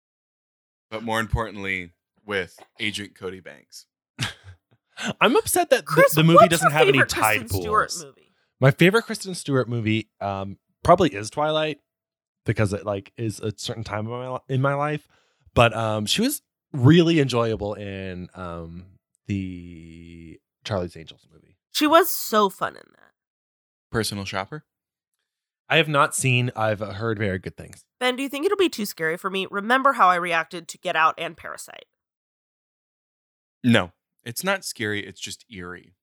[SPEAKER 3] But more importantly, with Agent Cody Banks.
[SPEAKER 1] I'm upset that th-
[SPEAKER 2] Chris,
[SPEAKER 1] the movie
[SPEAKER 2] what's
[SPEAKER 1] doesn't
[SPEAKER 2] your
[SPEAKER 1] have any
[SPEAKER 2] favorite
[SPEAKER 1] tide
[SPEAKER 2] Kristen
[SPEAKER 1] pools.
[SPEAKER 2] Stewart movie.
[SPEAKER 1] My favorite Kristen Stewart movie um, probably is Twilight because it like is a certain time of my li- in my life. But um, she was really enjoyable in um, the Charlie's Angels movie.
[SPEAKER 2] She was so fun in that.
[SPEAKER 3] Personal shopper.
[SPEAKER 1] I have not seen. I've heard very good things.
[SPEAKER 2] Ben, do you think it'll be too scary for me? Remember how I reacted to Get Out and Parasite.
[SPEAKER 3] No, it's not scary. It's just eerie.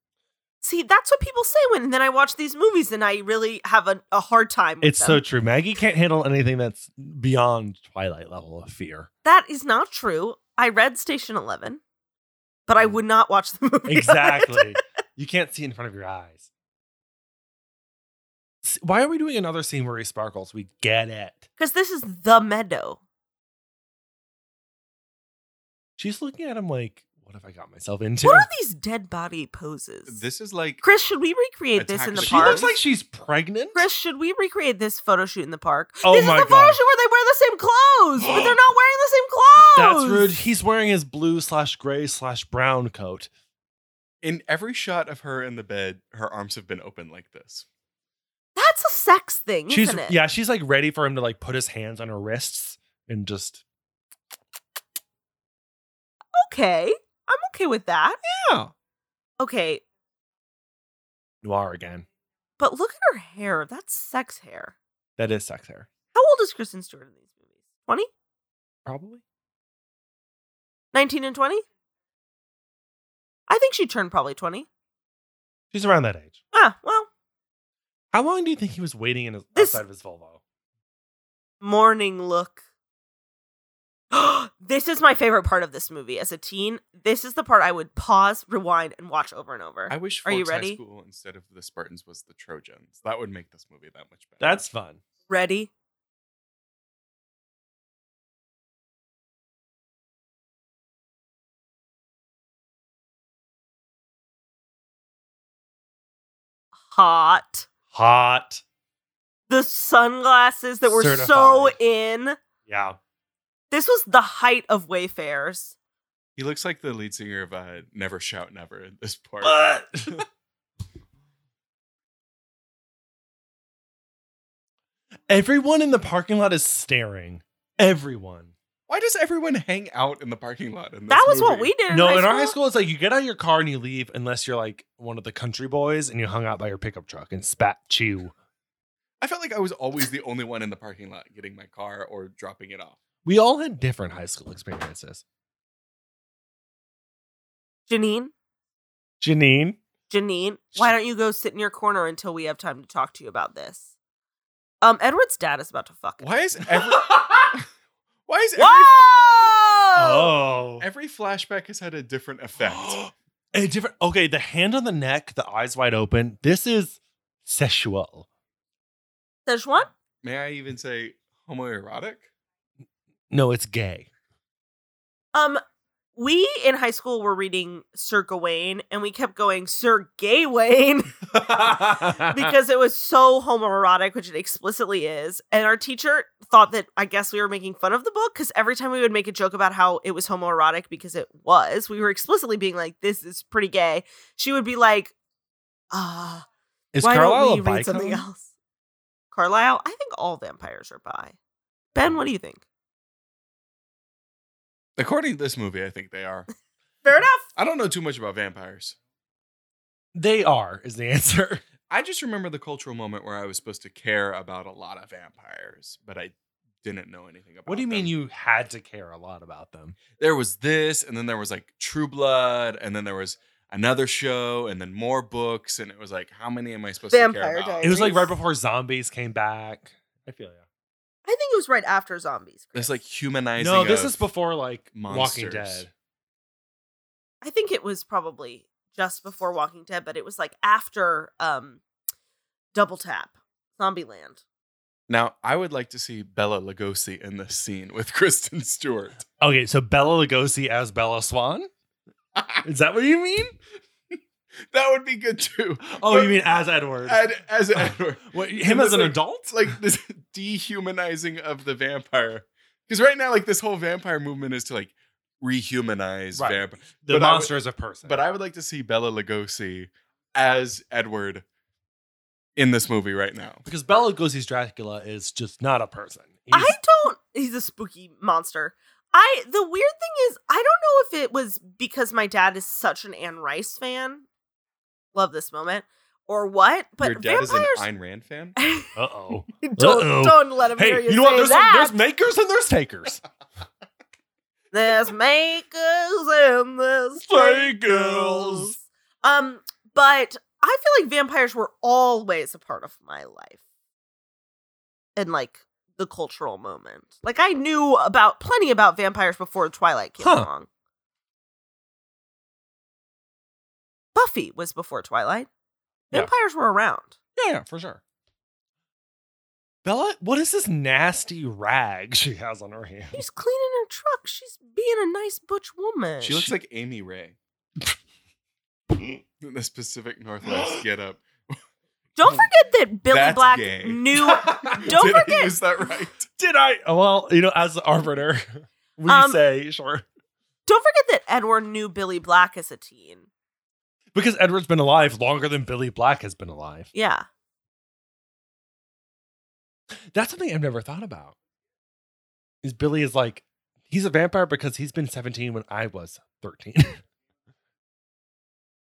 [SPEAKER 2] See, that's what people say when then I watch these movies and I really have a, a hard time. With
[SPEAKER 1] It's
[SPEAKER 2] them.
[SPEAKER 1] so true. Maggie can't handle anything that's beyond Twilight level of fear.
[SPEAKER 2] that is not true. I read Station Eleven, but I would not watch the movie. on it.
[SPEAKER 1] Mm. Exactly. you can't see in front of your eyes. S- Why are we doing another scene where he sparkles? We get it.
[SPEAKER 2] Because this is the meadow.
[SPEAKER 1] She's looking at him like, what have I got myself into?
[SPEAKER 2] What are these dead body poses?
[SPEAKER 3] This is like
[SPEAKER 2] Chris, should we recreate this
[SPEAKER 3] Attack
[SPEAKER 2] in the
[SPEAKER 3] of the
[SPEAKER 1] she
[SPEAKER 2] park?
[SPEAKER 1] looks like she's pregnant.
[SPEAKER 2] Chris, should we recreate this photo shoot in the park?
[SPEAKER 1] Oh
[SPEAKER 2] this
[SPEAKER 1] my
[SPEAKER 2] is the photo
[SPEAKER 1] God.
[SPEAKER 2] shoot where they wear the same clothes, but they're not wearing the same
[SPEAKER 1] That's
[SPEAKER 2] clothes.
[SPEAKER 1] rude. He's wearing his blue slash gray slash brown coat.
[SPEAKER 3] in every shot of her in the bed, her arms have been open like this.
[SPEAKER 2] That's a sex thing,
[SPEAKER 1] She's
[SPEAKER 2] isn't it?
[SPEAKER 1] yeah, she's like ready for him to like put his hands on her wrists and just
[SPEAKER 2] Okay, I'm okay with that.
[SPEAKER 1] Yeah.
[SPEAKER 2] Okay,
[SPEAKER 1] noir again.
[SPEAKER 2] But look at her hair. That's sex hair.
[SPEAKER 1] That is sex hair,
[SPEAKER 2] How old is Kristen Stewart in these movies? 20?
[SPEAKER 1] probably.
[SPEAKER 2] 19 and 20? I think she turned probably 20.
[SPEAKER 1] She's around that age.
[SPEAKER 2] Ah, well,
[SPEAKER 1] How long do you think he was waiting in his,
[SPEAKER 2] This-
[SPEAKER 1] outside of his Volvo?
[SPEAKER 2] morning look. this is my favorite part of this movie as a teen. This is the part I would pause, rewind, and watch over and over.
[SPEAKER 3] I wish
[SPEAKER 2] Are
[SPEAKER 3] Forks
[SPEAKER 2] you
[SPEAKER 3] High
[SPEAKER 2] ready?
[SPEAKER 3] School instead of the Spartans was the Trojans. That would make this movie that much better.
[SPEAKER 1] That's fun.
[SPEAKER 2] Ready? Hot.
[SPEAKER 1] Hot.
[SPEAKER 2] The sunglasses that were so
[SPEAKER 1] Certified.
[SPEAKER 2] in.
[SPEAKER 1] Yeah.
[SPEAKER 2] This was the height of Wayfarers.
[SPEAKER 3] he looks like the lead singer of uh, Never Shout Never in this part.
[SPEAKER 1] But everyone in the parking lot is staring. Everyone.
[SPEAKER 3] Why does everyone hang out in the parking lot? In this
[SPEAKER 2] That was what
[SPEAKER 3] movie?
[SPEAKER 2] we did. In
[SPEAKER 1] No,
[SPEAKER 2] high
[SPEAKER 1] in our high school, it's like you get out of your car and you leave, unless you're like one of the country boys and you hung out by your pickup truck and spat chew.
[SPEAKER 3] I felt like I was always the only one in the parking lot getting my car or dropping it off.
[SPEAKER 1] We all had different high school experiences.
[SPEAKER 2] Janine,
[SPEAKER 1] Janine,
[SPEAKER 2] Janine, why don't you go sit in your corner until we have time to talk to you about this? Um, Edward's dad is about to fuck. it.
[SPEAKER 3] Why is every why is every,
[SPEAKER 2] Whoa!
[SPEAKER 1] oh,
[SPEAKER 3] every flashback has had a different effect?
[SPEAKER 1] a different. Okay, the hand on the neck, the eyes wide open. This is sexual.
[SPEAKER 2] Szechuan?
[SPEAKER 3] May I even say homoerotic?
[SPEAKER 1] No, it's gay.
[SPEAKER 2] Um, we in high school were reading Sir Gawain, and we kept going Sir Gay Wayne because it was so homoerotic, which it explicitly is. And our teacher thought that I guess we were making fun of the book because every time we would make a joke about how it was homoerotic because it was, we were explicitly being like, "This is pretty gay." She would be like, "Ah,
[SPEAKER 1] is
[SPEAKER 2] why
[SPEAKER 1] Carlisle a
[SPEAKER 2] don't we read something
[SPEAKER 1] bicone?
[SPEAKER 2] else?" Carlisle, I think all vampires are bi. Ben, what do you think?
[SPEAKER 3] According to this movie, I think they are.
[SPEAKER 2] Fair enough.
[SPEAKER 3] I don't know too much about vampires.
[SPEAKER 1] They are is the answer.
[SPEAKER 3] I just remember the cultural moment where I was supposed to care about a lot of vampires, but I didn't know anything about
[SPEAKER 1] What do you mean
[SPEAKER 3] them.
[SPEAKER 1] you had to care a lot about them?
[SPEAKER 3] there was this and then there was like True Blood and then there was another show and then more books and it was like how many am I supposed
[SPEAKER 2] Vampire
[SPEAKER 3] to care about?
[SPEAKER 1] It was like right
[SPEAKER 2] Nice.
[SPEAKER 1] before zombies came back. I feel you.
[SPEAKER 2] I think it was right after zombies.
[SPEAKER 3] It's
[SPEAKER 2] Chris.
[SPEAKER 3] like humanizing.
[SPEAKER 1] No, this
[SPEAKER 3] of-
[SPEAKER 1] is before like Walking
[SPEAKER 3] monsters.
[SPEAKER 1] Dead.
[SPEAKER 2] I think it was probably just before Walking Dead, but it was like after um Double Tap, Zombieland.
[SPEAKER 3] Now I would like to see Bella Lugosi in this scene with Kristen Stewart.
[SPEAKER 1] Okay, so Bella Lugosi as Bella Swan? Is that what you mean?
[SPEAKER 3] that would be good too.
[SPEAKER 1] Oh, you mean as Edward?
[SPEAKER 3] Ad- as Edward.
[SPEAKER 1] What, him as an
[SPEAKER 3] Like-
[SPEAKER 1] adult?
[SPEAKER 3] It's like this dehumanizing of the vampire. Because right now, like this whole vampire movement is to like rehumanize
[SPEAKER 1] Right.
[SPEAKER 3] vampire.
[SPEAKER 1] the
[SPEAKER 3] but I
[SPEAKER 1] monster is a person.
[SPEAKER 3] But I would like to see Bella Lugosi as Edward in this movie right now.
[SPEAKER 1] because Bella Lugosi's Dracula is just not a person.
[SPEAKER 2] I
[SPEAKER 1] He's-
[SPEAKER 2] don't he's a spooky monster. I the weird thing is I don't know if it was because my dad is such an Anne Rice fan. Love this moment. Or what? But
[SPEAKER 3] Your dad
[SPEAKER 2] vampires
[SPEAKER 3] is an Ayn Rand fan.
[SPEAKER 1] Uh-oh.
[SPEAKER 2] don't,
[SPEAKER 1] Uh-oh.
[SPEAKER 2] don't let him hear
[SPEAKER 1] Hey,
[SPEAKER 2] you,
[SPEAKER 1] you know what?
[SPEAKER 2] say
[SPEAKER 1] There's,
[SPEAKER 2] that.
[SPEAKER 1] there's makers and there's takers.
[SPEAKER 2] There's makers and there's
[SPEAKER 1] Fakers.
[SPEAKER 2] fakers. Um, but I feel like vampires were always a part of my life. And like the cultural moment. Like I knew about plenty about vampires before Twilight came
[SPEAKER 1] Huh.
[SPEAKER 2] along. Buffy was before Twilight.
[SPEAKER 1] Yeah.
[SPEAKER 2] Vampires were around.
[SPEAKER 1] yeah, yeah, for sure. Bella, what is this nasty rag she has on her hand?
[SPEAKER 2] She's cleaning her truck. She's being a nice butch woman.
[SPEAKER 3] She looks like Amy Ray. in the Pacific Northwest get up.
[SPEAKER 2] Don't forget that Billy
[SPEAKER 3] That's
[SPEAKER 2] Black
[SPEAKER 3] gay.
[SPEAKER 2] knew
[SPEAKER 3] Did
[SPEAKER 2] forget-
[SPEAKER 3] I use that right?
[SPEAKER 1] Did I? Well, you know, as the arbiter, we
[SPEAKER 2] Um,
[SPEAKER 1] say sure
[SPEAKER 2] Don't forget that Edward knew Billy Black as a teen.
[SPEAKER 1] because Edward's been alive longer than Billy Black has been alive.
[SPEAKER 2] Yeah.
[SPEAKER 1] That's something I've never thought about. Is Billy is like he's a vampire because he's been 17 when I was 13.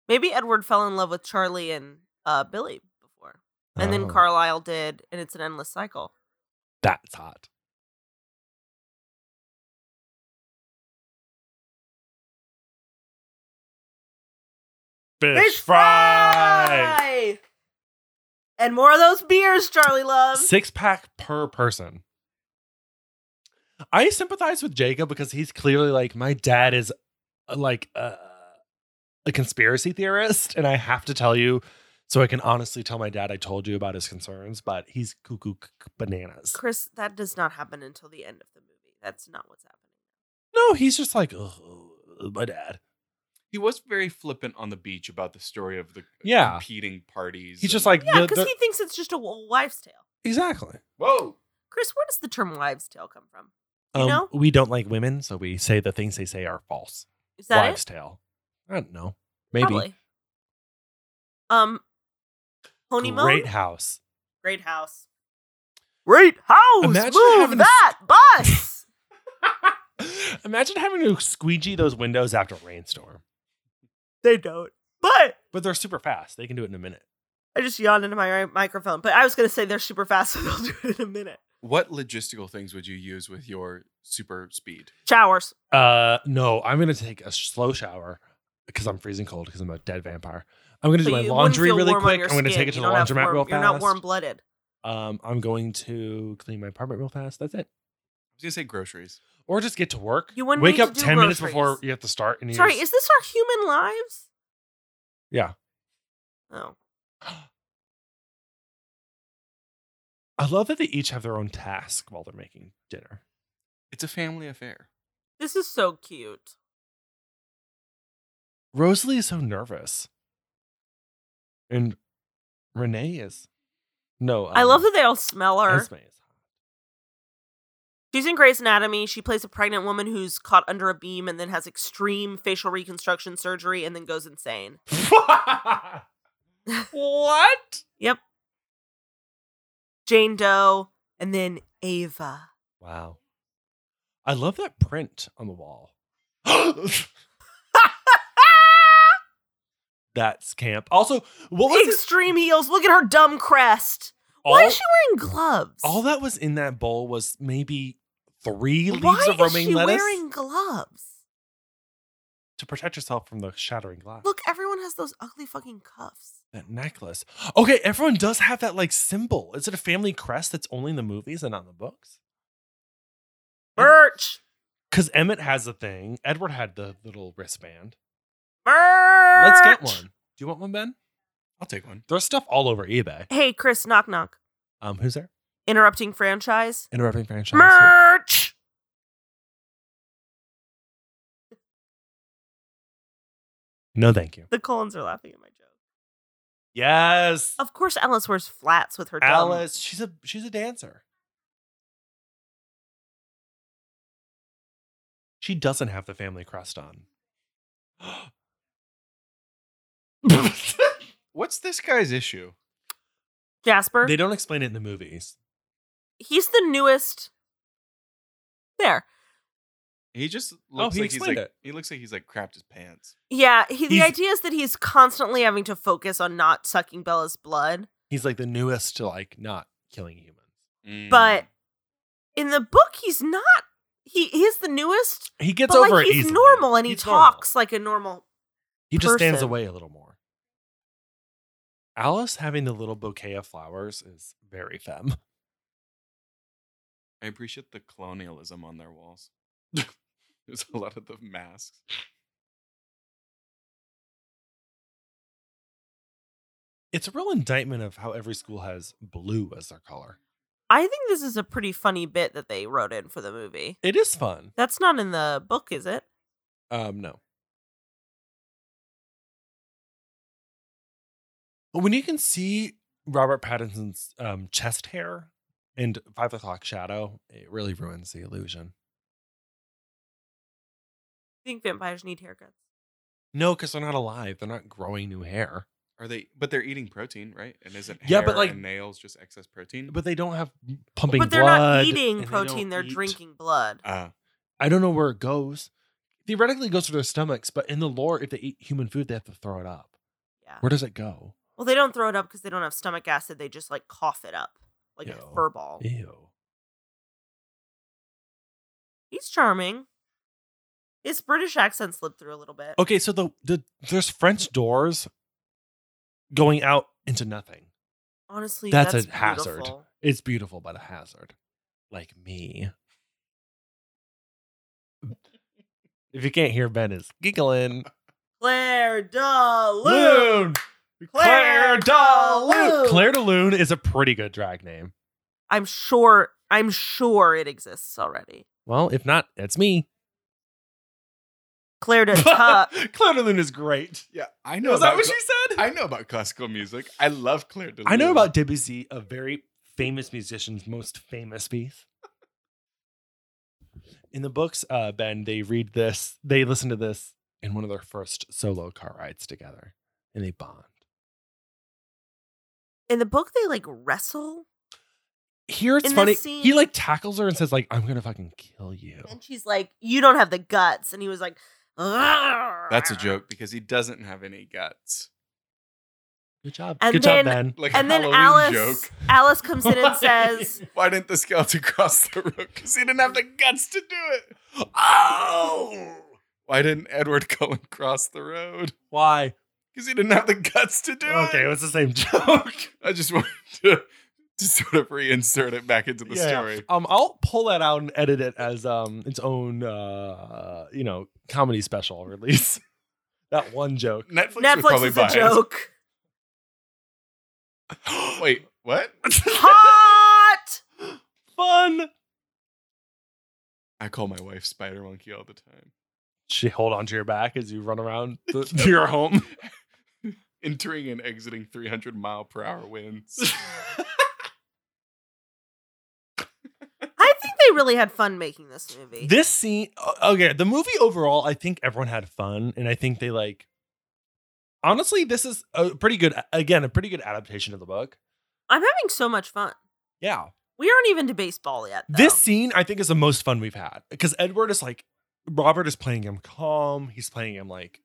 [SPEAKER 2] Maybe Edward fell in love with Charlie and uh, Billy before. And then
[SPEAKER 1] Oh,
[SPEAKER 2] Carlisle did, and it's an endless cycle.
[SPEAKER 1] That's hot. Fish, fry.
[SPEAKER 2] And more of those beers, Charlie loves.
[SPEAKER 1] Six pack per person. I sympathize with Jacob because he's clearly like my dad is uh, like uh, a conspiracy theorist, and I have to tell you so I can honestly tell my dad I told you about his concerns, but he's cuckoo c- c- bananas.
[SPEAKER 2] Chris, that does not happen until the end of the movie. That's not what's happening.
[SPEAKER 1] No, he's just like oh, my dad.
[SPEAKER 3] He was very flippant on the beach about the story of the
[SPEAKER 1] Yeah.
[SPEAKER 3] competing parties.
[SPEAKER 1] He's just
[SPEAKER 3] and-
[SPEAKER 1] like
[SPEAKER 2] Yeah,
[SPEAKER 1] the-
[SPEAKER 2] because
[SPEAKER 1] the-
[SPEAKER 2] he thinks it's just a w- wives' tale.
[SPEAKER 1] exactly.
[SPEAKER 3] whoa.
[SPEAKER 2] Chris, where does the term wives' tale come from? You
[SPEAKER 1] Um,
[SPEAKER 2] know?
[SPEAKER 1] we don't like women, so we say the things they say are false.
[SPEAKER 2] Is that
[SPEAKER 1] Wives'
[SPEAKER 2] it?
[SPEAKER 1] tale. I don't know. Maybe.
[SPEAKER 2] Probably. Um, Pony Moon?
[SPEAKER 1] Great house.
[SPEAKER 2] Great house. Great house.
[SPEAKER 1] Imagine
[SPEAKER 2] Move
[SPEAKER 1] having a-
[SPEAKER 2] that bus.
[SPEAKER 1] Imagine having to squeegee those windows after a rainstorm.
[SPEAKER 2] They don't. But
[SPEAKER 1] But they're super fast. They can do it in a minute.
[SPEAKER 2] I just yawned into my microphone. But I was going to say they're super fast, so they'll do it in a minute.
[SPEAKER 3] What logistical things would you use with your super speed?
[SPEAKER 2] Showers.
[SPEAKER 1] Uh, no, I'm gonna take a slow shower because I'm freezing cold because I'm a dead vampire. I'm gonna do my laundry really quick. I'm gonna take it to the laundromat
[SPEAKER 2] warm,
[SPEAKER 1] real fast.
[SPEAKER 2] You're not warm blooded.
[SPEAKER 1] Um, I'm going to clean my apartment real fast. That's it.
[SPEAKER 3] I was gonna say groceries.
[SPEAKER 1] Or just get to work.
[SPEAKER 2] You wouldn't
[SPEAKER 1] wake
[SPEAKER 2] need
[SPEAKER 1] up
[SPEAKER 2] to do
[SPEAKER 1] ten minutes
[SPEAKER 2] groceries.
[SPEAKER 1] before you have to start. And you
[SPEAKER 2] Sorry,
[SPEAKER 1] just-
[SPEAKER 2] is this our human lives?
[SPEAKER 1] Yeah.
[SPEAKER 2] Oh.
[SPEAKER 1] I love that they each have their own task while they're making dinner.
[SPEAKER 3] It's a family affair.
[SPEAKER 2] This is so cute.
[SPEAKER 1] Rosalie is so nervous, and Renee is. No,
[SPEAKER 2] I
[SPEAKER 1] um,
[SPEAKER 2] love that they all smell her.
[SPEAKER 1] Esme is
[SPEAKER 2] She's in Grey's Anatomy. She plays a pregnant woman who's caught under a beam and then has extreme facial reconstruction surgery and then goes insane.
[SPEAKER 1] hot. what?
[SPEAKER 2] Jane Doe and then Ava.
[SPEAKER 1] Wow. I love that print on the wall. That's camp. Also, what was this-
[SPEAKER 2] extreme heels. Look at her dumb crest. Why
[SPEAKER 1] all-
[SPEAKER 2] is she wearing gloves?
[SPEAKER 1] all that was in that bowl was maybe three leaves
[SPEAKER 2] Why
[SPEAKER 1] of
[SPEAKER 2] is
[SPEAKER 1] romaine
[SPEAKER 2] she
[SPEAKER 1] lettuce
[SPEAKER 2] wearing gloves?
[SPEAKER 1] to protect yourself from the shattering glass.
[SPEAKER 2] Look, everyone has those ugly fucking cuffs.
[SPEAKER 1] That necklace. Okay, everyone does have that like symbol. Is it a family crest that's only in the movies and not in the books?
[SPEAKER 2] Birch.
[SPEAKER 1] Because Emmett has the thing. Edward had the little wristband.
[SPEAKER 2] Birch.
[SPEAKER 1] Let's get one. Do you want one, Ben?
[SPEAKER 3] I'll take one.
[SPEAKER 1] There's stuff all over eBay.
[SPEAKER 2] Hey, Chris, knock knock.
[SPEAKER 1] Um, who's there?
[SPEAKER 2] Interrupting franchise.
[SPEAKER 1] Interrupting franchise.
[SPEAKER 2] Merch.
[SPEAKER 1] No, thank you.
[SPEAKER 2] The Colons are laughing at my joke.
[SPEAKER 1] Yes,
[SPEAKER 2] Of course, Alice wears flats with her dumb-
[SPEAKER 1] Alice. She's a she's a dancer. She doesn't have the family crest on.
[SPEAKER 3] What's this guy's issue?
[SPEAKER 2] Jasper.
[SPEAKER 1] they don't explain it in the movies.
[SPEAKER 2] He's the newest. There.
[SPEAKER 3] He just
[SPEAKER 1] Oh,
[SPEAKER 3] looks
[SPEAKER 1] he
[SPEAKER 3] like he's
[SPEAKER 1] explained
[SPEAKER 3] like
[SPEAKER 1] it.
[SPEAKER 3] he looks like he's like crapped his pants.
[SPEAKER 2] Yeah, he, the
[SPEAKER 1] He's-
[SPEAKER 2] idea is that he's constantly having to focus on not sucking Bella's blood.
[SPEAKER 1] He's like the newest to like not killing humans.
[SPEAKER 3] Mm.
[SPEAKER 1] Mm-hmm.
[SPEAKER 2] But- In the book, he's not. He he's the newest,
[SPEAKER 1] He gets
[SPEAKER 2] but
[SPEAKER 1] over
[SPEAKER 2] like
[SPEAKER 1] it.
[SPEAKER 2] he's
[SPEAKER 1] easily.
[SPEAKER 2] normal and he
[SPEAKER 1] He's normal.
[SPEAKER 2] talks like a normal.
[SPEAKER 1] He just stands
[SPEAKER 2] person.
[SPEAKER 1] away a little more. Alice having the little bouquet of flowers is very femme.
[SPEAKER 3] I appreciate the colonialism on their walls. There's a lot of the masks.
[SPEAKER 1] It's a real indictment of how every school has blue as their color.
[SPEAKER 2] I think this is a pretty funny bit that they wrote in for the movie.
[SPEAKER 1] It is fun.
[SPEAKER 2] That's not in the book, is it?
[SPEAKER 1] Um, no. But When you can see Robert Pattinson's um, chest hair and five o'clock shadow, it really ruins the illusion.
[SPEAKER 2] I think vampires need haircuts.
[SPEAKER 1] No, because they're not alive. They're not growing new hair.
[SPEAKER 3] Are they? But they're eating protein, right? And isn't
[SPEAKER 1] Yeah, but,
[SPEAKER 3] hair
[SPEAKER 1] like-
[SPEAKER 3] and nails just excess protein?
[SPEAKER 1] But they don't have pumping
[SPEAKER 2] but they're
[SPEAKER 1] blood,
[SPEAKER 2] not eating
[SPEAKER 1] and they
[SPEAKER 2] protein;
[SPEAKER 1] don't
[SPEAKER 2] they're
[SPEAKER 1] eat.
[SPEAKER 2] drinking blood.
[SPEAKER 3] uh,
[SPEAKER 1] I don't know where it goes. Theoretically, it goes to their stomachs, but in the lore, if they eat human food, they have to throw it up.
[SPEAKER 2] Yeah.
[SPEAKER 1] Where does it go?
[SPEAKER 2] Well, they don't throw it up because they don't have stomach acid. They just like cough it up like
[SPEAKER 1] Ew.
[SPEAKER 2] a fur ball.
[SPEAKER 1] Ew.
[SPEAKER 2] He's charming. His British accent slipped through a little bit.
[SPEAKER 1] Okay, so the, the there's French doors going out into nothing.
[SPEAKER 2] Honestly,
[SPEAKER 1] That's
[SPEAKER 2] that's,
[SPEAKER 1] a hazard.
[SPEAKER 2] beautiful.
[SPEAKER 1] It's beautiful, but a hazard. Like me. if you can't hear, Ben is giggling.
[SPEAKER 2] Claire Daloon.
[SPEAKER 1] Claire
[SPEAKER 2] Claire
[SPEAKER 1] DeLune.
[SPEAKER 2] DeLune.
[SPEAKER 1] Claire DeLune is a pretty good drag name.
[SPEAKER 2] I'm sure. I'm sure it exists already.
[SPEAKER 1] Well, if not, it's me.
[SPEAKER 2] Claire de Tuck.
[SPEAKER 1] Claire DeLune is great.
[SPEAKER 3] yeah, I know.
[SPEAKER 1] Is that
[SPEAKER 3] about
[SPEAKER 1] what
[SPEAKER 3] cla-
[SPEAKER 1] she said?
[SPEAKER 3] I know about classical music. I love Claire Delune.
[SPEAKER 1] I know about Debussy, a very famous musician's most famous piece. In the books, uh, Ben, they read this, they listen to this in one of their first solo car rides together, and they bond.
[SPEAKER 2] In the book, they like wrestle.
[SPEAKER 1] Here it's
[SPEAKER 2] In this
[SPEAKER 1] funny.
[SPEAKER 2] scene-
[SPEAKER 1] He like tackles her and says like, "I'm gonna fucking kill you."
[SPEAKER 2] And she's like, "You don't have the guts," and he was like, "That's
[SPEAKER 3] That's a joke because he doesn't have any guts.
[SPEAKER 1] Good job.
[SPEAKER 2] And
[SPEAKER 1] Good
[SPEAKER 2] then-
[SPEAKER 1] job, Ben.
[SPEAKER 3] Like
[SPEAKER 2] And
[SPEAKER 3] a
[SPEAKER 2] then
[SPEAKER 3] Halloween
[SPEAKER 2] Alice,
[SPEAKER 3] joke.
[SPEAKER 2] Alice comes in and says,
[SPEAKER 3] Why didn't the skeleton cross the road? Because he didn't have the guts to do it. Oh! Why didn't Edward Cullen cross the road?
[SPEAKER 1] Why?
[SPEAKER 3] Because he didn't have the guts to do it.
[SPEAKER 1] Okay, it was the same joke.
[SPEAKER 3] I just wanted to, to sort of reinsert it back into the
[SPEAKER 1] Yeah.
[SPEAKER 3] story.
[SPEAKER 1] Um, I'll pull that out and edit it as um its own uh you know comedy special release. that one joke.
[SPEAKER 3] Netflix, would
[SPEAKER 2] "Netflix
[SPEAKER 3] probably
[SPEAKER 2] is
[SPEAKER 3] buy
[SPEAKER 2] a
[SPEAKER 3] it.
[SPEAKER 2] joke."
[SPEAKER 3] Wait, what?
[SPEAKER 2] Hot.
[SPEAKER 1] Fun.
[SPEAKER 3] I call my wife Spider Monkey all the time.
[SPEAKER 1] She hold on to your back as you run around the, to your home.
[SPEAKER 3] Entering and exiting 300 mile per hour winds.
[SPEAKER 2] I think they really had fun making this movie.
[SPEAKER 1] this scene o- okay the movie overall i think everyone had fun and i think they like honestly this is a pretty good again a pretty good adaptation of the book
[SPEAKER 2] I'm having so much fun.
[SPEAKER 1] yeah
[SPEAKER 2] We aren't even to baseball yet. Though.
[SPEAKER 1] this scene i think is the most fun we've had because edward is like robert is playing him calm he's playing him like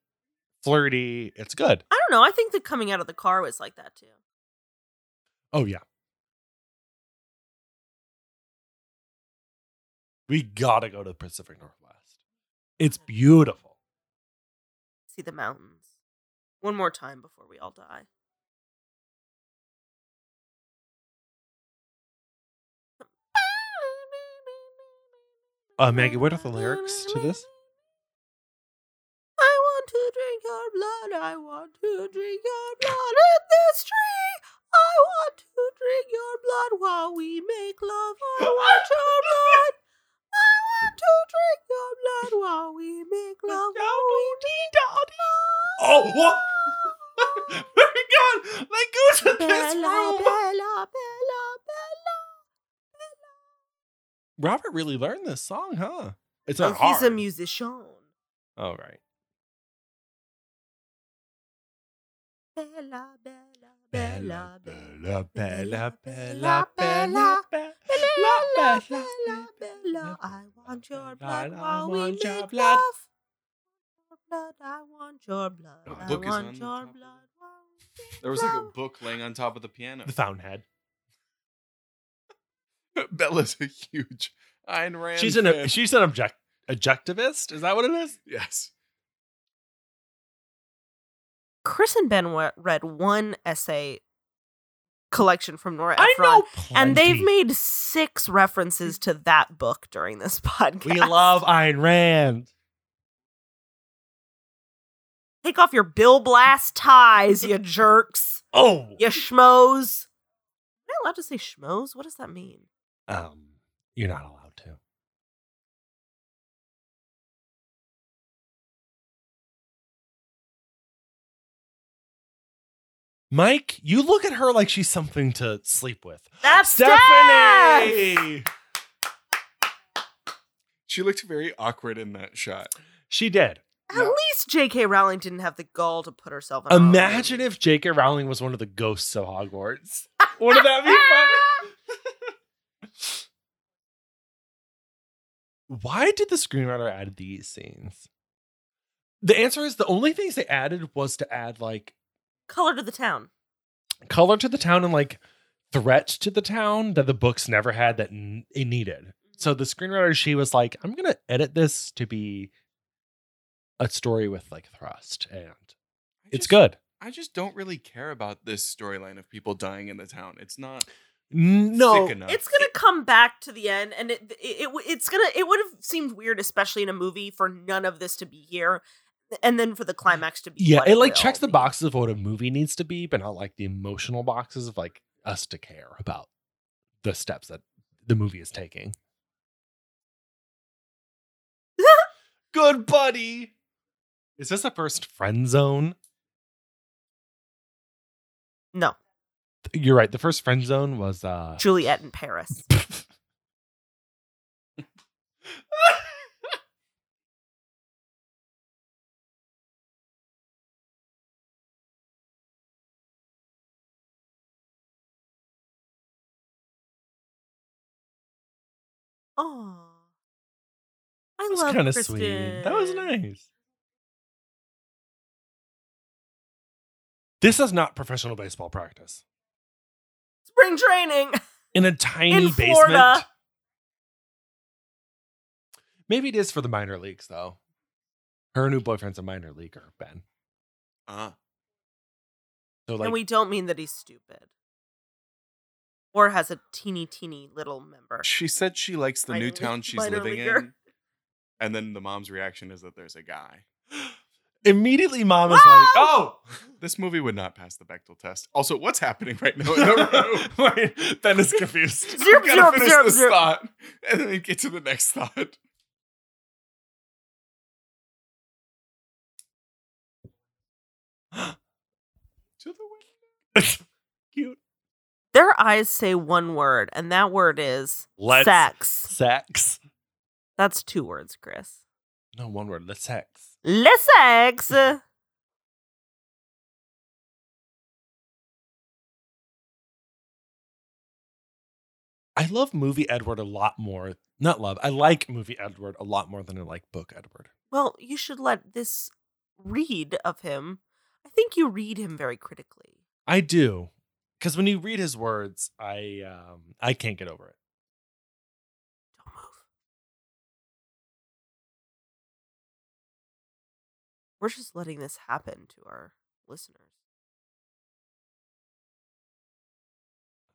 [SPEAKER 1] flirty it's good
[SPEAKER 2] I don't know. I think that coming out of the car was like that too.
[SPEAKER 1] oh yeah we gotta go to the pacific northwest it's beautiful
[SPEAKER 2] See the mountains. One more time before we all die.
[SPEAKER 1] uh maggie what are the lyrics to this
[SPEAKER 2] I want to drink your blood. I want to drink your blood in this tree. I want to drink your blood while we make love. I want your blood. I want to drink your blood while we make love. While we make love.
[SPEAKER 1] Oh, what? Where we going? Like, goes to this
[SPEAKER 2] Bella,
[SPEAKER 1] room.
[SPEAKER 2] Bella, Bella, Bella.
[SPEAKER 1] Robert really learned this song, huh? It's
[SPEAKER 2] Oh,
[SPEAKER 1] not hard.
[SPEAKER 2] he's a musician.
[SPEAKER 1] oh, right.
[SPEAKER 2] Bella, Bella, Bella, Bella.
[SPEAKER 1] Bella,
[SPEAKER 2] Bella, Bella, Bella, Bella, Bella, I want your blood
[SPEAKER 1] I
[SPEAKER 2] while we
[SPEAKER 1] want your
[SPEAKER 2] make
[SPEAKER 1] blood.
[SPEAKER 2] love. Blood, I want your blood.
[SPEAKER 3] The
[SPEAKER 2] I
[SPEAKER 3] book is
[SPEAKER 2] want
[SPEAKER 3] on the
[SPEAKER 2] your
[SPEAKER 3] top of
[SPEAKER 2] blood. while we make
[SPEAKER 3] There was like a
[SPEAKER 2] love.
[SPEAKER 3] book laying on top of the piano.
[SPEAKER 1] The Fountainhead.
[SPEAKER 3] Bella's a huge Ayn Rand.
[SPEAKER 1] She's an
[SPEAKER 3] fan.
[SPEAKER 1] she's an object objectivist. Is that what it is?
[SPEAKER 3] yes.
[SPEAKER 2] Chris and Ben wa- read one essay collection from Nora Ephron.
[SPEAKER 1] I know.
[SPEAKER 2] And they've
[SPEAKER 1] plenty.
[SPEAKER 2] made six references to that book during this podcast.
[SPEAKER 1] We love Ayn Rand.
[SPEAKER 2] Take off your Bill Blast ties, you jerks.
[SPEAKER 1] Oh.
[SPEAKER 2] You schmoes. Am I allowed to say schmoes? What does that mean?
[SPEAKER 1] Um, you're not allowed to. Mike, you look at her like she's something to sleep with.
[SPEAKER 2] That's Steph!
[SPEAKER 1] Stephanie!
[SPEAKER 3] She looked very awkward in that shot.
[SPEAKER 1] She did.
[SPEAKER 2] At
[SPEAKER 3] No.
[SPEAKER 2] least J.K. Rowling didn't have the gall to put herself in.
[SPEAKER 1] Imagine if J.K. Rowling was one of the ghosts of Hogwarts. Wouldn't that be
[SPEAKER 2] Ah!
[SPEAKER 1] fun? Why did the screenwriter add these scenes? The answer is the only things they added was to add like
[SPEAKER 2] color to the town.
[SPEAKER 1] color to the town and like threat to the town that the books never had that n- it needed. So the screenwriter, she was like, I'm going to edit this to be a story with like thrust and
[SPEAKER 3] I
[SPEAKER 1] it's
[SPEAKER 3] just-
[SPEAKER 1] good.
[SPEAKER 3] I just don't really care about this storyline of people dying in the town. It's not
[SPEAKER 1] No.
[SPEAKER 3] thick enough.
[SPEAKER 2] It's gonna come back to the end, and it, it, it it's gonna it would have seemed weird, especially in a movie, for none of this to be here, and then for the climax to be.
[SPEAKER 1] Yeah,
[SPEAKER 2] what
[SPEAKER 1] it like
[SPEAKER 2] will
[SPEAKER 1] checks the
[SPEAKER 2] be.
[SPEAKER 1] boxes of what a movie needs to be, but not like the emotional boxes of like us to care about the steps that the movie is taking. Good buddy. Is this the first friend zone?
[SPEAKER 2] No,
[SPEAKER 1] You're right. The first friend zone was uh
[SPEAKER 2] Juliet in Paris. Oh, I
[SPEAKER 1] That's
[SPEAKER 2] love
[SPEAKER 1] kind of
[SPEAKER 2] Kristen.
[SPEAKER 1] sweet. That was nice. This is not professional baseball practice.
[SPEAKER 2] Spring training.
[SPEAKER 1] In a tiny
[SPEAKER 2] In
[SPEAKER 1] basement.
[SPEAKER 2] Florida.
[SPEAKER 1] Maybe it is for the minor leagues, though. Her new boyfriend's a minor leaguer, Ben.
[SPEAKER 3] Ah,
[SPEAKER 1] So like
[SPEAKER 2] and we don't mean that he's stupid or has a teeny, teeny little member.
[SPEAKER 3] she said she likes the
[SPEAKER 2] Minor
[SPEAKER 3] new
[SPEAKER 2] league-
[SPEAKER 3] town she's
[SPEAKER 2] minor
[SPEAKER 3] living
[SPEAKER 2] leaguer.
[SPEAKER 3] in, and then the mom's reaction is that there's a guy.
[SPEAKER 1] immediately mom is
[SPEAKER 2] Wow!
[SPEAKER 1] like, oh,
[SPEAKER 3] This movie would not pass the Bechtel test. Also, what's happening right now in the room?
[SPEAKER 1] Wait, ben is confused.
[SPEAKER 2] Zero,
[SPEAKER 3] I'm gonna
[SPEAKER 2] zero,
[SPEAKER 3] finish
[SPEAKER 2] zero,
[SPEAKER 3] this
[SPEAKER 2] zero.
[SPEAKER 3] thought, and then get to the next thought. to the window.
[SPEAKER 1] Cute.
[SPEAKER 2] Their eyes say one word, and that word is
[SPEAKER 1] Let's
[SPEAKER 2] sex.
[SPEAKER 1] sex.
[SPEAKER 2] That's two words, Chris.
[SPEAKER 1] No, one word. Let's sex.
[SPEAKER 2] Let's sex.
[SPEAKER 1] I love movie Edward a lot more. Not love. I like movie Edward a lot more than I like book Edward.
[SPEAKER 2] Well, you should let this read of him. I think you read him very critically.
[SPEAKER 1] I do. Because when you read his words, I um I can't get over it.
[SPEAKER 2] Don't move. We're just letting this happen to our listeners.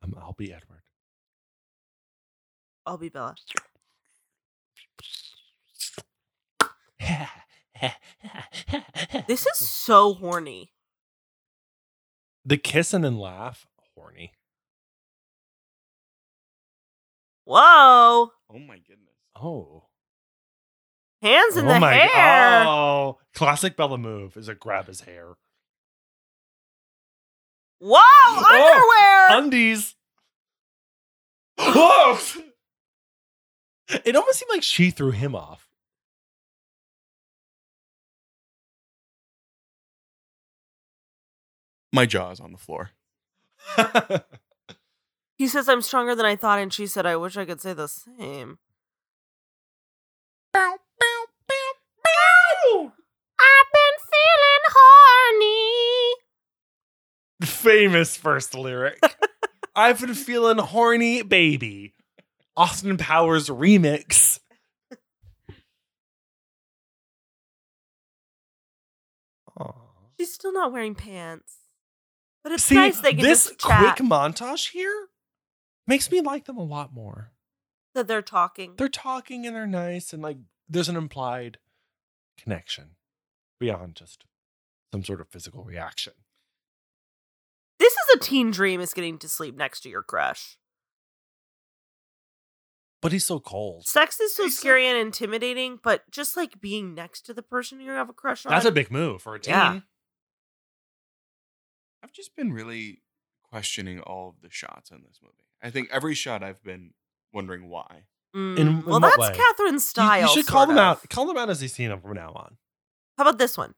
[SPEAKER 1] Um, I'll be Edward.
[SPEAKER 2] I'll be Bella. This is so horny.
[SPEAKER 1] the kiss and then laugh. Horny.
[SPEAKER 2] Whoa.
[SPEAKER 3] Oh my goodness.
[SPEAKER 1] Oh.
[SPEAKER 2] Hands in
[SPEAKER 1] oh
[SPEAKER 2] the hair.
[SPEAKER 1] Oh, classic Bella move is a grab his hair.
[SPEAKER 2] Whoa,
[SPEAKER 1] Oh.
[SPEAKER 2] underwear.
[SPEAKER 1] Undies. Whoa! It almost seemed like she threw him off.
[SPEAKER 3] My jaw is on the floor.
[SPEAKER 2] he says I'm stronger than I thought and she said I wish I could say the same. I've been feeling horny.
[SPEAKER 1] famous first lyric. I've been feeling horny, baby. Austin Powers remix. Aw.
[SPEAKER 2] She's still not wearing pants. But it's
[SPEAKER 1] See,
[SPEAKER 2] nice they can
[SPEAKER 1] this
[SPEAKER 2] just
[SPEAKER 1] quick
[SPEAKER 2] chat
[SPEAKER 1] montage here makes me like them a lot more.
[SPEAKER 2] that they're talking.
[SPEAKER 1] They're talking and they're nice, and like there's an implied connection beyond just some sort of physical reaction.
[SPEAKER 2] This is a teen dream is getting to sleep next to your crush.
[SPEAKER 1] But he's so cold.
[SPEAKER 2] Sex is so
[SPEAKER 3] He's so-
[SPEAKER 2] scary and intimidating, but just like being next to the person you have a crush on.
[SPEAKER 1] That's a big move for a teen.
[SPEAKER 2] Yeah.
[SPEAKER 3] I've just been really questioning all of the shots in this movie. I think every shot I've been wondering why.
[SPEAKER 2] Mm,
[SPEAKER 1] in- in
[SPEAKER 2] well,
[SPEAKER 1] what
[SPEAKER 2] that's
[SPEAKER 1] way?
[SPEAKER 2] Catherine's
[SPEAKER 1] You-
[SPEAKER 2] style.
[SPEAKER 1] You, should call
[SPEAKER 2] sort
[SPEAKER 1] them
[SPEAKER 2] of.
[SPEAKER 1] out. Call them out as you see them from now on.
[SPEAKER 2] How about this one?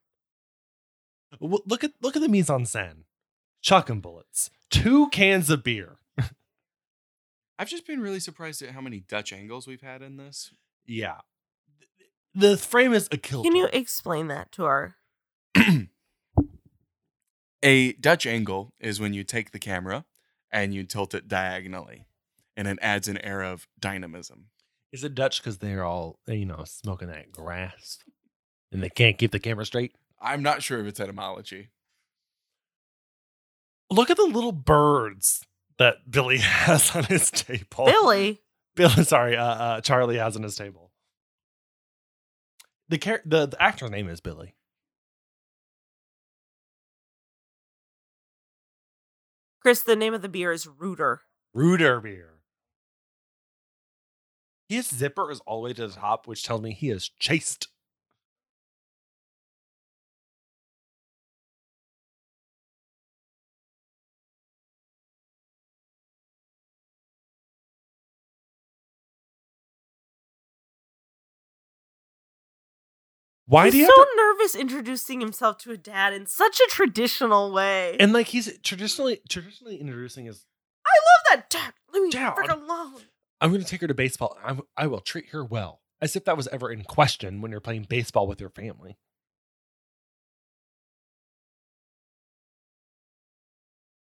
[SPEAKER 1] W- Look at look at the mise en scène. Chucking bullets. Two cans of beer.
[SPEAKER 3] I've just been really surprised at how many Dutch angles we've had in this.
[SPEAKER 1] Yeah. The frame is a kill.
[SPEAKER 2] Can you
[SPEAKER 1] turn.
[SPEAKER 2] explain that to our?
[SPEAKER 3] A Dutch angle is when you take the camera and you tilt it diagonally, and it adds an air of dynamism.
[SPEAKER 1] Is it Dutch because they're all you know smoking that grass, and they can't keep the camera straight?
[SPEAKER 3] I'm not sure of its etymology.
[SPEAKER 1] Look at the little birds that Billy has on his table.
[SPEAKER 2] Billy,
[SPEAKER 1] Bill, sorry, uh, uh, Charlie has on his table. The, char- the the actor's name is Billy.
[SPEAKER 2] Chris, the name of the beer is Rooter.
[SPEAKER 1] Ruder beer. His zipper is all the way to the top, which tells me he is chased. Why
[SPEAKER 2] he's
[SPEAKER 1] do you
[SPEAKER 2] so
[SPEAKER 1] have to,
[SPEAKER 2] nervous introducing himself to a dad in such a traditional way?
[SPEAKER 1] and like he's traditionally traditionally introducing his
[SPEAKER 2] I love that dad. Leave me
[SPEAKER 1] Dad.
[SPEAKER 2] frick alone.
[SPEAKER 1] I'm going to take her to baseball. I'm, I will treat her well. As if that was ever in question when you're playing baseball with your family.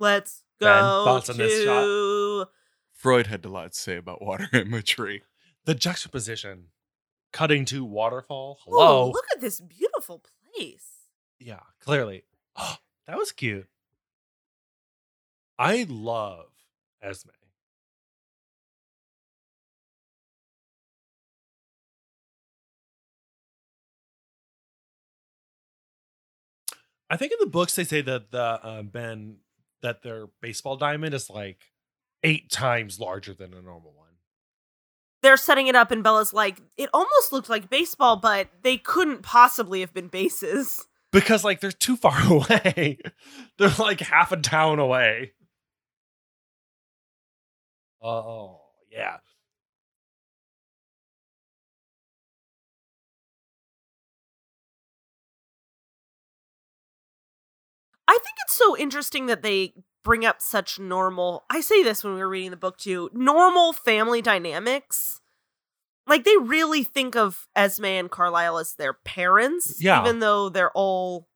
[SPEAKER 2] Let's
[SPEAKER 1] Ben,
[SPEAKER 2] go
[SPEAKER 1] thoughts on this shot?
[SPEAKER 2] to
[SPEAKER 3] Freud had a lot to say about water imagery.
[SPEAKER 1] the juxtaposition, cutting to waterfall.
[SPEAKER 2] Oh,
[SPEAKER 1] Hello.
[SPEAKER 2] look at this beautiful place.
[SPEAKER 1] Yeah, clearly. Oh, that was cute. I love Esme. I think in the books they say that the uh, Ben that their baseball diamond is like eight times larger than a normal one.
[SPEAKER 2] They're setting it up, and Bella's like, it almost looked like baseball, but they couldn't possibly have been bases.
[SPEAKER 1] because like they're too far away. they're like half a town away. Oh yeah.
[SPEAKER 2] I think it's so interesting that they bring up such normal. I say this when we were reading the book too normal family dynamics. Like they really think of Esme and Carlisle as their parents,
[SPEAKER 1] Yeah.
[SPEAKER 2] even though they're all,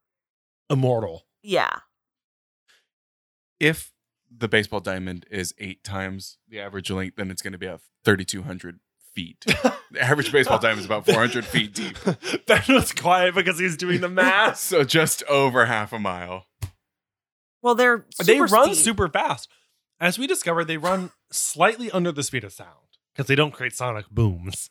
[SPEAKER 1] Immortal.
[SPEAKER 2] yeah.
[SPEAKER 3] If the baseball diamond is eight times the average length, then it's going to be at 3,200 feet. The average baseball diamond is about 400 feet deep.
[SPEAKER 1] ben was quiet because he's doing the math.
[SPEAKER 3] so just over half a mile.
[SPEAKER 2] Well, they're
[SPEAKER 1] they
[SPEAKER 2] super
[SPEAKER 1] run
[SPEAKER 2] speed.
[SPEAKER 1] super fast. As we discovered, they run slightly under the speed of sound because they don't create sonic booms.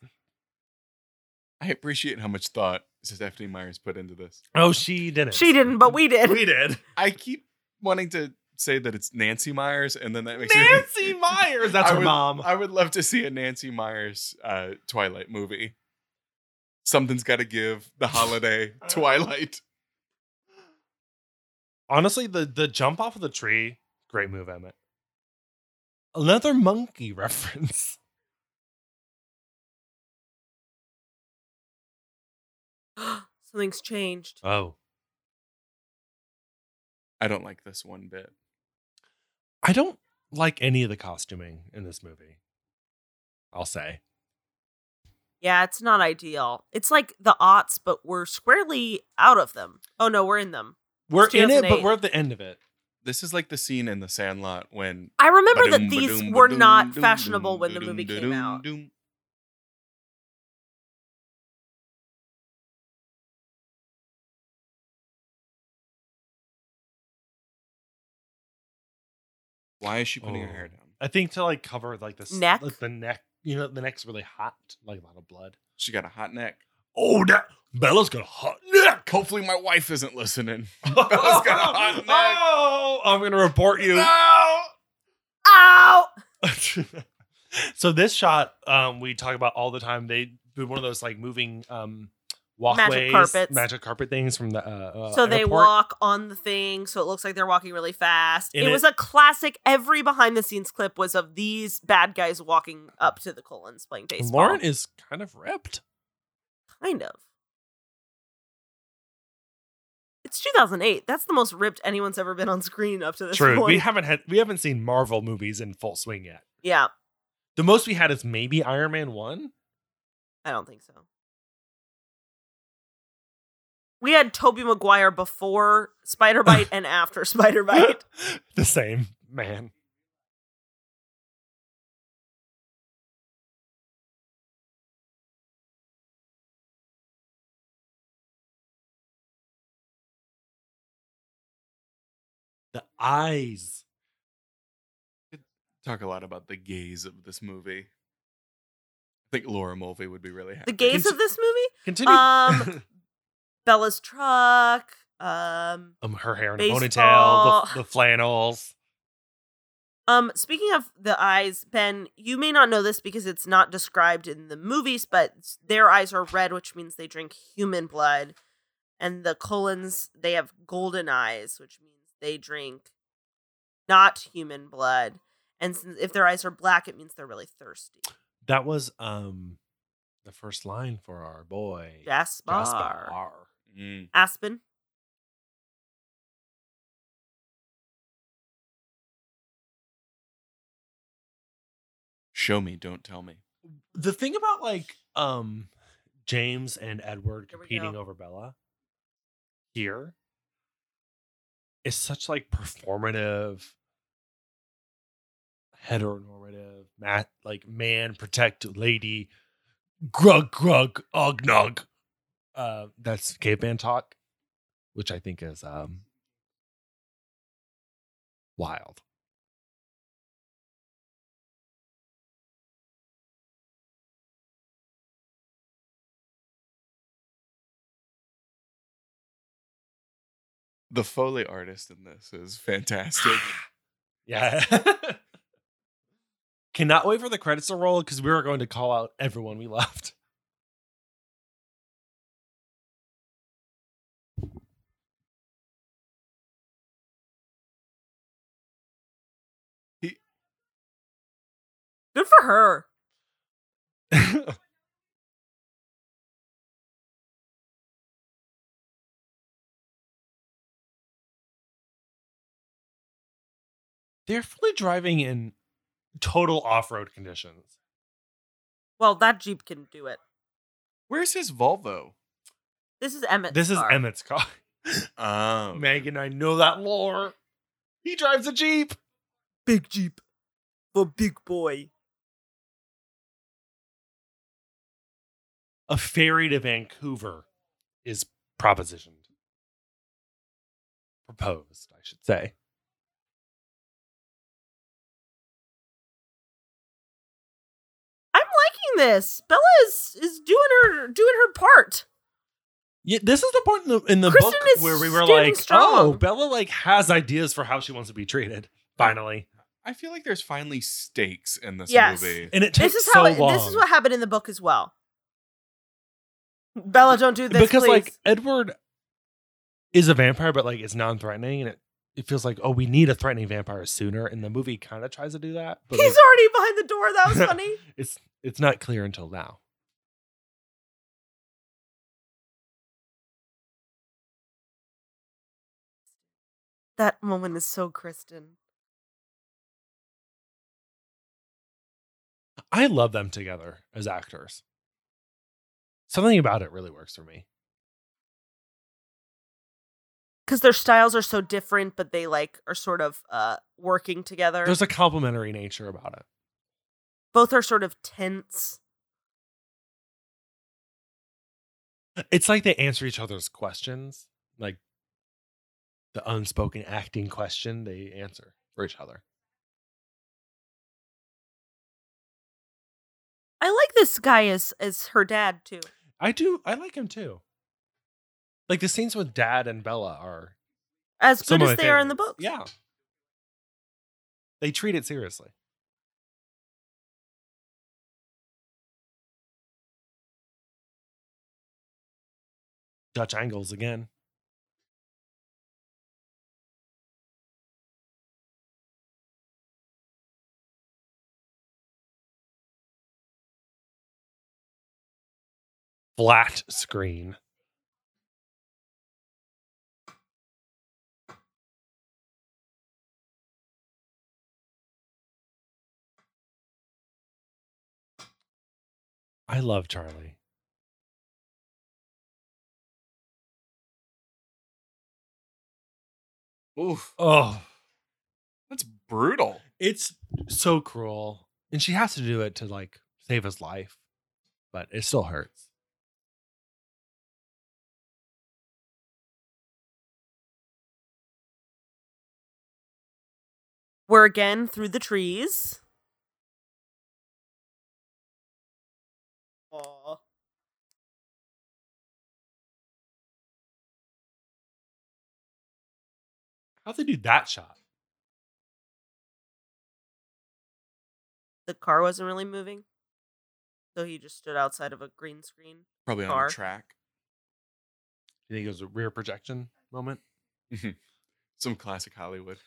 [SPEAKER 3] I appreciate how much thought Stephanie Myers put into this.
[SPEAKER 1] Oh, she didn't.
[SPEAKER 2] She didn't, but we did.
[SPEAKER 1] We did.
[SPEAKER 3] I keep wanting to say that it's Nancy Myers, and then that makes me think-
[SPEAKER 1] Nancy Myers. That's
[SPEAKER 3] I
[SPEAKER 1] her
[SPEAKER 3] would-
[SPEAKER 1] mom.
[SPEAKER 3] I would love to see a Nancy Myers uh, Twilight movie. Something's got to give. The holiday, Twilight.
[SPEAKER 1] Honestly, the the jump off of the tree, great move, Emmett. Another monkey reference.
[SPEAKER 2] Something's changed.
[SPEAKER 1] Oh.
[SPEAKER 3] I don't like this one bit.
[SPEAKER 1] I don't like any of the costuming in this movie. I'll say.
[SPEAKER 2] Yeah, it's not ideal. It's like the aughts, but we're squarely out of them. Oh no, we're in them.
[SPEAKER 1] We're in it, but
[SPEAKER 2] 2008.
[SPEAKER 1] we're at the end of it.
[SPEAKER 3] This is like the scene in The Sandlot when.
[SPEAKER 2] I remember that
[SPEAKER 3] Ba-doom,
[SPEAKER 2] these
[SPEAKER 3] ba-doom,
[SPEAKER 2] were
[SPEAKER 3] ba-doom,
[SPEAKER 2] not
[SPEAKER 3] doom,
[SPEAKER 2] fashionable
[SPEAKER 3] doom,
[SPEAKER 2] when the
[SPEAKER 3] ba-doom,
[SPEAKER 2] movie came
[SPEAKER 3] ba-doom,
[SPEAKER 2] out.
[SPEAKER 3] doom. Why is she putting her
[SPEAKER 1] Oh.
[SPEAKER 3] hair down?
[SPEAKER 1] I think to like cover like this
[SPEAKER 2] Neck?
[SPEAKER 1] like the neck. You know, the neck's really hot, like a lot of blood.
[SPEAKER 3] She got a hot neck.
[SPEAKER 1] Oh, that Bella's got a hot neck.
[SPEAKER 3] Hopefully, my wife isn't listening.
[SPEAKER 1] Bella's
[SPEAKER 3] got a hot neck.
[SPEAKER 1] Oh, I'm gonna report you.
[SPEAKER 3] No!
[SPEAKER 2] Ow!
[SPEAKER 1] so this shot um, we talk about all the time. They did one of those like moving um, walkways,
[SPEAKER 2] carpets.
[SPEAKER 1] magic carpet things from the. Uh, uh,
[SPEAKER 2] so they
[SPEAKER 1] airport.
[SPEAKER 2] walk on the thing, so it looks like they're walking really fast.
[SPEAKER 1] And
[SPEAKER 2] it, was a classic. Every behind the scenes clip was of these bad guys walking up to the Colons playing baseball.
[SPEAKER 1] Lauren is kind of ripped.
[SPEAKER 2] kind of. It's 2008. That's the most ripped anyone's ever been on screen up to this
[SPEAKER 1] True.
[SPEAKER 2] point.
[SPEAKER 1] We haven't had we haven't seen Marvel movies in full swing yet.
[SPEAKER 2] yeah,
[SPEAKER 1] The most we had is maybe Iron Man one.
[SPEAKER 2] I don't think so. We had Toby Maguire before Spider Bite and after Spider Bite.
[SPEAKER 1] the same man. The eyes.
[SPEAKER 3] Talk a lot about the gaze of this movie. I think Laura Mulvey would be really happy.
[SPEAKER 2] The gaze of this movie,
[SPEAKER 1] Continue.
[SPEAKER 2] Um, Bella's truck. Um,
[SPEAKER 1] Um, her hair in a
[SPEAKER 2] baseball.
[SPEAKER 1] ponytail, the, the flannels.
[SPEAKER 2] Um, speaking of the eyes, Ben, you may not know this because it's not described in the movies, but s- their eyes are red, which means they drink human blood, and the colons they have golden eyes, which means they drink not human blood. And since if their eyes are black, it means they're really thirsty.
[SPEAKER 1] That was um the first line for our boy.
[SPEAKER 2] Jasper,
[SPEAKER 1] Jasper.
[SPEAKER 3] Mm.
[SPEAKER 2] Aspen.
[SPEAKER 3] Show me, don't tell me.
[SPEAKER 1] the thing about like um James and Edward
[SPEAKER 2] Here we
[SPEAKER 1] competing
[SPEAKER 2] go.
[SPEAKER 1] over Bella here is such like performative heteronormative mat like man protect lady grug grug ugnog. uh that's caveman talk which i think is um wild
[SPEAKER 3] The Foley artist in this is fantastic.
[SPEAKER 1] Yeah. Cannot wait for the credits to roll because we are going to call out everyone we left.
[SPEAKER 2] Good for her.
[SPEAKER 1] They're fully driving in total off road conditions.
[SPEAKER 2] Well, that Jeep can do it.
[SPEAKER 3] Where's his Volvo?
[SPEAKER 2] This is Emmett.
[SPEAKER 1] This is
[SPEAKER 2] car.
[SPEAKER 1] Emmett's car.
[SPEAKER 3] Oh.
[SPEAKER 1] Megan, I know that lore. He drives a Jeep.
[SPEAKER 2] Big Jeep. The big boy.
[SPEAKER 1] A ferry to Vancouver is propositioned. Proposed, I should say.
[SPEAKER 2] I'm liking this. Bella is is doing her doing her part.
[SPEAKER 1] Yeah, this is the point in the, in the
[SPEAKER 2] Kristen
[SPEAKER 1] book
[SPEAKER 2] is
[SPEAKER 1] where we were
[SPEAKER 2] standing
[SPEAKER 1] like,
[SPEAKER 2] strong.
[SPEAKER 1] oh, Bella like has ideas for how she wants to be treated. Finally,
[SPEAKER 3] I feel like there's finally stakes in this
[SPEAKER 2] Yes.
[SPEAKER 3] movie.
[SPEAKER 1] and it took
[SPEAKER 2] This is
[SPEAKER 1] so
[SPEAKER 2] how it,
[SPEAKER 1] long.
[SPEAKER 2] this is what happened in the book as well. Bella, don't do this
[SPEAKER 1] because
[SPEAKER 2] please.
[SPEAKER 1] like Edward is a vampire, but like it's non-threatening, and it, it feels like oh, we need a threatening vampire sooner. And the movie kind of tries to do that, but
[SPEAKER 2] He's
[SPEAKER 1] like,
[SPEAKER 2] already behind the door. That was funny.
[SPEAKER 1] it's it's not clear until now.
[SPEAKER 2] that moment is so Kristen.
[SPEAKER 1] I love them together as actors. Something about it really works for me.
[SPEAKER 2] Because their styles are so different, but they like are sort of uh working together.
[SPEAKER 1] There's a complementary nature about it.
[SPEAKER 2] Both are sort of tense.
[SPEAKER 1] It's like they answer each other's questions, like the unspoken acting question they answer for each other.
[SPEAKER 2] I like this guy as as her dad too.
[SPEAKER 1] I do. I like him too. Like the scenes with Dad and Bella are
[SPEAKER 2] As good
[SPEAKER 1] some of
[SPEAKER 2] as
[SPEAKER 1] my
[SPEAKER 2] they are in the
[SPEAKER 1] favorites.
[SPEAKER 2] book.
[SPEAKER 1] Yeah, they treat it seriously. Dutch angles again. Flat screen. I love Charlie.
[SPEAKER 3] Oof.
[SPEAKER 1] Oh,
[SPEAKER 3] That's brutal.
[SPEAKER 1] it's so cruel. And she has to do it to like save his life, but it still hurts.
[SPEAKER 2] We're again through the trees. Aw.
[SPEAKER 1] How'd they do that shot?
[SPEAKER 2] The car wasn't really moving. So he just stood outside of a green screen.
[SPEAKER 3] Probably on
[SPEAKER 2] Car.
[SPEAKER 3] a track.
[SPEAKER 1] You think it was a rear projection moment?
[SPEAKER 3] Some classic Hollywood.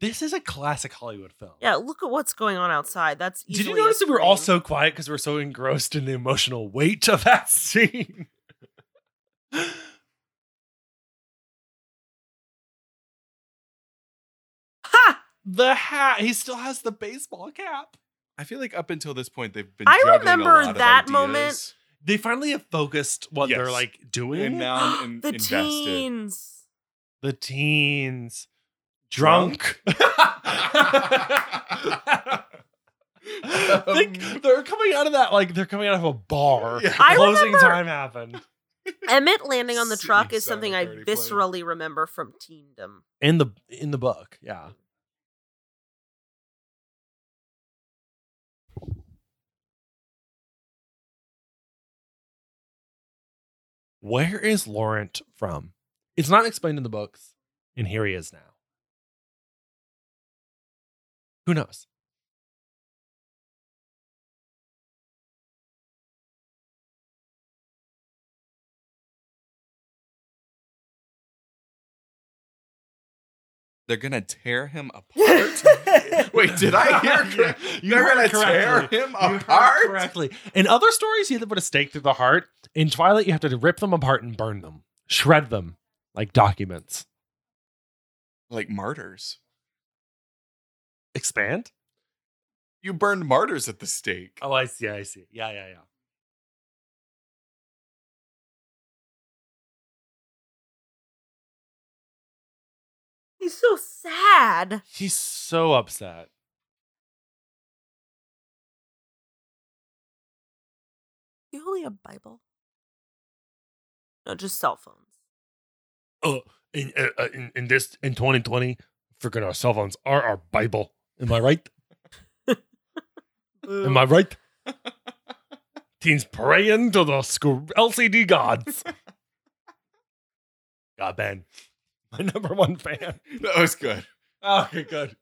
[SPEAKER 1] This is a classic Hollywood film.
[SPEAKER 2] Yeah, look at what's going on outside. That's
[SPEAKER 1] Did you
[SPEAKER 2] easily a
[SPEAKER 1] notice that we were
[SPEAKER 2] screen.
[SPEAKER 1] all so quiet because we are so engrossed in the emotional weight of that scene?
[SPEAKER 2] Ha!
[SPEAKER 1] the hat. He still has the baseball cap.
[SPEAKER 3] I feel like up until this point they've been.
[SPEAKER 2] I
[SPEAKER 3] juggling a
[SPEAKER 2] remember
[SPEAKER 3] lot of
[SPEAKER 2] that moment.
[SPEAKER 3] ideas,
[SPEAKER 1] They finally have focused what they're
[SPEAKER 3] Yes.
[SPEAKER 1] like doing.
[SPEAKER 3] and now I'm in-
[SPEAKER 2] the
[SPEAKER 3] invested.
[SPEAKER 2] teens.
[SPEAKER 1] the teens drunk. They- they're coming out of that like they're coming out of a bar.
[SPEAKER 3] Yeah.
[SPEAKER 2] I
[SPEAKER 1] Closing
[SPEAKER 2] remember-
[SPEAKER 1] time happened.
[SPEAKER 2] Emmett landing on the
[SPEAKER 3] See,
[SPEAKER 2] truck is something I
[SPEAKER 3] 7:30 plane.
[SPEAKER 2] viscerally remember from teendom.
[SPEAKER 1] In the in the book, yeah. Where is Laurent from? It's not explained in the books, and here he is now. Who knows?
[SPEAKER 3] They're gonna tear him apart. Wait, did I hear?
[SPEAKER 1] Yeah,
[SPEAKER 3] Correct?
[SPEAKER 1] you
[SPEAKER 3] They're
[SPEAKER 1] heard
[SPEAKER 3] gonna tear
[SPEAKER 1] correctly.
[SPEAKER 3] him
[SPEAKER 1] You heard
[SPEAKER 3] apart.
[SPEAKER 1] correctly. In other stories, you put a stake through the heart. In Twilight, you have to rip them apart and burn them, shred them like documents.
[SPEAKER 3] Like martyrs.
[SPEAKER 1] Expand.
[SPEAKER 3] You burned martyrs at the stake.
[SPEAKER 1] Oh, I see. I see. Yeah, yeah, yeah.
[SPEAKER 2] He's so sad.
[SPEAKER 1] He's so upset.
[SPEAKER 2] You only have Bible. No, just cell phones.
[SPEAKER 1] In uh, uh, in, in this in 2020, freaking our cell phones are our bible. Am I right? Am I right? Teens praying to the sc- LCD gods. God, Ben, my number one fan.
[SPEAKER 3] That was good.
[SPEAKER 1] Okay, good.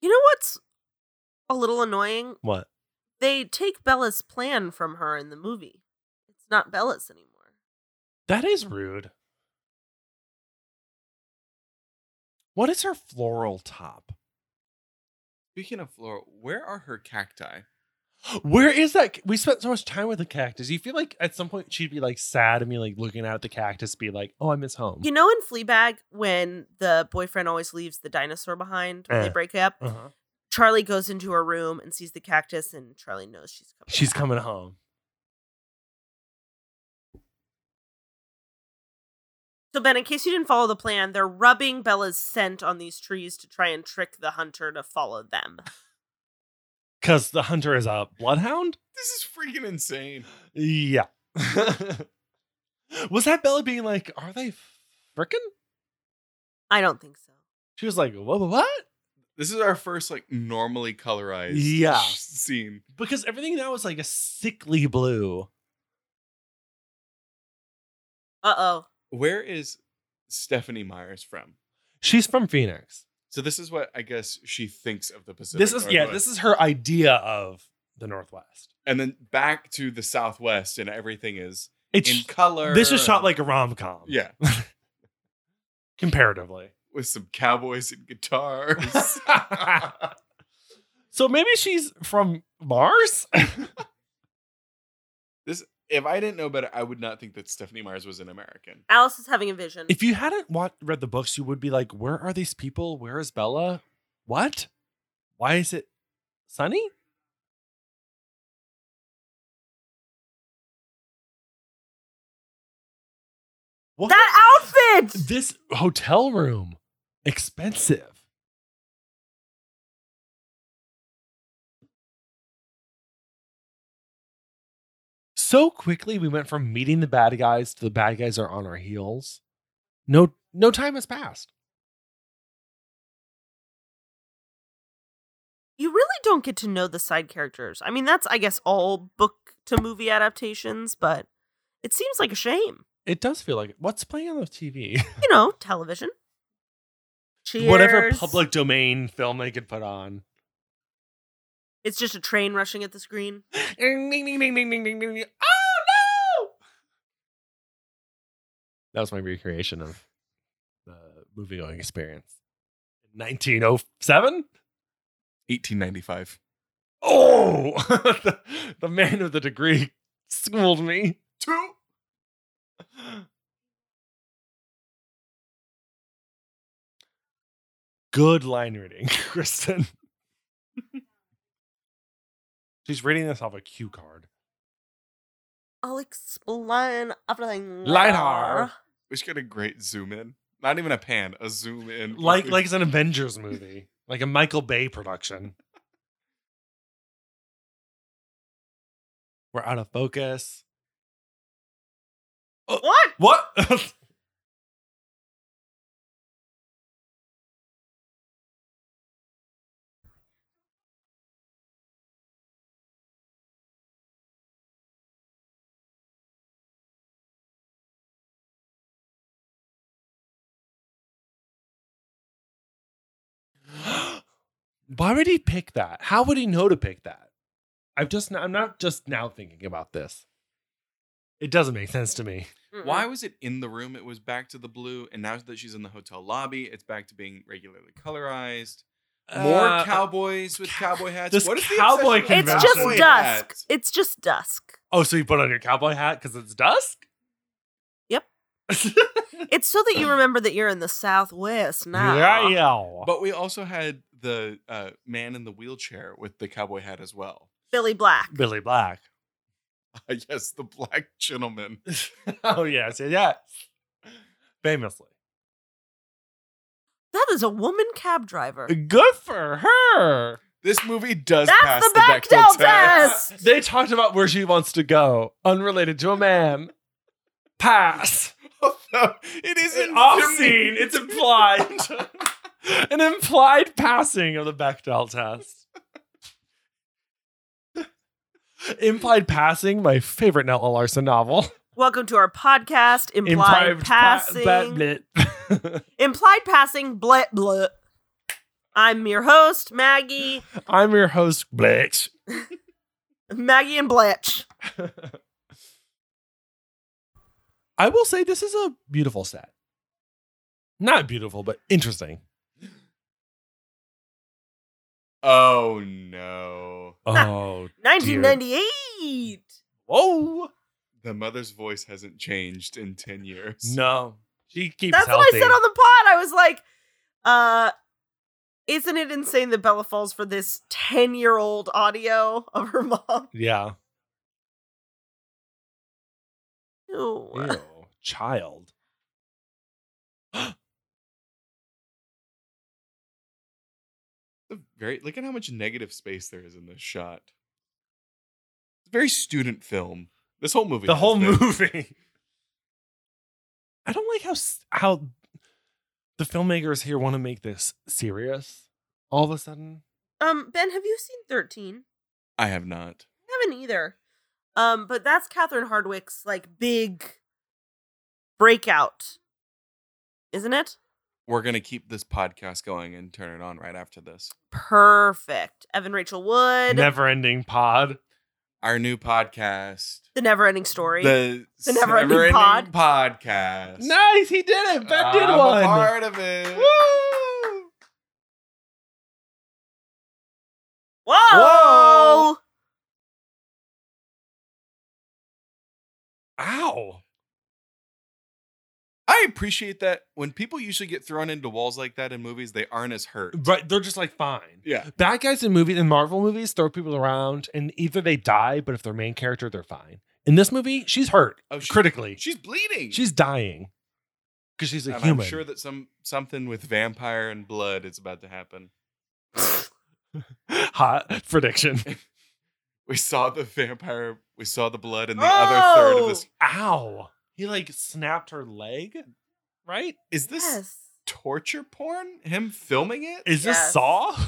[SPEAKER 2] You know what's a little annoying?
[SPEAKER 1] What?
[SPEAKER 2] They take Bella's plan from her in the movie. It's not Bella's anymore.
[SPEAKER 1] That is rude. What is her floral top?
[SPEAKER 3] Speaking of floral, where are her cacti?
[SPEAKER 1] Where is that? We spent so much time with the cactus. You feel like at some point she'd be like sad and be like looking out at the cactus, be like, "Oh, I miss home."
[SPEAKER 2] You know in Fleabag when the boyfriend always leaves the dinosaur behind when they
[SPEAKER 1] Eh.
[SPEAKER 2] break up?
[SPEAKER 1] uh-huh.
[SPEAKER 2] Charlie goes into her room and sees the cactus and Charlie knows she's coming.
[SPEAKER 1] She's
[SPEAKER 2] back.
[SPEAKER 1] coming home.
[SPEAKER 2] So Ben, in case you didn't follow the plan, they're rubbing Bella's scent on these trees to try and trick the hunter to follow them.
[SPEAKER 1] Because the hunter is a bloodhound?
[SPEAKER 3] This is freaking insane.
[SPEAKER 1] Yeah. was that Bella being like, are they frickin'?
[SPEAKER 2] I don't think so.
[SPEAKER 1] She was like, what, what, what?
[SPEAKER 3] This is our first like normally colorized
[SPEAKER 1] Yeah.
[SPEAKER 3] sh- scene.
[SPEAKER 1] Because everything now is like a sickly blue.
[SPEAKER 2] Uh oh.
[SPEAKER 3] Where is Stephanie Myers from?
[SPEAKER 1] She's from Phoenix.
[SPEAKER 3] So this is what I guess she thinks of the Pacific.
[SPEAKER 1] this is, yeah,
[SPEAKER 3] Northwest.
[SPEAKER 1] this is her idea of the Northwest.
[SPEAKER 3] and then back to the Southwest, and everything is
[SPEAKER 1] It's,
[SPEAKER 3] in color.
[SPEAKER 1] this is shot like a rom com.
[SPEAKER 3] yeah,
[SPEAKER 1] Comparatively.
[SPEAKER 3] with some cowboys and guitars.
[SPEAKER 1] so maybe she's from Mars?
[SPEAKER 3] if I didn't know better, I would not think that Stephanie Myers was an American.
[SPEAKER 2] Alice is having a vision.
[SPEAKER 1] if you hadn't wa- read the books, you would be like, where are these people? Where is Bella? What? Why is it sunny? What?
[SPEAKER 2] that outfit!
[SPEAKER 1] this hotel room expensive. So quickly we went from meeting the bad guys to the bad guys are on our heels. No no time has passed.
[SPEAKER 2] you really don't get to know the side characters. I mean, that's I guess all book to movie adaptations, but it seems like a shame.
[SPEAKER 1] It does feel like it. What's playing on the TV?
[SPEAKER 2] You know, television. Cheers.
[SPEAKER 1] Whatever public domain film they could put on.
[SPEAKER 2] It's just a train rushing at the screen.
[SPEAKER 1] oh no! That was my recreation of the movie going experience. 1907?
[SPEAKER 3] 1895.
[SPEAKER 1] Oh! the, the man with the degree schooled me.
[SPEAKER 3] Two.
[SPEAKER 1] good line reading, Kristen. She's reading this off a cue card.
[SPEAKER 2] I'll explain everything.
[SPEAKER 1] Lidar.
[SPEAKER 2] later.
[SPEAKER 3] We should get a great zoom in. Not even a pan, a zoom in.
[SPEAKER 1] Like like it's an Avengers movie, like a Michael Bay production. We're out of focus. Oh,
[SPEAKER 2] What?
[SPEAKER 1] What? Why would he pick that? How would he know to pick that? I'm just I'm not just now thinking about this. It doesn't make sense to me.
[SPEAKER 2] Mm-mm.
[SPEAKER 3] Why was it in the room? It was back to the blue, and now that she's in the hotel lobby, it's back to being regularly colorized. More
[SPEAKER 1] Uh,
[SPEAKER 3] cowboys with cowboy hats.
[SPEAKER 1] this
[SPEAKER 3] what is the
[SPEAKER 1] cowboy
[SPEAKER 3] obsession with
[SPEAKER 2] It's
[SPEAKER 1] convention?
[SPEAKER 2] just
[SPEAKER 3] cowboy
[SPEAKER 2] dusk.
[SPEAKER 3] hats?
[SPEAKER 2] It's just dusk.
[SPEAKER 1] Oh, so you put on your cowboy hat because it's dusk?
[SPEAKER 2] Yep. It's so that you remember that you're in the Southwest now.
[SPEAKER 1] Yeah, yeah.
[SPEAKER 3] But we also had the uh, man in the wheelchair with the cowboy hat as well.
[SPEAKER 2] Billy Black.
[SPEAKER 1] Billy Black.
[SPEAKER 3] yes, the black gentleman.
[SPEAKER 1] oh, yes, yes, yes. Famously.
[SPEAKER 2] That is a woman cab driver.
[SPEAKER 1] Good for her. Uh,
[SPEAKER 3] This movie does pass
[SPEAKER 2] That's the Bechdel test.
[SPEAKER 1] They talked about where she wants to go, unrelated to a man. Pass.
[SPEAKER 3] Although it isn't
[SPEAKER 1] off
[SPEAKER 3] Jimmy-
[SPEAKER 1] scene. It's implied. An implied passing of the Bechdel test. implied passing, my favorite Nella Larson novel.
[SPEAKER 2] Welcome to our podcast, Implied,
[SPEAKER 1] pa-
[SPEAKER 2] Passing.
[SPEAKER 1] ba- blit.
[SPEAKER 2] Implied Passing, blit, blit. I'm your host, Maggie.
[SPEAKER 1] I'm your host, Blix.
[SPEAKER 2] Maggie and Bletch.
[SPEAKER 1] I will say this is a beautiful set. Not beautiful, but interesting.
[SPEAKER 3] Oh no.
[SPEAKER 1] Oh,
[SPEAKER 2] 1998.
[SPEAKER 1] whoa.
[SPEAKER 3] The mother's voice hasn't changed in 10 years.
[SPEAKER 1] No. She keeps
[SPEAKER 2] That's what I
[SPEAKER 1] healthy.
[SPEAKER 2] said on the pod. I was like, uh, isn't it insane that Bella falls for this 10 year old audio of her mom?
[SPEAKER 1] yeah.
[SPEAKER 2] Ew.
[SPEAKER 1] Ew, child.
[SPEAKER 3] The Very look at how much negative space there is in this shot. It's a very student film. This whole movie.
[SPEAKER 1] the
[SPEAKER 3] has
[SPEAKER 1] whole
[SPEAKER 3] been.
[SPEAKER 1] movie. I don't like how s- how the filmmakers here want to make this serious all of a sudden.
[SPEAKER 2] Um, Ben, have you seen 13?
[SPEAKER 3] I have not.
[SPEAKER 2] I haven't either. Um, but that's Catherine Hardwick's like big breakout, isn't it?
[SPEAKER 3] We're gonna keep this podcast going and turn it on right after this.
[SPEAKER 2] Perfect. Evan Rachel Wood,
[SPEAKER 1] Never ending pod.
[SPEAKER 3] Our new podcast.
[SPEAKER 2] The Never Ending Story.
[SPEAKER 3] The,
[SPEAKER 2] The Never Ending
[SPEAKER 3] Never Ending
[SPEAKER 2] Pod.
[SPEAKER 3] podcast.
[SPEAKER 1] Nice, he did it. Ben did
[SPEAKER 3] Uh, I'm a
[SPEAKER 1] one.
[SPEAKER 3] part of it.
[SPEAKER 1] Woo!
[SPEAKER 2] Whoa!
[SPEAKER 1] Whoa! Ow.
[SPEAKER 3] I appreciate that when people usually get thrown into walls like that in movies, they aren't as hurt.
[SPEAKER 1] But they're just like fine.
[SPEAKER 3] Yeah.
[SPEAKER 1] Bad guys in movies in Marvel movies throw people around and either they die, but if they're main character, they're fine. In this movie, she's hurt
[SPEAKER 3] Oh, she-
[SPEAKER 1] critically.
[SPEAKER 3] She's bleeding.
[SPEAKER 1] She's dying because she's a
[SPEAKER 3] And
[SPEAKER 1] human.
[SPEAKER 3] I'm sure that some something with vampire and blood is about to happen.
[SPEAKER 1] Hot prediction.
[SPEAKER 3] We saw the vampire. We saw the blood and the other third of this.
[SPEAKER 1] Ow. He like snapped her leg, right?
[SPEAKER 3] Is this
[SPEAKER 2] Yes.
[SPEAKER 3] torture porn? Him filming it?
[SPEAKER 1] Is this
[SPEAKER 2] Yes.
[SPEAKER 1] Saw?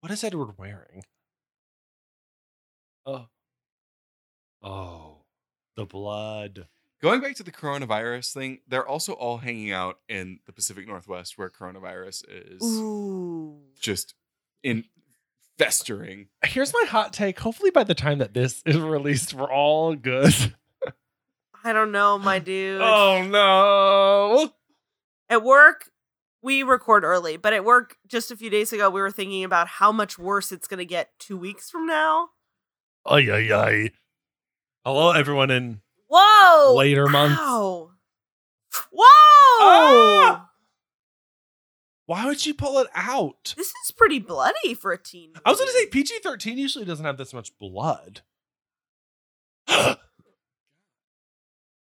[SPEAKER 1] What is Edward wearing? Oh. Oh. The blood.
[SPEAKER 3] Going back to the coronavirus thing, they're also all hanging out in the Pacific Northwest where coronavirus is
[SPEAKER 2] Ooh.
[SPEAKER 3] just in festering.
[SPEAKER 1] Here's my hot take. Hopefully, by the time that this is released, we're all good.
[SPEAKER 2] I don't know, my dude.
[SPEAKER 1] Oh, no.
[SPEAKER 2] At work, we record early, but at work just a few days ago, we were thinking about how much worse it's going to get two weeks from now.
[SPEAKER 1] Ay, ay, ay. Hello, everyone in
[SPEAKER 2] Whoa!
[SPEAKER 1] later months.
[SPEAKER 2] Wow. Whoa!
[SPEAKER 1] Ah! Why would she pull it out?
[SPEAKER 2] This is pretty bloody for a teen.
[SPEAKER 1] I was gonna
[SPEAKER 2] movie.
[SPEAKER 1] say PG thirteen usually doesn't have this much blood.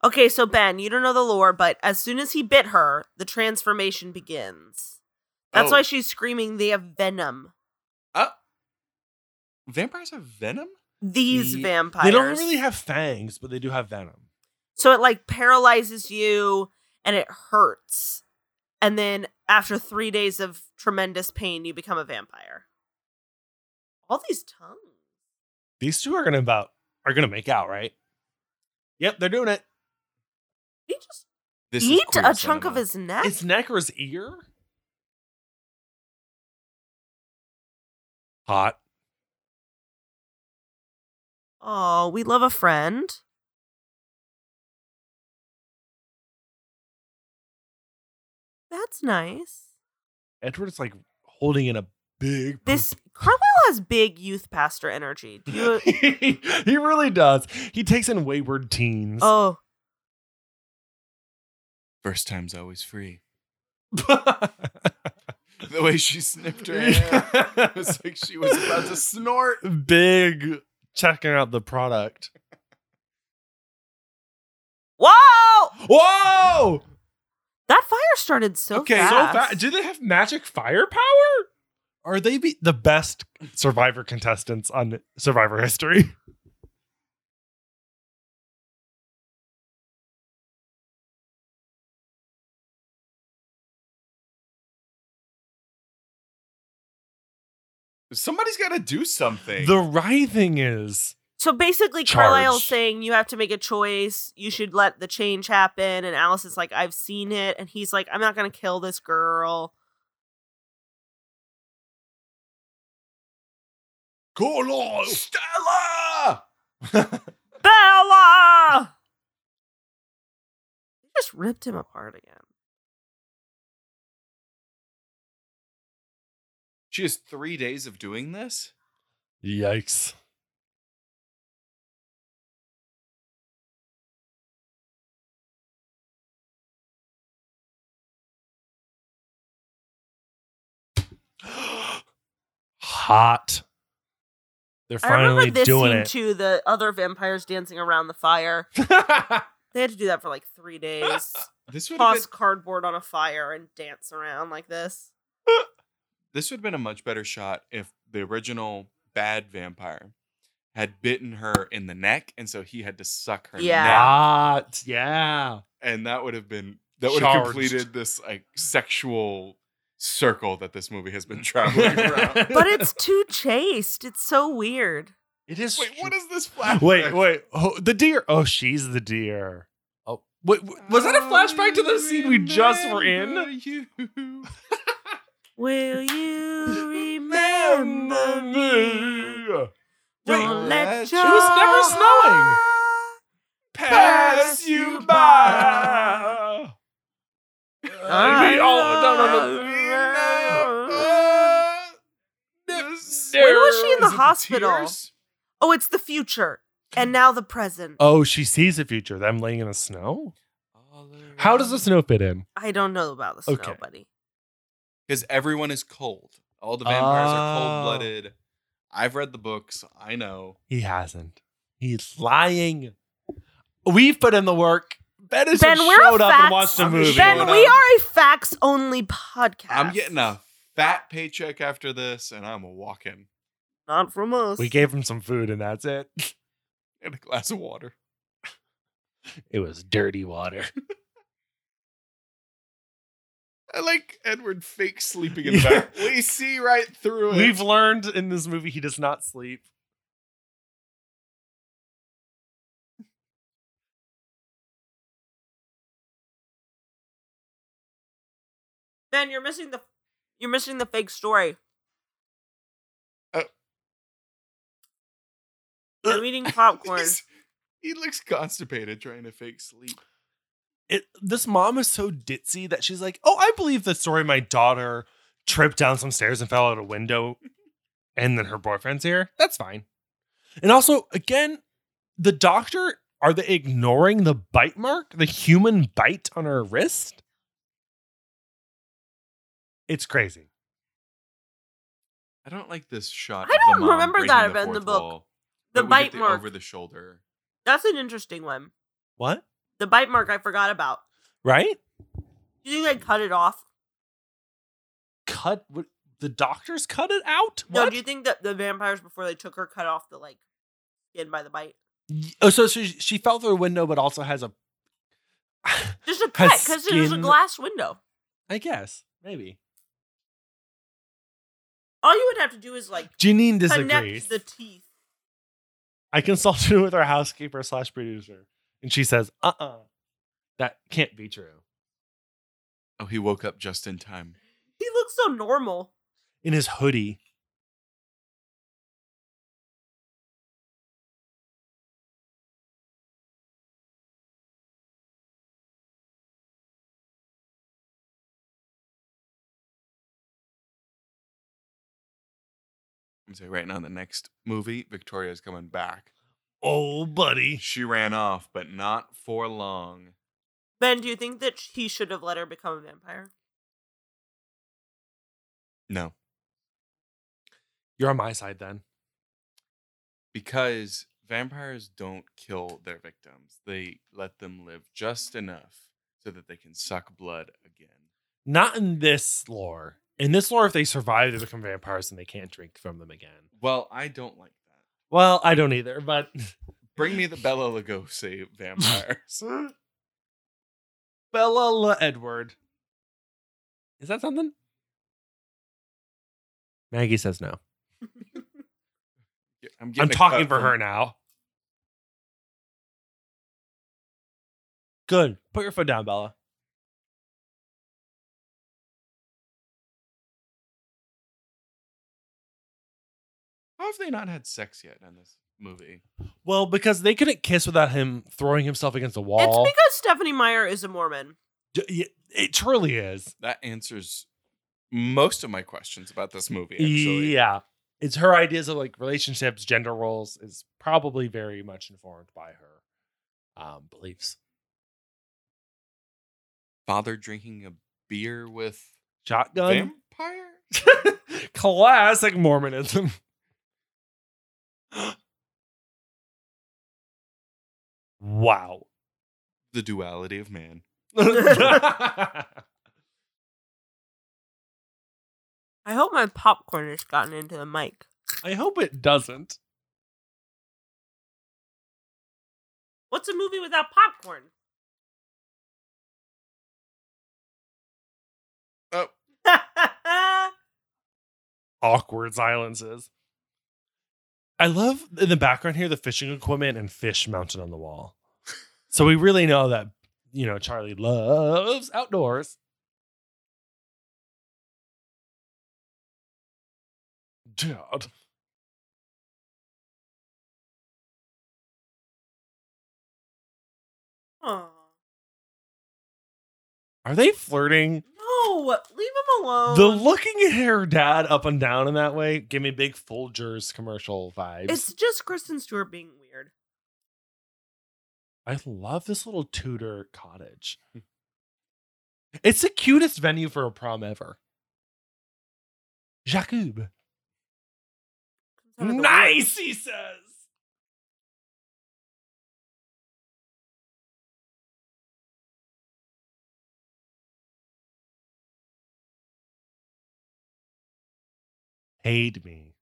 [SPEAKER 2] Okay, so Ben, you don't know the lore, but as soon as he bit her, the transformation begins. That's
[SPEAKER 3] Oh.
[SPEAKER 2] why she's screaming they have venom.
[SPEAKER 3] Vampires have venom?
[SPEAKER 2] These
[SPEAKER 3] Ye-
[SPEAKER 2] vampires.
[SPEAKER 1] they don't really have fangs, but they do have venom.
[SPEAKER 2] So it like paralyzes you and it hurts. And then after three days of tremendous pain, you become a vampire. All these tongues.
[SPEAKER 1] These two are gonna about are gonna make out, right? Yep, they're doing it.
[SPEAKER 2] Did he just
[SPEAKER 3] This
[SPEAKER 2] eat a chunk of his neck?
[SPEAKER 1] It's neck or his ear. Hot.
[SPEAKER 2] Oh, we love a friend. That's nice.
[SPEAKER 1] Edward's like holding in a big
[SPEAKER 3] Hmm.
[SPEAKER 1] poop.
[SPEAKER 2] This Carlisle has big youth pastor energy. Do you,
[SPEAKER 1] he he really does. He takes in wayward teens.
[SPEAKER 2] oh,
[SPEAKER 3] First time's always free. The
[SPEAKER 1] the
[SPEAKER 3] way she snipped her hair. It was like she was about to snort.
[SPEAKER 1] big checking out the product.
[SPEAKER 2] whoa!
[SPEAKER 1] Whoa!
[SPEAKER 2] That fire started so
[SPEAKER 3] Okay, so
[SPEAKER 2] fast.
[SPEAKER 1] So fa- do they have magic firepower? Are they be- the best Survivor contestants on Survivor history?
[SPEAKER 3] Somebody's got to do something.
[SPEAKER 1] The writhing is
[SPEAKER 2] So basically,
[SPEAKER 1] Charged.
[SPEAKER 2] Carlisle's saying you have to make a choice. You should let the change happen. And Alice is like, I've seen it. And he's like, I'm not going to kill this girl.
[SPEAKER 3] Go on, Stella.
[SPEAKER 2] Bella! They just ripped him apart again.
[SPEAKER 3] She has three days of doing this.
[SPEAKER 1] yikes. Hot. They're
[SPEAKER 2] I
[SPEAKER 1] finally
[SPEAKER 2] remember this
[SPEAKER 1] doing
[SPEAKER 2] scene
[SPEAKER 1] it.
[SPEAKER 2] too. The other vampires dancing around the fire. They had to do that for like three days.
[SPEAKER 3] This would have
[SPEAKER 2] Toss
[SPEAKER 3] been,
[SPEAKER 2] cardboard on a fire and dance around like this.
[SPEAKER 3] this would have been a much better shot if the original bad vampire had bitten her in the neck, and so he had to suck her
[SPEAKER 2] Yeah.
[SPEAKER 1] Ah.
[SPEAKER 3] neck,
[SPEAKER 1] Hot. Yeah.
[SPEAKER 3] and that would have been that would have
[SPEAKER 1] Charged.
[SPEAKER 3] completed this like sexual circle that this movie has been traveling around.
[SPEAKER 2] But it's too chaste. It's so weird.
[SPEAKER 1] it is.
[SPEAKER 3] Wait, what is this flashback?
[SPEAKER 1] Wait, wait. Oh, the deer. Oh, she's the deer. Oh, wait, w- was that a flashback to the scene we just were
[SPEAKER 3] Remember
[SPEAKER 1] in?
[SPEAKER 3] you.
[SPEAKER 2] Will you remember me?
[SPEAKER 1] Wait,
[SPEAKER 2] Don't let
[SPEAKER 3] It was
[SPEAKER 2] your
[SPEAKER 1] never snowing.
[SPEAKER 3] Pass you
[SPEAKER 2] Ah.
[SPEAKER 3] by.
[SPEAKER 1] I
[SPEAKER 2] I
[SPEAKER 1] mean, oh, no, no, no.
[SPEAKER 2] When was she in the hospital? Oh, it's the future. And now the present.
[SPEAKER 1] Oh, she sees the future. Them laying in the snow. How does the snow fit in?
[SPEAKER 2] I don't know about the snow,
[SPEAKER 1] Okay.
[SPEAKER 2] buddy.
[SPEAKER 3] Because everyone is cold. All the vampires are
[SPEAKER 1] Oh.
[SPEAKER 3] cold blooded. I've read the books. I know.
[SPEAKER 1] He hasn't. He's lying. We've put in the work. Ben has
[SPEAKER 2] Ben,
[SPEAKER 1] just
[SPEAKER 2] we're
[SPEAKER 1] showed
[SPEAKER 2] a
[SPEAKER 1] up and
[SPEAKER 2] facts-
[SPEAKER 1] watched a
[SPEAKER 3] I'm
[SPEAKER 1] movie.
[SPEAKER 3] just
[SPEAKER 2] Ben,
[SPEAKER 3] showing
[SPEAKER 2] we
[SPEAKER 3] up.
[SPEAKER 2] are a facts only podcast.
[SPEAKER 3] I'm getting a fat paycheck after this, and I'm walking
[SPEAKER 2] Not from us.
[SPEAKER 1] We gave him some food and that's it.
[SPEAKER 3] in a glass of water.
[SPEAKER 1] It was dirty water.
[SPEAKER 3] I like Edward fake sleeping in the back.
[SPEAKER 1] Yeah.
[SPEAKER 3] We see right through it.
[SPEAKER 1] We've learned in this movie he does not sleep.
[SPEAKER 2] Ben, you're missing the you're missing the fake story.
[SPEAKER 1] Uh.
[SPEAKER 3] Oh.
[SPEAKER 2] I'm eating popcorn.
[SPEAKER 3] He's- he looks constipated trying to fake sleep.
[SPEAKER 1] It, this mom is so ditzy that she's like, "Oh, I believe the story. My daughter tripped down some stairs and fell out a window, and then her boyfriend's here. That's fine." And also, again, the doctor are they ignoring the bite mark, the human bite on her wrist? It's crazy.
[SPEAKER 3] I don't like this shot.
[SPEAKER 2] I
[SPEAKER 3] of the
[SPEAKER 2] don't
[SPEAKER 3] mom
[SPEAKER 2] remember
[SPEAKER 3] breaking
[SPEAKER 2] that
[SPEAKER 3] the
[SPEAKER 2] in the
[SPEAKER 3] fourth
[SPEAKER 2] book.
[SPEAKER 3] wall,
[SPEAKER 2] The
[SPEAKER 3] but we get
[SPEAKER 2] bite
[SPEAKER 3] the
[SPEAKER 2] mark.
[SPEAKER 3] over the shoulder.
[SPEAKER 2] That's an interesting one.
[SPEAKER 1] What?
[SPEAKER 2] The bite mark I forgot about.
[SPEAKER 1] Right?
[SPEAKER 2] Do you think they cut it off?
[SPEAKER 1] Cut what, the doctors cut it out?
[SPEAKER 2] No,
[SPEAKER 1] What?
[SPEAKER 2] do you think that the vampires before they took her cut off the like skin by the bite?
[SPEAKER 1] Y- oh, so she, she fell through a window, but also has a.
[SPEAKER 2] Just a
[SPEAKER 1] Her
[SPEAKER 2] cut because there's a
[SPEAKER 1] skin-
[SPEAKER 2] glass window.
[SPEAKER 1] I guess maybe
[SPEAKER 2] All you would have to do is like
[SPEAKER 1] Janine disagrees.
[SPEAKER 2] connect the teeth.
[SPEAKER 1] I consulted with our housekeeper slash producer, and she says, "Uh, uh that can't be true."
[SPEAKER 3] Oh, he woke up just in time.
[SPEAKER 2] He looks so normal.
[SPEAKER 1] In his hoodie,
[SPEAKER 3] I'm saying right now, the next movie, Victoria's coming back.
[SPEAKER 1] oh buddy,
[SPEAKER 3] She ran off, but not for long.
[SPEAKER 2] Ben, do you think that sh- he should have let her become a vampire?
[SPEAKER 3] No,
[SPEAKER 1] you're on my side then.
[SPEAKER 3] because vampires don't kill their victims. They let them live just enough so that they can suck blood again.
[SPEAKER 1] Not in this lore. In this lore, if they survive, they become vampires and they can't drink from them again.
[SPEAKER 3] Well, I don't like that.
[SPEAKER 1] Well, I don't either, but
[SPEAKER 3] Bring me the Bella Lugosi vampires.
[SPEAKER 1] Bella La Edward. Is that something? Maggie says no.
[SPEAKER 3] I'm,
[SPEAKER 1] I'm
[SPEAKER 3] getting a
[SPEAKER 1] talking
[SPEAKER 3] cut
[SPEAKER 1] for
[SPEAKER 3] from-
[SPEAKER 1] her now. Good. Put your foot down, Bella.
[SPEAKER 3] How have they not had sex yet in this movie?
[SPEAKER 1] Well, because they couldn't kiss without him throwing himself against the
[SPEAKER 2] It's
[SPEAKER 1] wall.
[SPEAKER 2] because Stephanie Meyer is a Mormon.
[SPEAKER 1] D- y- It truly is.
[SPEAKER 3] That answers most of my questions about this movie, actually.
[SPEAKER 1] Yeah. It's her ideas of like relationships, gender roles is probably very much informed by her um, beliefs.
[SPEAKER 3] Father drinking a beer with
[SPEAKER 1] Shotgun.
[SPEAKER 3] vampire?
[SPEAKER 1] Classic Mormonism. wow.
[SPEAKER 3] The duality of man.
[SPEAKER 2] I hope my popcorn has gotten into the mic.
[SPEAKER 1] I hope it doesn't.
[SPEAKER 2] What's a movie without popcorn?
[SPEAKER 3] Oh,
[SPEAKER 1] Awkward silences. I love in the background here the fishing equipment and fish mounted on the wall. So we really know that, you know, Charlie loves outdoors. Dad.
[SPEAKER 2] Aw.
[SPEAKER 1] Are they flirting?
[SPEAKER 2] no, leave him alone.
[SPEAKER 1] The looking at her dad up and down in that way give me big Folgers commercial vibes.
[SPEAKER 2] it's just Kristen Stewart being weird.
[SPEAKER 1] I love this little Tudor cottage. It's the cutest venue for a prom ever. Jacob.
[SPEAKER 2] Comes out of the
[SPEAKER 1] Nice, he says. Paid me.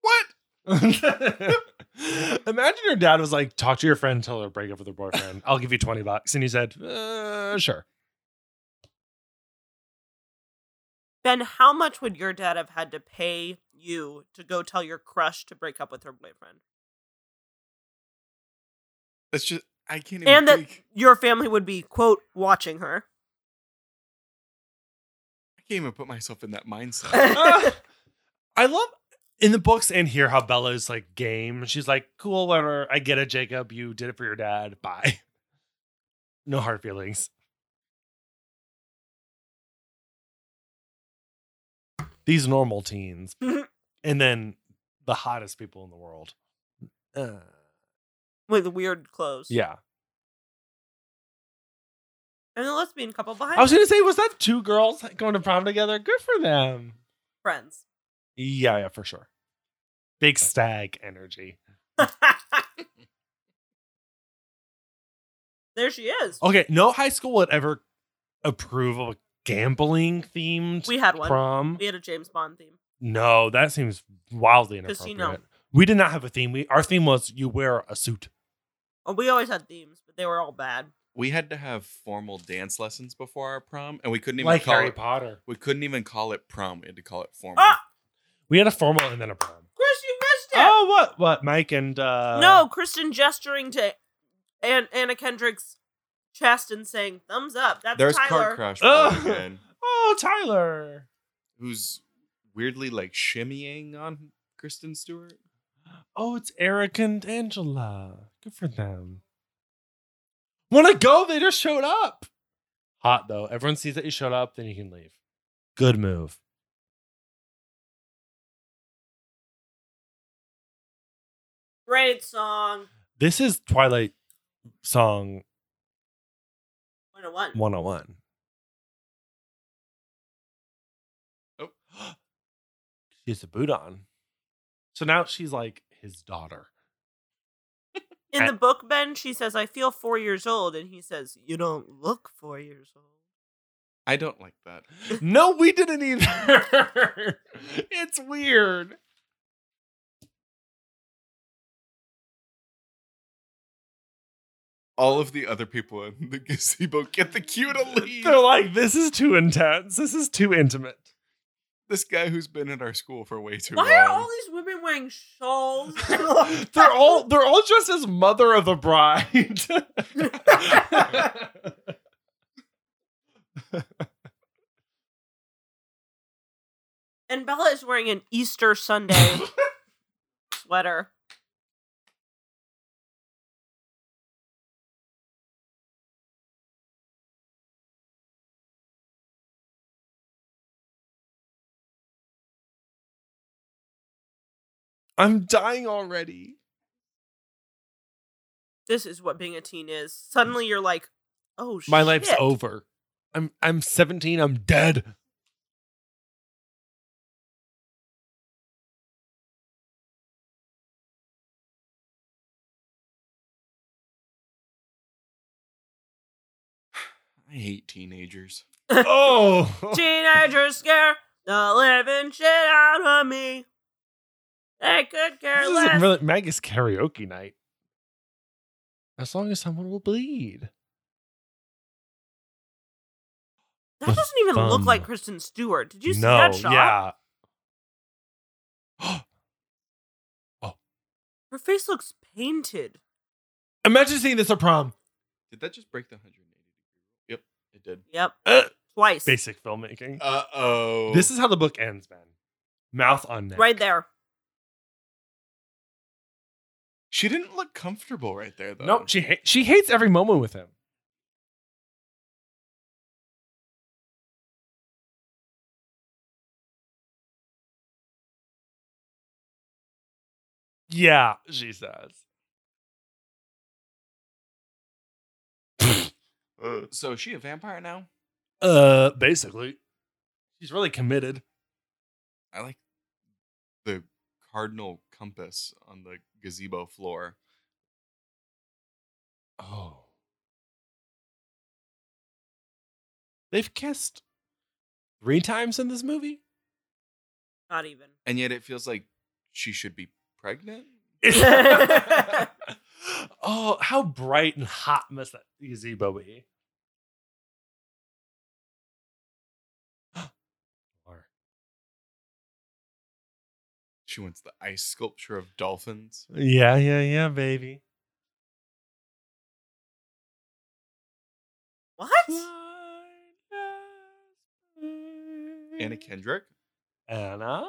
[SPEAKER 3] what?
[SPEAKER 1] Imagine your dad was like, talk to your friend, tell her break up with her boyfriend. I'll give you 20 bucks. And he said, uh, sure.
[SPEAKER 2] Ben, how much would your dad have had to pay you to go tell your crush to break up with her boyfriend?
[SPEAKER 3] That's just, I can't even
[SPEAKER 2] And that
[SPEAKER 3] think.
[SPEAKER 2] your family would be, quote, watching her.
[SPEAKER 3] I can't even put myself in that mindset.
[SPEAKER 1] Ah. I love in the books and here how Bella is like game. She's like, cool, whatever. I get it, Jacob. You did it for your dad. Bye. No hard feelings. These normal teens. and then the hottest people in the world. Uh,
[SPEAKER 2] with weird clothes.
[SPEAKER 1] yeah.
[SPEAKER 2] and the lesbian couple behind
[SPEAKER 1] I was going to say, was that two girls going to prom together? Good for them.
[SPEAKER 2] them, friends.
[SPEAKER 1] Yeah, yeah, for sure. Big stag energy.
[SPEAKER 2] there she is.
[SPEAKER 1] Okay, no high school would ever approve of a gambling themed
[SPEAKER 2] we had one.
[SPEAKER 1] prom.
[SPEAKER 2] We had a James Bond theme.
[SPEAKER 1] No, that seems wildly
[SPEAKER 2] Casino.
[SPEAKER 1] inappropriate. We did not have a theme. We our theme was you wear a suit.
[SPEAKER 2] Oh, we always had themes, but they were all bad.
[SPEAKER 3] We had to have formal dance lessons before our prom, and we couldn't even
[SPEAKER 1] Like
[SPEAKER 3] call
[SPEAKER 1] Harry
[SPEAKER 3] it,
[SPEAKER 1] Potter.
[SPEAKER 3] we couldn't even call it prom. We had to call it formal.
[SPEAKER 2] Ah!
[SPEAKER 1] We had a formal and then a prom.
[SPEAKER 2] Chris, you missed it.
[SPEAKER 1] Oh what what Mike and uh
[SPEAKER 2] no, Kristen gesturing to An- Anna Kendrick's chest and saying "thumbs up." That's
[SPEAKER 3] There's Car
[SPEAKER 2] uh, Tyler.
[SPEAKER 3] Crash
[SPEAKER 1] Ugh.
[SPEAKER 3] again,
[SPEAKER 1] Oh Tyler.
[SPEAKER 3] who's weirdly like shimmying on Kristen Stewart.
[SPEAKER 1] Oh it's Eric and Angela. Good for them. Wanna go? They just showed up. Hot though. Everyone sees that you showed up, then you can leave. Good move.
[SPEAKER 2] Great song.
[SPEAKER 1] This is Twilight song
[SPEAKER 2] One to one.
[SPEAKER 1] 101.
[SPEAKER 3] Oh.
[SPEAKER 1] she has a boot on. So now she's like his daughter.
[SPEAKER 2] In the book, Ben, she says, "I feel four years old," and he says, "You don't look four years old."
[SPEAKER 3] I don't like that.
[SPEAKER 1] No, we didn't either. it's weird.
[SPEAKER 3] All of the other people in the gazebo get the cue to leave.
[SPEAKER 1] They're like, this is too intense. This is too intimate.
[SPEAKER 3] This guy who's been at our school for way too
[SPEAKER 2] Why
[SPEAKER 3] long.
[SPEAKER 2] are all these women wearing shawls?
[SPEAKER 1] they're all they're all dressed as mother of the bride.
[SPEAKER 2] and Bella is wearing an Easter Sunday sweater.
[SPEAKER 1] I'm dying already.
[SPEAKER 2] This is what being a teen is. Suddenly you're like, oh shit.
[SPEAKER 1] My life's over. I'm I'm 17. I'm dead.
[SPEAKER 3] I hate teenagers.
[SPEAKER 1] Oh.
[SPEAKER 2] Teenagers scare the living shit out of me. They could care
[SPEAKER 1] This
[SPEAKER 2] less.
[SPEAKER 1] isn't really Maggie's karaoke night. As long as someone will bleed.
[SPEAKER 2] that doesn't even look
[SPEAKER 1] Thumb.
[SPEAKER 2] like Kristen Stewart. Did you see that shot?
[SPEAKER 1] yeah.
[SPEAKER 2] Her face looks painted.
[SPEAKER 1] Imagine seeing this at prom.
[SPEAKER 3] Did that just break the 180 degree? Yep, it did.
[SPEAKER 2] Yep.
[SPEAKER 1] Uh,
[SPEAKER 2] Twice.
[SPEAKER 1] Basic filmmaking.
[SPEAKER 3] Uh oh.
[SPEAKER 1] This is how the book ends, Ben. Mouth on neck.
[SPEAKER 2] Right there.
[SPEAKER 3] She didn't look comfortable right there though.
[SPEAKER 1] Nope. She ha- she hates every moment with him. Yeah, she says.
[SPEAKER 3] Uh, so is she a vampire now?
[SPEAKER 1] Uh, basically, she's really committed.
[SPEAKER 3] I like the cardinal compass on the gazebo floor.
[SPEAKER 1] Oh. They've kissed three times in this movie?
[SPEAKER 2] Not even.
[SPEAKER 3] And yet it feels like she should be pregnant.
[SPEAKER 1] oh, how bright and hot must that gazebo be? Or-
[SPEAKER 3] She wants the ice sculpture of dolphins.
[SPEAKER 1] yeah, yeah, yeah, baby.
[SPEAKER 2] What?
[SPEAKER 3] Anna
[SPEAKER 1] Mm.
[SPEAKER 3] Kendrick?
[SPEAKER 1] Anna? Is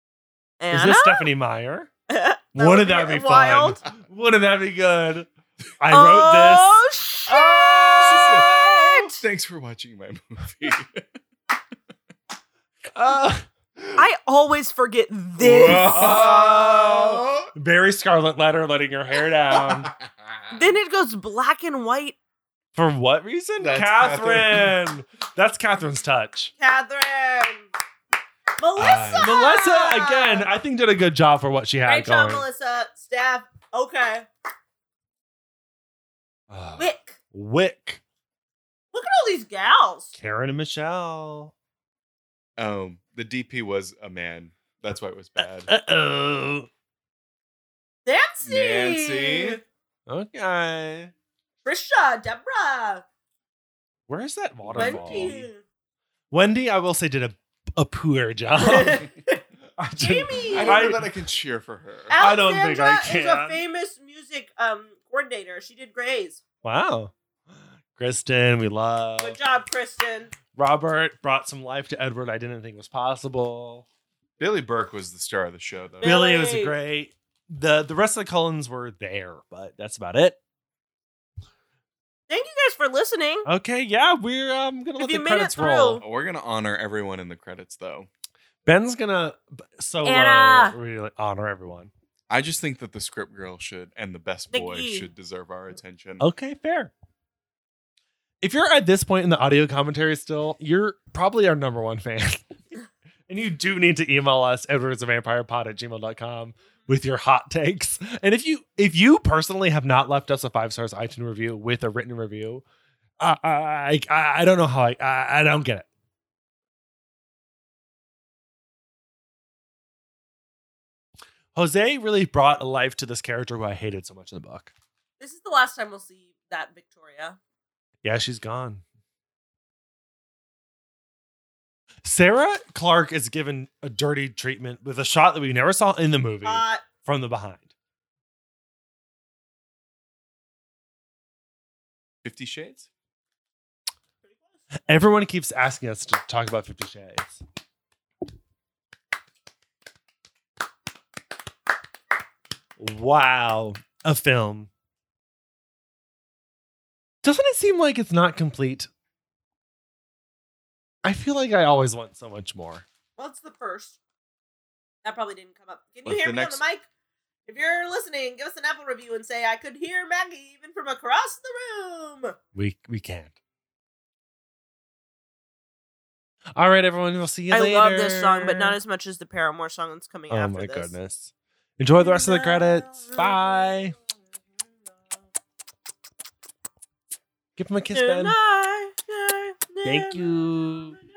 [SPEAKER 2] Anna?
[SPEAKER 1] this Stephanie Meyer? Wouldn't that be
[SPEAKER 2] wild.
[SPEAKER 1] fun? Wouldn't that be good? I wrote this. Ah,
[SPEAKER 2] oh, Shit!
[SPEAKER 3] Oh! Thanks for watching my movie.
[SPEAKER 1] Uh,
[SPEAKER 2] I always forget this.
[SPEAKER 1] Whoa. Very Scarlet Letter letting her hair
[SPEAKER 3] Um,
[SPEAKER 1] down.
[SPEAKER 2] then it goes black and white.
[SPEAKER 1] For what reason?
[SPEAKER 3] That's
[SPEAKER 1] Catherine. That's Catherine's touch.
[SPEAKER 2] Catherine. Melissa.
[SPEAKER 3] Uh,
[SPEAKER 1] Melissa, again, I think did a good job for what she had
[SPEAKER 2] Great job,
[SPEAKER 1] going.
[SPEAKER 2] Melissa. Staff. Okay.
[SPEAKER 1] Ah.
[SPEAKER 2] Wick.
[SPEAKER 1] Wick.
[SPEAKER 2] Look at all these gals.
[SPEAKER 1] Karen and Michelle.
[SPEAKER 3] um, the DP was a man. That's why it was bad.
[SPEAKER 1] Uh-oh.
[SPEAKER 2] Nancy.
[SPEAKER 3] Nancy.
[SPEAKER 1] Okay.
[SPEAKER 2] Trisha. Deborah.
[SPEAKER 1] Where is that waterfall? Wendy,
[SPEAKER 2] Wendy.
[SPEAKER 1] I will say, did a, a poor job. I didn't-
[SPEAKER 2] Jamie.
[SPEAKER 3] I don't know that I can cheer for her.
[SPEAKER 1] Ah. I don't think I
[SPEAKER 2] Alexandra
[SPEAKER 1] can.
[SPEAKER 2] is a famous music um, coordinator. She did Grays.
[SPEAKER 1] Wow. Kristen, we love.
[SPEAKER 2] Good job, Kristen.
[SPEAKER 1] Robert brought some life to Edward I didn't think was possible.
[SPEAKER 3] Billy Burke was the star of the show, though.
[SPEAKER 2] Bill-
[SPEAKER 1] Billy was
[SPEAKER 2] Billy.
[SPEAKER 1] great. The the rest of the Cullens were there, but that's about it.
[SPEAKER 2] Thank you guys for listening.
[SPEAKER 1] Okay, yeah, we're um gonna
[SPEAKER 2] If
[SPEAKER 1] let
[SPEAKER 2] you
[SPEAKER 1] the
[SPEAKER 2] made
[SPEAKER 1] credits
[SPEAKER 2] it through-
[SPEAKER 1] roll.
[SPEAKER 3] We're gonna honor everyone in the credits, though.
[SPEAKER 1] Ben's gonna b- solo
[SPEAKER 2] Anna.
[SPEAKER 1] really honor everyone.
[SPEAKER 3] I just think that the script girl should and the best boy
[SPEAKER 2] Nikki.
[SPEAKER 3] should deserve our attention.
[SPEAKER 1] Okay, fair. If you're at this point in the audio commentary still, you're probably our number one fan. and you do need to email us, edwardsavampirepod at gmail.com with your hot takes. And if you if you personally have not left us a five stars iTunes review with a written review, I I, I, I don't know how I, I I don't get it. Jose really brought a life to this character who I hated so much in the book.
[SPEAKER 2] This is the last time we'll see that Victoria.
[SPEAKER 1] Yeah, she's gone. Sarah Clark is given a dirty treatment with a shot that we never saw in the movie
[SPEAKER 2] Uh,
[SPEAKER 1] from the behind.
[SPEAKER 3] Fifty Shades.
[SPEAKER 2] pretty close.
[SPEAKER 1] Everyone keeps asking us to talk about Fifty Shades. Wow, a film. Doesn't it seem like it's not complete? I feel like I always want so much more.
[SPEAKER 2] What's the first? That probably didn't come up. Can you
[SPEAKER 3] What's
[SPEAKER 2] hear
[SPEAKER 3] the
[SPEAKER 2] me
[SPEAKER 3] next-
[SPEAKER 2] on the mic? If you're listening, give us an Apple review and say I could hear Maggie even from across the room.
[SPEAKER 1] We we can't. All right, everyone. We'll see you later.
[SPEAKER 2] as much as the Paramore song that's coming
[SPEAKER 1] Oh my goodness! Enjoy the rest of the credits. Bye. Give him a kiss, Ben. Thank you.